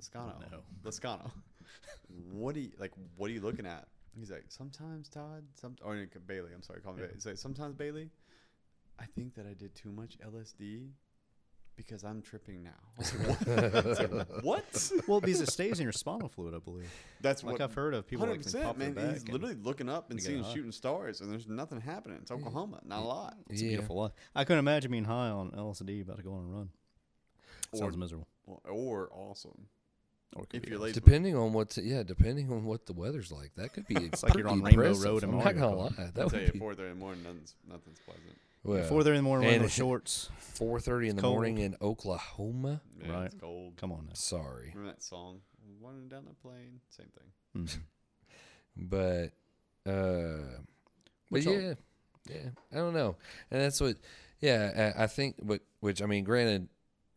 [SPEAKER 1] Lascano,
[SPEAKER 3] No.
[SPEAKER 1] Lascano what do you like? What are you looking at? He's like, sometimes Todd, some or no, Bailey. I'm sorry, call me Bailey. He's like, sometimes Bailey, I think that I did too much LSD because I'm tripping now. I was like, what? I was like, what?
[SPEAKER 3] well, because it stays in your spinal fluid, I believe.
[SPEAKER 1] That's
[SPEAKER 3] Like
[SPEAKER 1] what
[SPEAKER 3] I've heard of people
[SPEAKER 1] Hundred
[SPEAKER 3] like can pop
[SPEAKER 1] percent,
[SPEAKER 3] their
[SPEAKER 1] man.
[SPEAKER 3] back
[SPEAKER 1] He's
[SPEAKER 3] and
[SPEAKER 1] literally looking up and
[SPEAKER 3] they get
[SPEAKER 1] seeing
[SPEAKER 3] high.
[SPEAKER 1] shooting stars, and there's nothing happening. It's Oklahoma, not a lot.
[SPEAKER 3] It's a
[SPEAKER 2] Yeah.
[SPEAKER 3] beautiful life. I couldn't imagine being high on LSD about to go on a run. Sounds
[SPEAKER 1] Or-
[SPEAKER 3] miserable.
[SPEAKER 1] Or, or awesome.
[SPEAKER 3] Or it could
[SPEAKER 1] If
[SPEAKER 3] be
[SPEAKER 1] you're
[SPEAKER 3] LSD.
[SPEAKER 1] late,
[SPEAKER 2] depending on what's yeah depending on what the weather's like that could be it's
[SPEAKER 3] like you're on Rainbow Road in
[SPEAKER 2] I'm not
[SPEAKER 3] Mario
[SPEAKER 2] gonna
[SPEAKER 3] Kart.
[SPEAKER 2] lie
[SPEAKER 1] I
[SPEAKER 2] that
[SPEAKER 1] tell
[SPEAKER 2] would
[SPEAKER 1] you,
[SPEAKER 2] be
[SPEAKER 1] four thirty in the morning, nothing's nothing's pleasant.
[SPEAKER 2] well,
[SPEAKER 3] Four thirty in the morning, wearing
[SPEAKER 2] And-
[SPEAKER 3] those shorts.
[SPEAKER 2] four thirty in the
[SPEAKER 3] Cold.
[SPEAKER 2] morning in Oklahoma.
[SPEAKER 1] Man,
[SPEAKER 3] Right.
[SPEAKER 1] It's cold.
[SPEAKER 3] Come on
[SPEAKER 2] Sorry,
[SPEAKER 1] Remember that song? Running down the plane. Same thing.
[SPEAKER 3] now. Mm.
[SPEAKER 2] but uh, but
[SPEAKER 3] Which all-
[SPEAKER 2] yeah, yeah, I don't know, and that's what, yeah, I, I think. But which I mean, granted,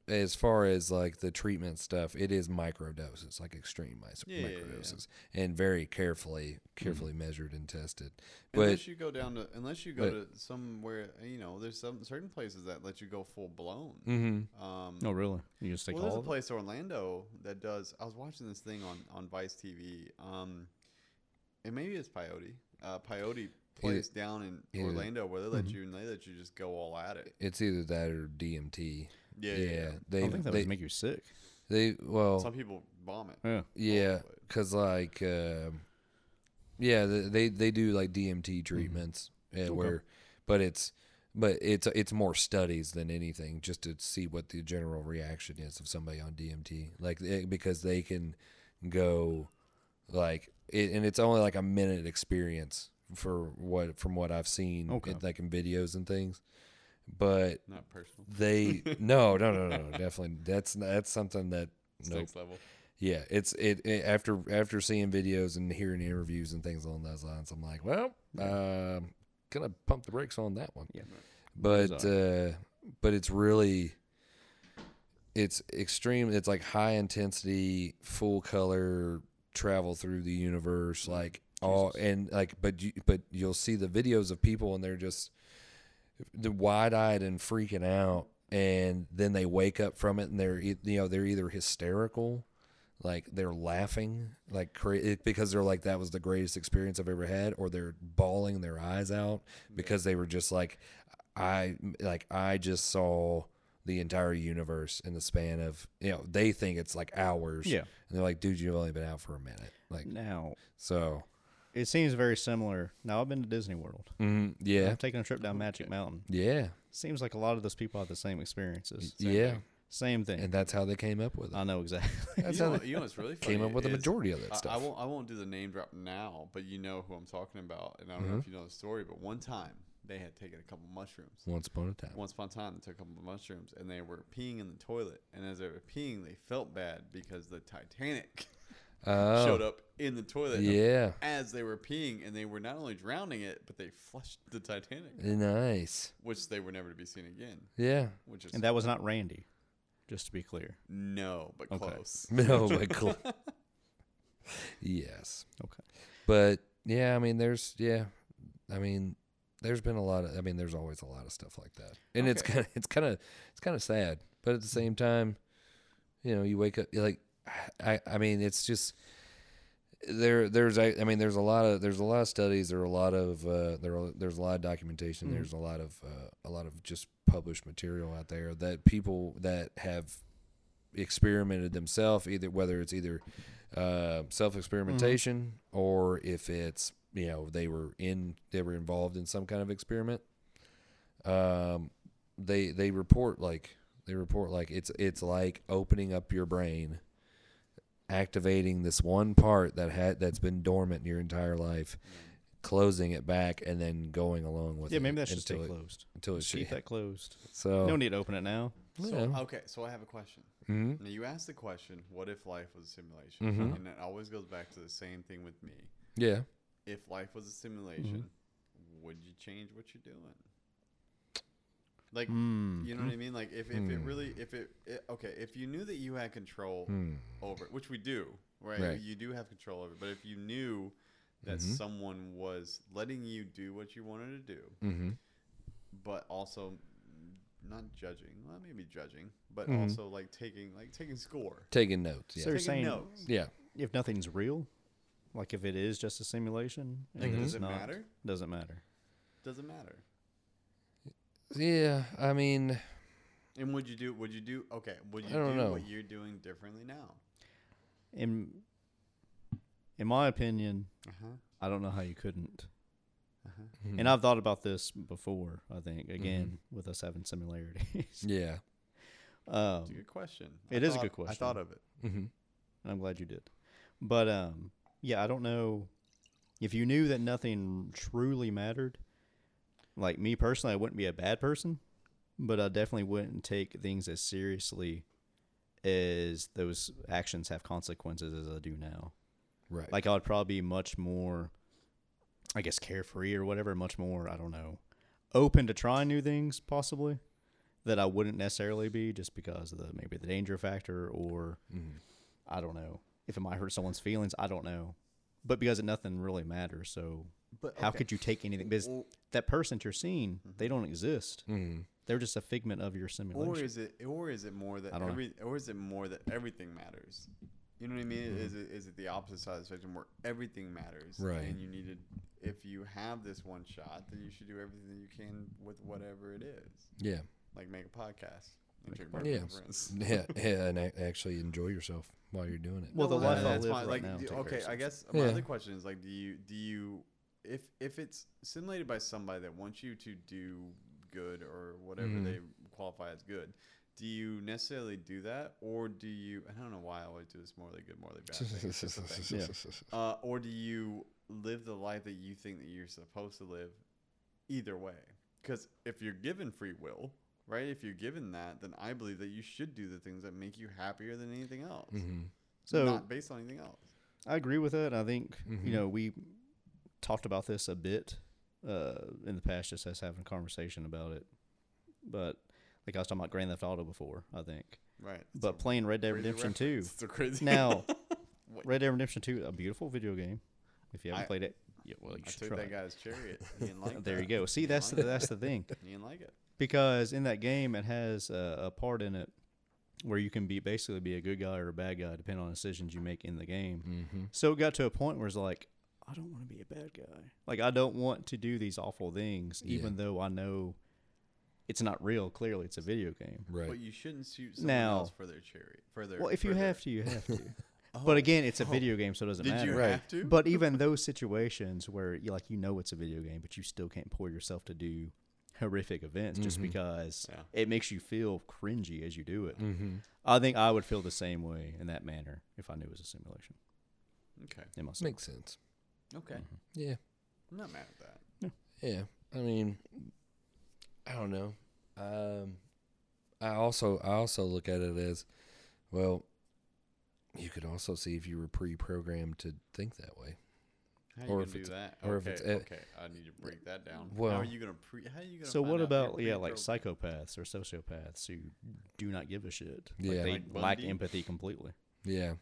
[SPEAKER 2] as far as like the treatment stuff, it is micro doses, like extreme mis-
[SPEAKER 1] Yeah, yeah, yeah, yeah.
[SPEAKER 2] micro doses, and very carefully, carefully measured and tested. But
[SPEAKER 1] unless you go down to unless you go
[SPEAKER 2] but-
[SPEAKER 1] to somewhere you know there's some certain places that let you go full blown
[SPEAKER 2] hmm
[SPEAKER 1] um
[SPEAKER 3] No, really. You just take
[SPEAKER 1] well, there's
[SPEAKER 3] all
[SPEAKER 1] a
[SPEAKER 3] of it.
[SPEAKER 1] place orlando that does i was watching this thing on on vice tv um and maybe it's peyote uh peyote place down in
[SPEAKER 2] either-
[SPEAKER 1] orlando where they let
[SPEAKER 2] Mm-hmm.
[SPEAKER 1] you and they let you just go all at it
[SPEAKER 2] it's either that or DMT.
[SPEAKER 1] yeah
[SPEAKER 2] Yeah,
[SPEAKER 1] yeah, yeah.
[SPEAKER 3] I
[SPEAKER 2] they
[SPEAKER 3] don't think that
[SPEAKER 2] they,
[SPEAKER 3] would make you sick.
[SPEAKER 2] they well
[SPEAKER 1] some people vomit
[SPEAKER 3] Yeah.
[SPEAKER 2] Yeah,
[SPEAKER 1] but-
[SPEAKER 2] because like, um yeah, th- they they do like DMT treatments yeah, where, but it's but it's it's more studies than anything just to see what the general reaction is of somebody on DMT, like it, because they can go like it, and it's only like a minute experience for what from what I've seen,
[SPEAKER 3] Okay.
[SPEAKER 2] in, like in videos and things, but
[SPEAKER 1] not personal
[SPEAKER 2] they no no no no no, definitely that's that's something that
[SPEAKER 1] it's
[SPEAKER 2] nope.
[SPEAKER 1] next level
[SPEAKER 2] Yeah, it's it, it- after after seeing videos and hearing interviews and things along those lines. I'm like, well, um, gonna pump the brakes on that one.
[SPEAKER 3] Yeah.
[SPEAKER 2] but uh, but it's really it's extreme. It's like high intensity, full color travel through the universe, like all and like. But you but you'll see the videos of people and they're just the wide eyed and freaking out, and then they wake up from it and they're e- you know they're either hysterical like they're laughing like cra- it, because they're like that was the greatest experience I've ever had, or they're bawling their eyes out because they were just like I like I just saw the entire universe in the span of you know they think it's like hours
[SPEAKER 3] Yeah.
[SPEAKER 2] and they're like dude you've only been out for a minute like
[SPEAKER 3] Now,
[SPEAKER 2] so
[SPEAKER 3] it seems very similar. Now, I've been to Disney World.
[SPEAKER 2] mhm, yeah
[SPEAKER 3] I've taken a trip
[SPEAKER 1] Oh,
[SPEAKER 3] down Magic Mountain.
[SPEAKER 2] yeah
[SPEAKER 3] Seems like a lot of those people have the same Uh, experiences.
[SPEAKER 2] yeah
[SPEAKER 3] Same thing.
[SPEAKER 2] and that's how they came up with it
[SPEAKER 3] I know exactly.
[SPEAKER 2] that's
[SPEAKER 1] you,
[SPEAKER 2] how
[SPEAKER 1] know,
[SPEAKER 2] they
[SPEAKER 1] what- you know what's really funny
[SPEAKER 2] came up with the
[SPEAKER 1] is-
[SPEAKER 2] majority of that
[SPEAKER 1] I-
[SPEAKER 2] stuff
[SPEAKER 1] I, won't. I won't do the name drop now, but you know who I'm talking about, and I don't
[SPEAKER 2] Mm-hmm.
[SPEAKER 1] know if you know the story. But one time they had taken a couple mushrooms.
[SPEAKER 2] once upon a time
[SPEAKER 1] Once upon a time, they took a couple mushrooms, and they were peeing in the toilet. And as they were peeing, they felt bad because the Titanic
[SPEAKER 2] Oh,
[SPEAKER 1] showed up in the toilet
[SPEAKER 2] yeah.
[SPEAKER 1] as they were peeing, and they were not only drowning it, but they flushed the Titanic,
[SPEAKER 2] Nice.
[SPEAKER 1] which they were never to be seen again.
[SPEAKER 2] Yeah.
[SPEAKER 1] Which is
[SPEAKER 3] And that was not Randy, just to be clear.
[SPEAKER 1] no, but
[SPEAKER 3] Okay.
[SPEAKER 1] close.
[SPEAKER 2] No, but cl- yes.
[SPEAKER 3] Okay.
[SPEAKER 2] But yeah, I mean, there's yeah, I mean, there's been a lot of. I mean, there's always a lot of stuff like that, and it's
[SPEAKER 1] Okay.
[SPEAKER 2] kind of it's kind of it's kind of sad. But at the same time, you know, you wake up you're like, I I mean, it's just there there's I, I mean there's a lot of there's a lot of studies there are a lot of uh, there are, there's a lot of documentation there's a lot of uh, a lot of just published material out there that people that have experimented themselves either whether it's either uh, self experimentation
[SPEAKER 3] Mm-hmm.
[SPEAKER 2] or if it's you know they were in they were involved in some kind of experiment um they they report like they report like it's it's like opening up your brain activating this one part that had that's been dormant your entire life closing it back and then going along with
[SPEAKER 3] Yeah,
[SPEAKER 2] it
[SPEAKER 3] maybe that should stay
[SPEAKER 2] until it, Oh.
[SPEAKER 3] closed.
[SPEAKER 2] until it
[SPEAKER 3] Just keep
[SPEAKER 2] should,
[SPEAKER 3] that closed.
[SPEAKER 2] so
[SPEAKER 3] No uh, need to open it now.
[SPEAKER 1] So,
[SPEAKER 2] yeah.
[SPEAKER 1] okay, so I have a question.
[SPEAKER 2] Mhm.
[SPEAKER 1] Now you asked the question, what if life was a simulation?
[SPEAKER 2] Mhm.
[SPEAKER 1] And it always goes back to the same thing with me.
[SPEAKER 2] yeah
[SPEAKER 1] If life was a simulation,
[SPEAKER 2] Mm-hmm.
[SPEAKER 1] would you change what you're doing? Like
[SPEAKER 3] Mm.
[SPEAKER 1] you know what I mean? Like if, if it
[SPEAKER 2] Hmm.
[SPEAKER 1] really if it, it okay, if you knew that you had control
[SPEAKER 2] Hmm.
[SPEAKER 1] over it, which we do, right?
[SPEAKER 2] Right.
[SPEAKER 1] You do have control over it, but if you knew that
[SPEAKER 2] Mhm.
[SPEAKER 1] someone was letting you do what you wanted to do,
[SPEAKER 2] hmm
[SPEAKER 1] but also mm, not judging, well maybe judging, but
[SPEAKER 2] Mhm.
[SPEAKER 1] also like taking like taking score.
[SPEAKER 2] taking notes yeah
[SPEAKER 3] So- They're
[SPEAKER 1] taking
[SPEAKER 3] saying-
[SPEAKER 1] notes.
[SPEAKER 2] yeah
[SPEAKER 3] If nothing's real, like if it is just a simulation, and
[SPEAKER 1] Like,
[SPEAKER 3] it's
[SPEAKER 1] does it
[SPEAKER 3] Mm-hmm. not,
[SPEAKER 1] matter?
[SPEAKER 3] Doesn't matter.
[SPEAKER 1] Doesn't matter.
[SPEAKER 2] yeah i mean
[SPEAKER 1] And would you do? Would you do? Okay. Would you
[SPEAKER 2] I don't
[SPEAKER 1] do
[SPEAKER 2] know.
[SPEAKER 1] what you're doing differently now?
[SPEAKER 3] In in my opinion,
[SPEAKER 1] Uh huh.
[SPEAKER 3] I don't know how you couldn't.
[SPEAKER 1] Uh huh.
[SPEAKER 3] And I've thought about this before. I think
[SPEAKER 1] Mm-hmm.
[SPEAKER 3] again with us having similarities.
[SPEAKER 2] yeah
[SPEAKER 1] It's a
[SPEAKER 3] um,
[SPEAKER 1] good question.
[SPEAKER 3] it is a
[SPEAKER 1] thought-
[SPEAKER 3] good
[SPEAKER 1] I
[SPEAKER 3] question.
[SPEAKER 1] thought of it.
[SPEAKER 2] hmm
[SPEAKER 3] and I'm glad you did. But um, yeah, I don't know if you knew that nothing truly mattered. Like me personally, I wouldn't be a bad person, but I definitely wouldn't take things as seriously as those actions have consequences as I do now.
[SPEAKER 2] right
[SPEAKER 3] Like I would probably be much more, I guess, carefree or whatever. Much more, I don't know, open to trying new things possibly that I wouldn't necessarily be just because of the maybe the danger factor or
[SPEAKER 2] Mhm.
[SPEAKER 3] I don't know if it might hurt someone's feelings. I don't know, but because it, nothing really matters. So
[SPEAKER 1] But
[SPEAKER 3] how could you take anything? Because
[SPEAKER 1] Or,
[SPEAKER 3] that person that you're seeing, they don't exist.
[SPEAKER 2] Mhm.
[SPEAKER 3] They're just a figment of your
[SPEAKER 1] or
[SPEAKER 3] simulation.
[SPEAKER 1] is it? Or is it more that
[SPEAKER 3] I don't know.
[SPEAKER 1] every? Or is it more that everything matters? You know what I mean?
[SPEAKER 3] Mm-hmm.
[SPEAKER 1] Is it? Is it the opposite side of the spectrum where everything matters?
[SPEAKER 2] Right.
[SPEAKER 1] And you need to. If you have this one shot, then you should do everything that you can with whatever it is.
[SPEAKER 2] yeah
[SPEAKER 1] Like make a podcast. And drink bourbon
[SPEAKER 2] yeah
[SPEAKER 1] with friends.
[SPEAKER 2] yeah yeah and a- actually enjoy yourself while you're doing it
[SPEAKER 3] Well, the life I
[SPEAKER 1] that's
[SPEAKER 3] live
[SPEAKER 1] fine.
[SPEAKER 3] right
[SPEAKER 1] like,
[SPEAKER 3] now
[SPEAKER 1] do-
[SPEAKER 3] takes
[SPEAKER 1] okay,
[SPEAKER 3] care of
[SPEAKER 1] I guess my
[SPEAKER 2] Yeah.
[SPEAKER 1] other question is like, do you do you if if it's simulated by somebody that wants you to do good or whatever
[SPEAKER 2] Mhm.
[SPEAKER 1] they qualify as good, do you necessarily do that, or do you? I don't know why I always do this morally good, morally bad. Thing. It's just a thing. Uh, or do you live the life that you think that you're supposed to live? Either way, because if you're given free will. Right, if you're given that, then I believe that you should do the things that make you happier than anything else,
[SPEAKER 2] hmm
[SPEAKER 3] Mm-hmm. so
[SPEAKER 1] not based on anything else.
[SPEAKER 3] I agree with that. I think
[SPEAKER 2] Mhm.
[SPEAKER 1] Mm-hmm.
[SPEAKER 3] you know we talked about this a bit uh, in the past, just us having a conversation about it. But like I was talking about Grand Theft Auto before, I think.
[SPEAKER 1] Right.
[SPEAKER 3] But playing Red Dead Redemption Two
[SPEAKER 1] It's a crazy.
[SPEAKER 3] now,
[SPEAKER 1] Wait.
[SPEAKER 3] Red Dead Redemption Two, a beautiful video game. If you haven't
[SPEAKER 1] I-
[SPEAKER 3] played it, yeah, well, you
[SPEAKER 1] I
[SPEAKER 3] should
[SPEAKER 1] took
[SPEAKER 3] try.
[SPEAKER 1] that
[SPEAKER 3] it.
[SPEAKER 1] guy's chariot. He didn't like
[SPEAKER 3] there
[SPEAKER 1] that.
[SPEAKER 3] you go. See,
[SPEAKER 1] He
[SPEAKER 3] that's the,
[SPEAKER 1] didn't like
[SPEAKER 3] that's the thing
[SPEAKER 1] it. He didn't like it.
[SPEAKER 3] because in that game it has a, a part in it where you can be basically be a good guy or a bad guy depending on decisions you make in the game.
[SPEAKER 2] hmm
[SPEAKER 3] So it got to a point where it's like, I don't want to be a bad guy. Like I don't want to do these awful things,
[SPEAKER 2] Yeah.
[SPEAKER 3] even though I know it's not real. Clearly, it's a video game.
[SPEAKER 2] right
[SPEAKER 1] But you shouldn't shoot someone
[SPEAKER 3] Now-
[SPEAKER 1] else for their chariot. For their,
[SPEAKER 3] Well, if
[SPEAKER 1] for
[SPEAKER 3] you
[SPEAKER 1] their-
[SPEAKER 3] have to, you have to.
[SPEAKER 1] Oh,
[SPEAKER 3] But again, it's a video game, so it doesn't
[SPEAKER 1] did
[SPEAKER 3] matter.
[SPEAKER 1] you
[SPEAKER 2] Right.
[SPEAKER 1] have to?
[SPEAKER 3] But even those situations where you like you know it's a video game, but you still can't pour yourself to do horrific events just
[SPEAKER 1] Mm-hmm.
[SPEAKER 3] because
[SPEAKER 1] Yeah.
[SPEAKER 3] it makes you feel cringy as you do it.
[SPEAKER 2] hmm
[SPEAKER 3] I think I would feel the same way in that manner if I knew it was a simulation
[SPEAKER 1] okay.
[SPEAKER 3] in myself.
[SPEAKER 2] makes sense
[SPEAKER 1] Okay.
[SPEAKER 2] yeah
[SPEAKER 1] I'm not mad at that.
[SPEAKER 2] Yeah, I mean, I don't know. Um, I also I also look at it as, well, You could also see if you were pre-programmed to think that way.
[SPEAKER 1] How
[SPEAKER 2] Or
[SPEAKER 1] you
[SPEAKER 2] if
[SPEAKER 1] gonna do
[SPEAKER 2] it's-
[SPEAKER 1] that?
[SPEAKER 2] or if
[SPEAKER 1] okay,
[SPEAKER 2] it's- uh,
[SPEAKER 1] okay, I need to break that down. how
[SPEAKER 2] well-
[SPEAKER 1] are you gonna pre? How are you gonna?
[SPEAKER 3] So
[SPEAKER 1] find
[SPEAKER 3] what
[SPEAKER 1] out if you're
[SPEAKER 3] about yeah, like
[SPEAKER 1] pre-programmed?
[SPEAKER 3] psychopaths or sociopaths who do not give a shit?
[SPEAKER 2] Yeah.
[SPEAKER 3] like they
[SPEAKER 1] Like
[SPEAKER 3] lack
[SPEAKER 1] Bundy?
[SPEAKER 3] empathy completely.
[SPEAKER 2] Yeah.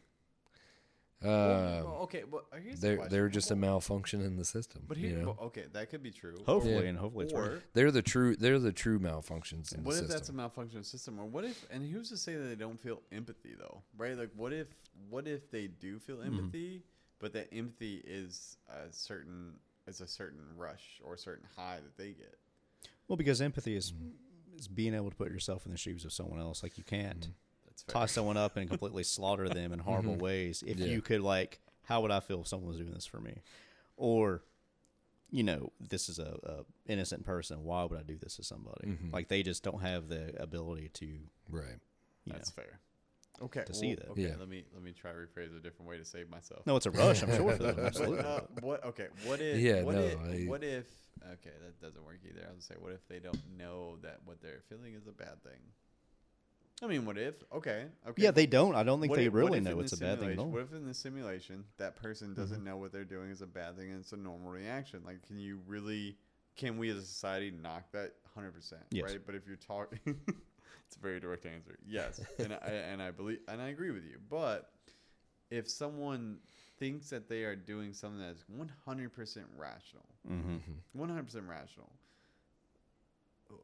[SPEAKER 1] Well,
[SPEAKER 2] Uh,
[SPEAKER 1] well, okay, well, here's the
[SPEAKER 2] they're
[SPEAKER 1] question.
[SPEAKER 2] they're just a
[SPEAKER 1] Well,
[SPEAKER 2] malfunction in the system.
[SPEAKER 1] But
[SPEAKER 2] you
[SPEAKER 1] here,
[SPEAKER 2] know?
[SPEAKER 1] well, okay, that could be true.
[SPEAKER 3] Hopefully,
[SPEAKER 2] Yeah.
[SPEAKER 3] and hopefully it's right.
[SPEAKER 1] Or
[SPEAKER 2] they're the true they're the true malfunctions in
[SPEAKER 1] what
[SPEAKER 2] the
[SPEAKER 1] if
[SPEAKER 2] system.
[SPEAKER 1] that's a malfunctioning system? Or what if? And who's to say that they don't feel empathy though? Right? Like, what if? What if they do feel
[SPEAKER 2] Mm-hmm.
[SPEAKER 1] empathy, but that empathy is a certain is a certain rush or a certain high that they get.
[SPEAKER 3] Well, because empathy is is being able to put yourself in the shoes of someone else. Like you can't
[SPEAKER 1] That's fair.
[SPEAKER 3] toss someone up and completely slaughter them in horrible ways. If
[SPEAKER 2] Yeah.
[SPEAKER 3] you could, like, how would I feel if someone was doing this for me? Or, you know, this is a, a innocent person. Why would I do this to somebody? Like they just don't have the ability to. You
[SPEAKER 2] right.
[SPEAKER 1] That's
[SPEAKER 3] know.
[SPEAKER 1] fair. Okay.
[SPEAKER 3] to see that.
[SPEAKER 1] Okay,
[SPEAKER 2] Yeah.
[SPEAKER 1] let me let me try rephrase a different way to save myself.
[SPEAKER 3] No, it's a rush. I'm sure for them.
[SPEAKER 1] What,
[SPEAKER 3] Absolutely.
[SPEAKER 1] uh, what? Okay. What if?
[SPEAKER 2] Yeah,
[SPEAKER 1] What,
[SPEAKER 2] no,
[SPEAKER 1] if
[SPEAKER 2] I-
[SPEAKER 1] what if? Okay, that doesn't work either. I was gonna say, what if they don't know that what they're feeling is a bad thing? I mean, what if? Okay. Okay.
[SPEAKER 3] Yeah, they don't. I don't think
[SPEAKER 1] what
[SPEAKER 3] they
[SPEAKER 1] if- what
[SPEAKER 3] really
[SPEAKER 1] if in
[SPEAKER 3] know
[SPEAKER 1] the
[SPEAKER 3] it's a bad thing at
[SPEAKER 1] simulation-
[SPEAKER 3] all. Mm-hmm.
[SPEAKER 1] What if in the simulation that person doesn't know what they're doing is a bad thing and it's a normal reaction? Like, can you really? Can we as a society knock that hundred percent?
[SPEAKER 3] Yes.
[SPEAKER 1] Right. But if you're talking, it's a very direct answer. Yes, and I and I believe and I agree with you. But if someone thinks that they are doing something that's one hundred percent rational,
[SPEAKER 3] Mm-hmm.
[SPEAKER 1] one hundred percent rational.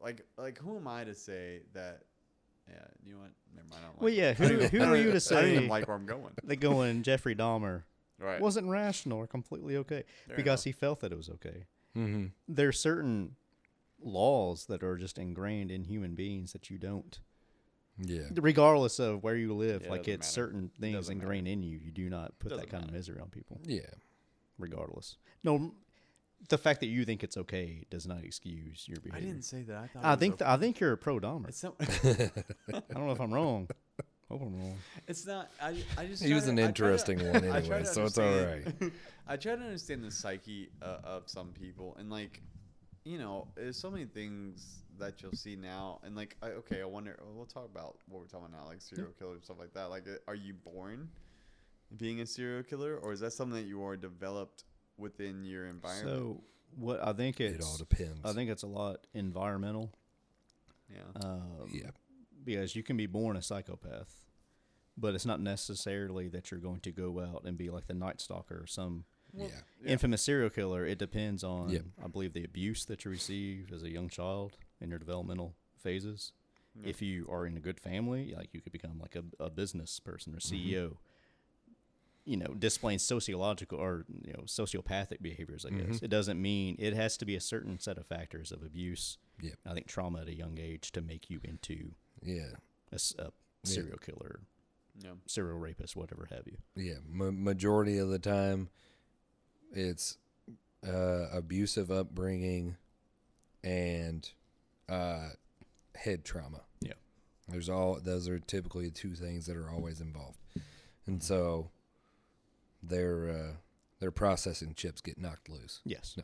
[SPEAKER 1] Like, like, who am I to say that? Yeah, you know what? Never mind. I don't like
[SPEAKER 3] Well,
[SPEAKER 1] it.
[SPEAKER 3] yeah.
[SPEAKER 1] I don't
[SPEAKER 3] Who,
[SPEAKER 1] even-
[SPEAKER 3] who
[SPEAKER 1] I don't
[SPEAKER 3] are you
[SPEAKER 1] even-
[SPEAKER 3] to
[SPEAKER 1] I don't
[SPEAKER 3] say
[SPEAKER 1] even like where I'm going.
[SPEAKER 3] that going Jeffrey Dahmer
[SPEAKER 1] Right.
[SPEAKER 3] wasn't rational or completely okay
[SPEAKER 1] Fair
[SPEAKER 3] because he felt that it was okay?
[SPEAKER 2] Mm-hmm.
[SPEAKER 3] there are certain laws that are just ingrained in human beings that you don't
[SPEAKER 2] Yeah.
[SPEAKER 3] regardless of where you live
[SPEAKER 1] Yeah, it
[SPEAKER 3] like
[SPEAKER 1] doesn't
[SPEAKER 3] it's
[SPEAKER 1] matter.
[SPEAKER 3] certain things
[SPEAKER 1] doesn't
[SPEAKER 3] ingrained in you you do not put
[SPEAKER 1] Doesn't
[SPEAKER 3] that kind
[SPEAKER 1] matter.
[SPEAKER 3] of misery on people
[SPEAKER 2] Yeah.
[SPEAKER 3] regardless no the fact that you think it's okay does not excuse your
[SPEAKER 1] I
[SPEAKER 3] behavior
[SPEAKER 1] didn't say that. I thought.
[SPEAKER 3] I think th- I think you're a pro domer.
[SPEAKER 1] it's not.
[SPEAKER 3] I don't know if I'm wrong. Hope I'm wrong.
[SPEAKER 1] It's not. I, I just.
[SPEAKER 2] He
[SPEAKER 1] try
[SPEAKER 2] was
[SPEAKER 1] to-
[SPEAKER 2] an
[SPEAKER 1] I try to-
[SPEAKER 2] interesting one
[SPEAKER 1] I try
[SPEAKER 2] anyway,
[SPEAKER 1] to
[SPEAKER 2] so it's all right.
[SPEAKER 1] understand- I try to understand the psyche uh, of some people, and like, you know, there's so many things that you'll see now, and like, I, okay, I wonder. We'll talk about what we're talking about, like
[SPEAKER 2] Hmm.
[SPEAKER 1] serial killers and stuff like that. Like, uh, are you born being a serial killer, or is that something that you are developed within your environment?
[SPEAKER 3] So what I think
[SPEAKER 2] It all
[SPEAKER 3] it's
[SPEAKER 2] depends.
[SPEAKER 3] I think it's a lot environmental.
[SPEAKER 1] yeah.
[SPEAKER 2] uh,
[SPEAKER 3] Um,
[SPEAKER 2] yeah.
[SPEAKER 3] because you can be born a psychopath, but it's not necessarily that you're going to go out and be like the Night Stalker or some
[SPEAKER 2] yeah.
[SPEAKER 1] Yeah.
[SPEAKER 3] infamous serial killer. It depends on,
[SPEAKER 2] Yep.
[SPEAKER 3] I believe, the abuse that you received as a young child in your developmental phases. If you are in a good family, like you could become like a, a business person or
[SPEAKER 2] Mm-hmm.
[SPEAKER 3] CEO. You know, displaying sociological or you know sociopathic behaviors. I
[SPEAKER 2] Mm-hmm.
[SPEAKER 3] guess it doesn't mean it has to be a certain set of factors of abuse.
[SPEAKER 2] Yep.
[SPEAKER 3] I think trauma at a young age to make you into
[SPEAKER 2] Yeah.
[SPEAKER 3] a, s- a serial killer,
[SPEAKER 1] Yeah.
[SPEAKER 3] serial rapist, whatever have you.
[SPEAKER 2] Yeah. Ma- majority of the time, it's uh, abusive upbringing and uh, head trauma.
[SPEAKER 3] Yeah.
[SPEAKER 2] There's all those are typically the two things that are always involved, and so their uh, their processing chips get knocked loose.
[SPEAKER 3] Yes.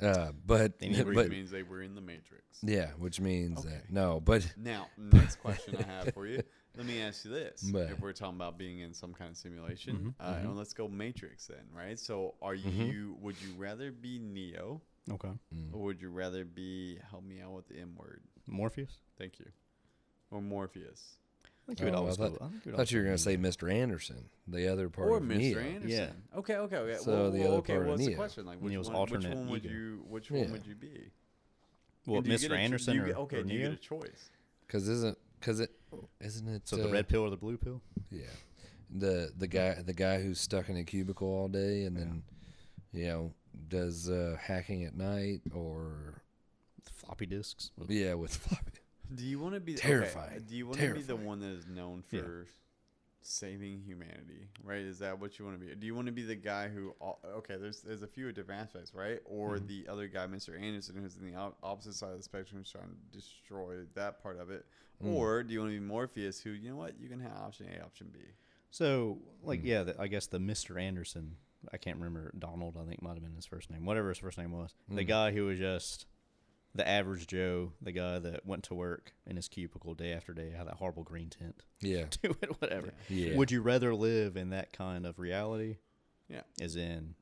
[SPEAKER 2] Uh, but
[SPEAKER 3] They need
[SPEAKER 1] Which
[SPEAKER 2] but
[SPEAKER 1] means they were in the matrix.
[SPEAKER 2] yeah, which means
[SPEAKER 1] Okay.
[SPEAKER 2] that no, but
[SPEAKER 1] Now, next question I have for you. Let me ask you this:
[SPEAKER 2] But- Mm-hmm,
[SPEAKER 1] If we're talking about being in some kind of simulation, uh, and let's go Matrix then, right? So, are you? Would you rather be Neo,
[SPEAKER 3] Okay.
[SPEAKER 2] Mm.
[SPEAKER 1] or would you rather be? Help me out with the M word.
[SPEAKER 3] Morpheus.
[SPEAKER 1] Thank you. Or Morpheus,
[SPEAKER 3] I think you would
[SPEAKER 2] Oh, I
[SPEAKER 3] always.
[SPEAKER 2] thought-
[SPEAKER 3] go- I think you would
[SPEAKER 2] I thought you were gonna
[SPEAKER 3] always go
[SPEAKER 2] say Mr. Anderson, the other part
[SPEAKER 1] or
[SPEAKER 2] of
[SPEAKER 1] Mr.
[SPEAKER 2] Neo.
[SPEAKER 1] Anderson.
[SPEAKER 3] Yeah.
[SPEAKER 1] Okay. Okay. Okay.
[SPEAKER 2] So
[SPEAKER 1] well,
[SPEAKER 2] the
[SPEAKER 1] well,
[SPEAKER 2] other
[SPEAKER 1] okay.
[SPEAKER 2] part of
[SPEAKER 1] what's the
[SPEAKER 2] Neo.
[SPEAKER 1] question? Like, which
[SPEAKER 3] Neo's
[SPEAKER 1] one, which
[SPEAKER 3] alternate
[SPEAKER 1] one would
[SPEAKER 3] ego.
[SPEAKER 1] you? Which one
[SPEAKER 2] Yeah.
[SPEAKER 1] would you be?
[SPEAKER 3] Well,
[SPEAKER 1] And do you get
[SPEAKER 3] Mr.
[SPEAKER 1] a cho-
[SPEAKER 3] Anderson
[SPEAKER 1] do you
[SPEAKER 3] or,
[SPEAKER 1] get- okay.
[SPEAKER 3] or
[SPEAKER 1] do you
[SPEAKER 3] Neo.
[SPEAKER 1] get a choice?
[SPEAKER 2] Cause isn't cause it isn't it
[SPEAKER 3] so the
[SPEAKER 2] uh,
[SPEAKER 3] red pill or the blue pill?
[SPEAKER 2] yeah the the guy the guy who's stuck in a cubicle all day and then you know does uh, hacking at night or
[SPEAKER 3] Floppy disks.
[SPEAKER 2] yeah with floppy
[SPEAKER 1] Do you want to be Okay,
[SPEAKER 2] Terrifying.
[SPEAKER 1] do you want to be the
[SPEAKER 2] Terrifying.
[SPEAKER 1] one that is known for
[SPEAKER 3] Yeah.
[SPEAKER 1] saving humanity? Right? Is that what you want to be? Do you want to be the guy who? al- Okay, there's there's a few different aspects, right? Or
[SPEAKER 3] Mm-hmm.
[SPEAKER 1] the other guy, Mr. Anderson, who's in the op- opposite side of the spectrum, who's trying to destroy that part of it.
[SPEAKER 3] Mm-hmm.
[SPEAKER 1] Or do you want to be Morpheus, who you know what you can have option A, option B.
[SPEAKER 3] So like yeah, the, I guess the Mr. Anderson. I can't remember Donald. I think might have been his first name. Whatever his first name was, the guy who was just the average Joe, the guy that went to work in his cubicle day after day, had that horrible green tint,
[SPEAKER 2] Yeah.
[SPEAKER 3] do it, whatever.
[SPEAKER 2] Yeah.
[SPEAKER 3] Would you rather live in that kind of reality?
[SPEAKER 1] Yeah.
[SPEAKER 3] As in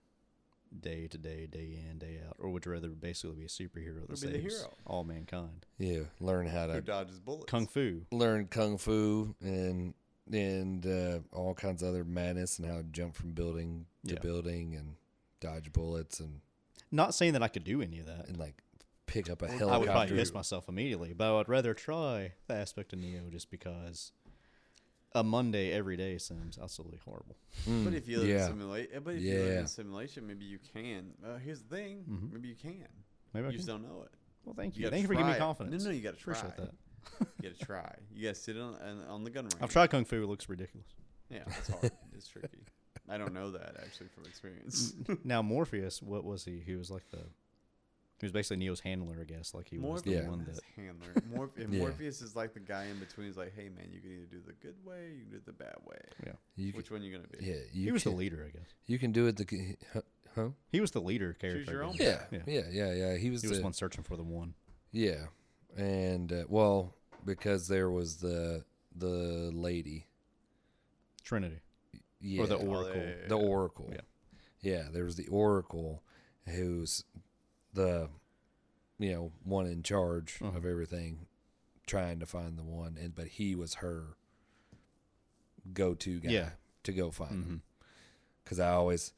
[SPEAKER 3] day to day, day in, day out, or would you rather basically be a superhero that
[SPEAKER 1] Or be the
[SPEAKER 3] saves
[SPEAKER 1] hero.
[SPEAKER 3] all mankind?
[SPEAKER 2] yeah. Learn how
[SPEAKER 1] Who
[SPEAKER 2] to
[SPEAKER 1] dodges bullets?
[SPEAKER 3] Kung Fu.
[SPEAKER 2] learn kung fu and and uh, all kinds of other madness and how to jump from building to
[SPEAKER 3] Yeah.
[SPEAKER 2] building and dodge bullets and
[SPEAKER 3] Not saying that I could do any of that.
[SPEAKER 2] and like pick up a
[SPEAKER 3] I would probably
[SPEAKER 2] helicopter.
[SPEAKER 3] miss myself immediately, but I'd rather try the aspect of Neo just because a Monday every day seems absolutely horrible.
[SPEAKER 2] Mm,
[SPEAKER 1] But if you live
[SPEAKER 2] yeah.
[SPEAKER 1] in simulation, but if you live
[SPEAKER 2] Yeah.
[SPEAKER 1] in simulation, maybe you can. Uh, here's the thing:
[SPEAKER 3] Mhm.
[SPEAKER 1] maybe you can.
[SPEAKER 3] Maybe I
[SPEAKER 1] You
[SPEAKER 3] can.
[SPEAKER 1] just don't know it.
[SPEAKER 3] Well, thank you.
[SPEAKER 1] gotta
[SPEAKER 3] thank you for giving
[SPEAKER 1] try
[SPEAKER 3] me
[SPEAKER 1] it.
[SPEAKER 3] confidence.
[SPEAKER 1] No, no, you got to try.
[SPEAKER 3] Appreciate that.
[SPEAKER 1] You got to try. You got to sit on on- on the gun range.
[SPEAKER 3] I've tried Kung Fu. It looks ridiculous.
[SPEAKER 1] Yeah, it's hard. it's tricky. I don't know that actually from experience.
[SPEAKER 3] now Morpheus, what was he? He was like the, he was basically Neo's handler, I guess. Like he was the
[SPEAKER 2] Morpheus. Yeah.
[SPEAKER 3] one
[SPEAKER 1] That's
[SPEAKER 3] that.
[SPEAKER 1] handler. Morph- and
[SPEAKER 2] Yeah.
[SPEAKER 1] Morpheus is like the guy in between. He's like, hey man, you can either do the good way, you can do the bad way.
[SPEAKER 2] you can,
[SPEAKER 1] Which one you gonna be?
[SPEAKER 2] yeah, you
[SPEAKER 3] he was
[SPEAKER 2] can,
[SPEAKER 3] the leader, I guess.
[SPEAKER 2] you can do it. The c- huh? huh?
[SPEAKER 3] He was the leader character. I
[SPEAKER 1] your
[SPEAKER 3] guess.
[SPEAKER 1] own
[SPEAKER 2] Yeah,
[SPEAKER 3] Yeah.
[SPEAKER 2] yeah, yeah, yeah, He was,
[SPEAKER 3] He was
[SPEAKER 2] the,
[SPEAKER 3] one searching for the one.
[SPEAKER 2] Yeah, and uh, well, because there was the the lady,
[SPEAKER 3] Trinity.
[SPEAKER 2] yeah,
[SPEAKER 3] Or the
[SPEAKER 1] Oh,
[SPEAKER 3] Oracle.
[SPEAKER 1] yeah, yeah,
[SPEAKER 2] the
[SPEAKER 1] yeah.
[SPEAKER 2] oracle
[SPEAKER 3] Yeah.
[SPEAKER 2] yeah there was the oracle who's the you know one in charge
[SPEAKER 3] Mhm.
[SPEAKER 2] of everything trying to find the one and but he was her go-to guy
[SPEAKER 3] Yeah.
[SPEAKER 2] to go find him.
[SPEAKER 3] Mhm.
[SPEAKER 2] 'Cause because i always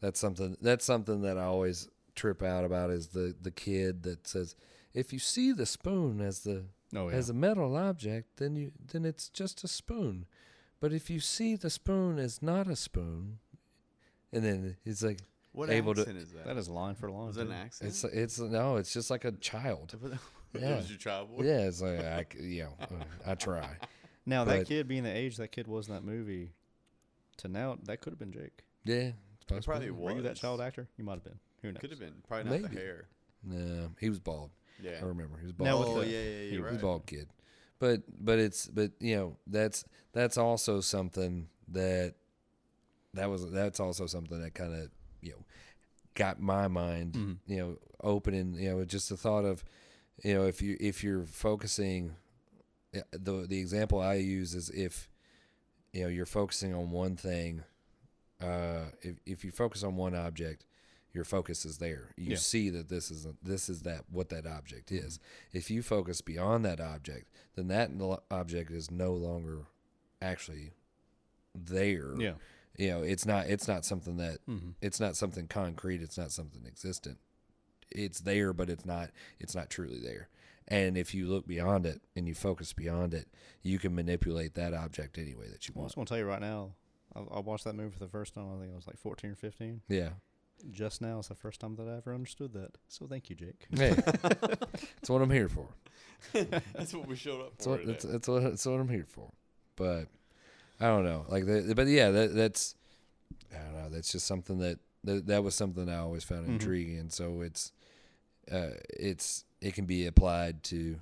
[SPEAKER 2] that's something that's something that i always trip out about is the the kid that says if you see the spoon as the
[SPEAKER 3] Oh, yeah.
[SPEAKER 2] as a metal object, then you then it's just a spoon. But if you see the spoon as not a spoon, and then it's like
[SPEAKER 1] What
[SPEAKER 2] Able to-
[SPEAKER 1] accent is that?
[SPEAKER 3] that is line for line.
[SPEAKER 1] was that an
[SPEAKER 3] too.
[SPEAKER 1] accent?
[SPEAKER 2] it's it's no, it's just like a child.
[SPEAKER 1] That
[SPEAKER 2] Yeah.
[SPEAKER 1] was your child boy.
[SPEAKER 2] Yeah, it's like I c- you know uh, I try.
[SPEAKER 3] Now that
[SPEAKER 2] But-
[SPEAKER 3] kid being the age that kid was in that movie, to now that could have been Jake.
[SPEAKER 2] Yeah, it's
[SPEAKER 1] It
[SPEAKER 2] possible.
[SPEAKER 1] probably was.
[SPEAKER 3] Were you that child actor? You might have been. Who knows?
[SPEAKER 1] Could have been. Probably not
[SPEAKER 2] Maybe.
[SPEAKER 1] the hair.
[SPEAKER 2] No, he was bald.
[SPEAKER 1] Yeah.
[SPEAKER 2] I remember he was bald.
[SPEAKER 3] Now with
[SPEAKER 1] oh
[SPEAKER 3] the-
[SPEAKER 1] yeah, yeah, yeah.
[SPEAKER 3] he
[SPEAKER 1] You're
[SPEAKER 2] He's
[SPEAKER 1] right.
[SPEAKER 2] a bald kid. But but it's but you know that's that's also something that that was that's also something that kind of you know got my mind
[SPEAKER 3] Mhm.
[SPEAKER 2] you know opening you know just the thought of you know if you if you're focusing yeah, the the example I use is if you know you're focusing on one thing uh if if you focus on one object your focus is there you
[SPEAKER 3] Yeah. Mm-hmm.
[SPEAKER 2] see that this is this is that what that object is if you focus beyond that object then that lo- object is no longer actually there
[SPEAKER 3] Yeah.
[SPEAKER 2] you know it's not it's not something that
[SPEAKER 3] Mm-hmm.
[SPEAKER 2] it's not something concrete it's not something existent it's there but it's not it's not truly there and if you look beyond it and you focus beyond it you can manipulate that object any way that you
[SPEAKER 3] Well, I
[SPEAKER 2] want
[SPEAKER 3] just want to tell you right now, I, I watched that movie for the first time. I think I was like 14 or 15.
[SPEAKER 2] yeah
[SPEAKER 3] Just now is the first time that I ever understood that. So thank you, Jake.
[SPEAKER 2] hey that's what i'm here for
[SPEAKER 1] That's what we showed up
[SPEAKER 2] that's
[SPEAKER 1] for.
[SPEAKER 2] what
[SPEAKER 1] today.
[SPEAKER 2] that's, that's what that's what i'm here for but i don't know like that but yeah that that's i don't know that's just something that that, that was something i always found
[SPEAKER 3] Mhm.
[SPEAKER 2] intriguing so it's uh it's it can be applied to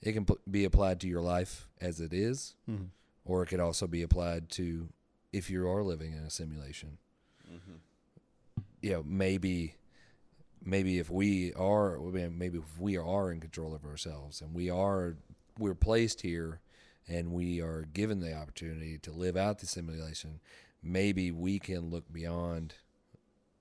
[SPEAKER 2] it can pl- be applied to your life as it is
[SPEAKER 3] Mhm.
[SPEAKER 2] or it could also be applied to if you are living in a simulation.
[SPEAKER 1] Mhm.
[SPEAKER 2] You know, maybe maybe if we are maybe if we are in control of ourselves and we are we're placed here and we are given the opportunity to live out the simulation, maybe we can look beyond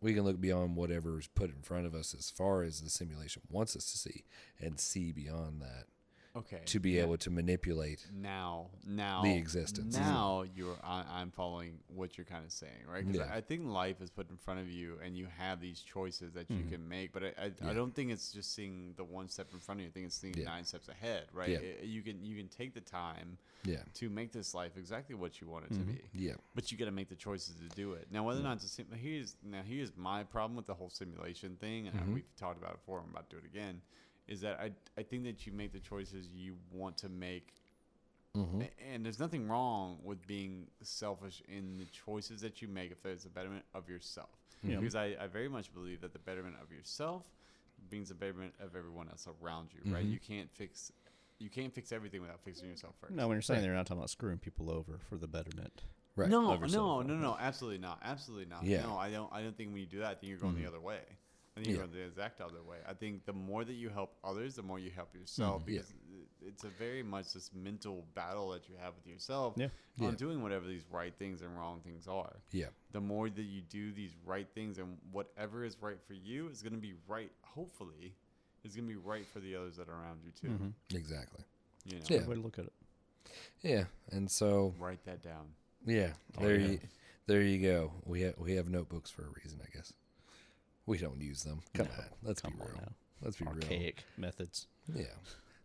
[SPEAKER 2] we can look beyond whatever is put in front of us as far as the simulation wants us to see and see beyond that
[SPEAKER 1] Okay.
[SPEAKER 2] to be able to manipulate
[SPEAKER 1] now now
[SPEAKER 2] existence.
[SPEAKER 1] now you're I, i'm following what you're kind of saying right because
[SPEAKER 2] Yeah.
[SPEAKER 1] I, I think life is put in front of you and you have these choices that you can make but i, I, I
[SPEAKER 2] Mm-hmm. Yeah.
[SPEAKER 1] don't think it's just seeing the one step in front of you i think it's seeing
[SPEAKER 2] Yeah.
[SPEAKER 1] nine steps ahead right
[SPEAKER 2] Yeah.
[SPEAKER 1] I- you can you can take the time
[SPEAKER 2] yeah
[SPEAKER 1] to make this life exactly what you want it to be
[SPEAKER 2] yeah
[SPEAKER 1] but you got to make the choices to do it. Now, whether or not to sim- here's now here's my problem with the whole simulation thing, and we've talked about it before. I'm about to do it again. Is that I I think that you make the choices you want to make,
[SPEAKER 2] Mhm.
[SPEAKER 1] A- and there's nothing wrong with being selfish in the choices that you make if there's a betterment of yourself.
[SPEAKER 3] Yeah.
[SPEAKER 1] Because I, I very much believe that the betterment of yourself means the betterment of everyone else around you. Right? You can't fix you can't fix everything without fixing yourself first.
[SPEAKER 3] No, when you're saying
[SPEAKER 2] Right.
[SPEAKER 3] they're not talking about screwing people over for the betterment.
[SPEAKER 2] Right.
[SPEAKER 1] No,
[SPEAKER 3] of yourself,
[SPEAKER 1] no,
[SPEAKER 3] right?
[SPEAKER 1] no, no, absolutely not, absolutely not.
[SPEAKER 2] Yeah. Mm-hmm.
[SPEAKER 1] No, I don't. I don't think when you do that, I think you're going the other way. And you
[SPEAKER 2] Yeah.
[SPEAKER 1] go the exact other way. I think the more that you help others, the more you help yourself.
[SPEAKER 2] Mm-hmm. Yeah.
[SPEAKER 1] Because i- it's a very much this mental battle that you have with yourself
[SPEAKER 3] Yeah.
[SPEAKER 1] on
[SPEAKER 2] Yeah.
[SPEAKER 1] doing whatever these right things and wrong things are.
[SPEAKER 2] Yeah.
[SPEAKER 1] The more that you do these right things and whatever is right for you is going to be right, hopefully, is going to be right for the others that are around you too.
[SPEAKER 3] Mhm.
[SPEAKER 2] Exactly.
[SPEAKER 1] You know,
[SPEAKER 2] Yeah.
[SPEAKER 3] Way to look at it.
[SPEAKER 2] Yeah. And so
[SPEAKER 1] write that down.
[SPEAKER 2] yeah,
[SPEAKER 1] Oh,
[SPEAKER 2] there
[SPEAKER 1] yeah.
[SPEAKER 2] you there you go. We have we have notebooks for a reason, I guess. We don't use them. Come
[SPEAKER 3] No,
[SPEAKER 2] on. Let's
[SPEAKER 3] Come
[SPEAKER 2] be
[SPEAKER 3] on
[SPEAKER 2] real.
[SPEAKER 3] now.
[SPEAKER 2] Let's be real.
[SPEAKER 3] Archaic methods.
[SPEAKER 2] Yeah.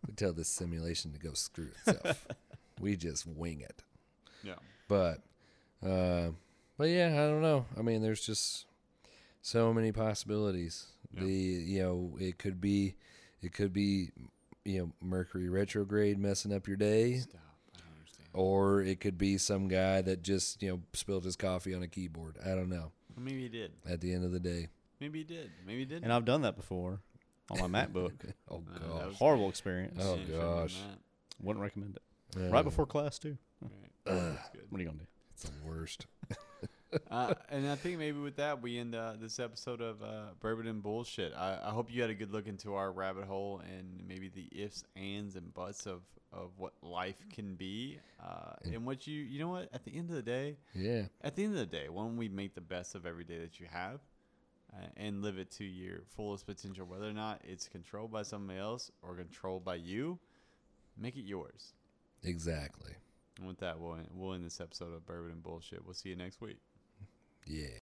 [SPEAKER 2] We tell this simulation to go screw itself. we just wing it.
[SPEAKER 1] Yeah.
[SPEAKER 2] But uh but yeah, I don't know. I mean, there's just so many possibilities.
[SPEAKER 1] Yeah.
[SPEAKER 2] The you know, it could be it could be you know, Mercury retrograde messing up your day
[SPEAKER 1] Stop. I don't understand.
[SPEAKER 2] or it could be some guy that just, you know, spilled his coffee on a keyboard. I don't know.
[SPEAKER 1] Well, Maybe he did.
[SPEAKER 2] At the end of the day.
[SPEAKER 1] Maybe he did. Maybe he did.
[SPEAKER 3] And I've done that before on my MacBook.
[SPEAKER 2] Oh
[SPEAKER 1] Uh, that
[SPEAKER 2] gosh.
[SPEAKER 1] was-
[SPEAKER 3] Horrible experience.
[SPEAKER 2] Oh, gosh.
[SPEAKER 3] Wouldn't recommend it. Right before class too. What are you gonna do?
[SPEAKER 2] it's the worst.
[SPEAKER 1] uh, and I think maybe with that we end uh, this episode of uh, Bourbon and Bullshit. I, I hope you had a good look into our rabbit hole and maybe the ifs, ands, and buts of, of what life can be. Uh,
[SPEAKER 2] And-
[SPEAKER 1] and what you, you know what? At the end of the day,
[SPEAKER 2] Yeah.
[SPEAKER 1] at the end of the day, why don't we make the best of every day that you have uh, and live it to your fullest potential, whether or not it's controlled by somebody else or controlled by you? Make it yours.
[SPEAKER 2] Exactly.
[SPEAKER 1] And with that, we'll end, we'll end this episode of Bourbon and Bullshit. We'll see you next week.
[SPEAKER 2] Yeah.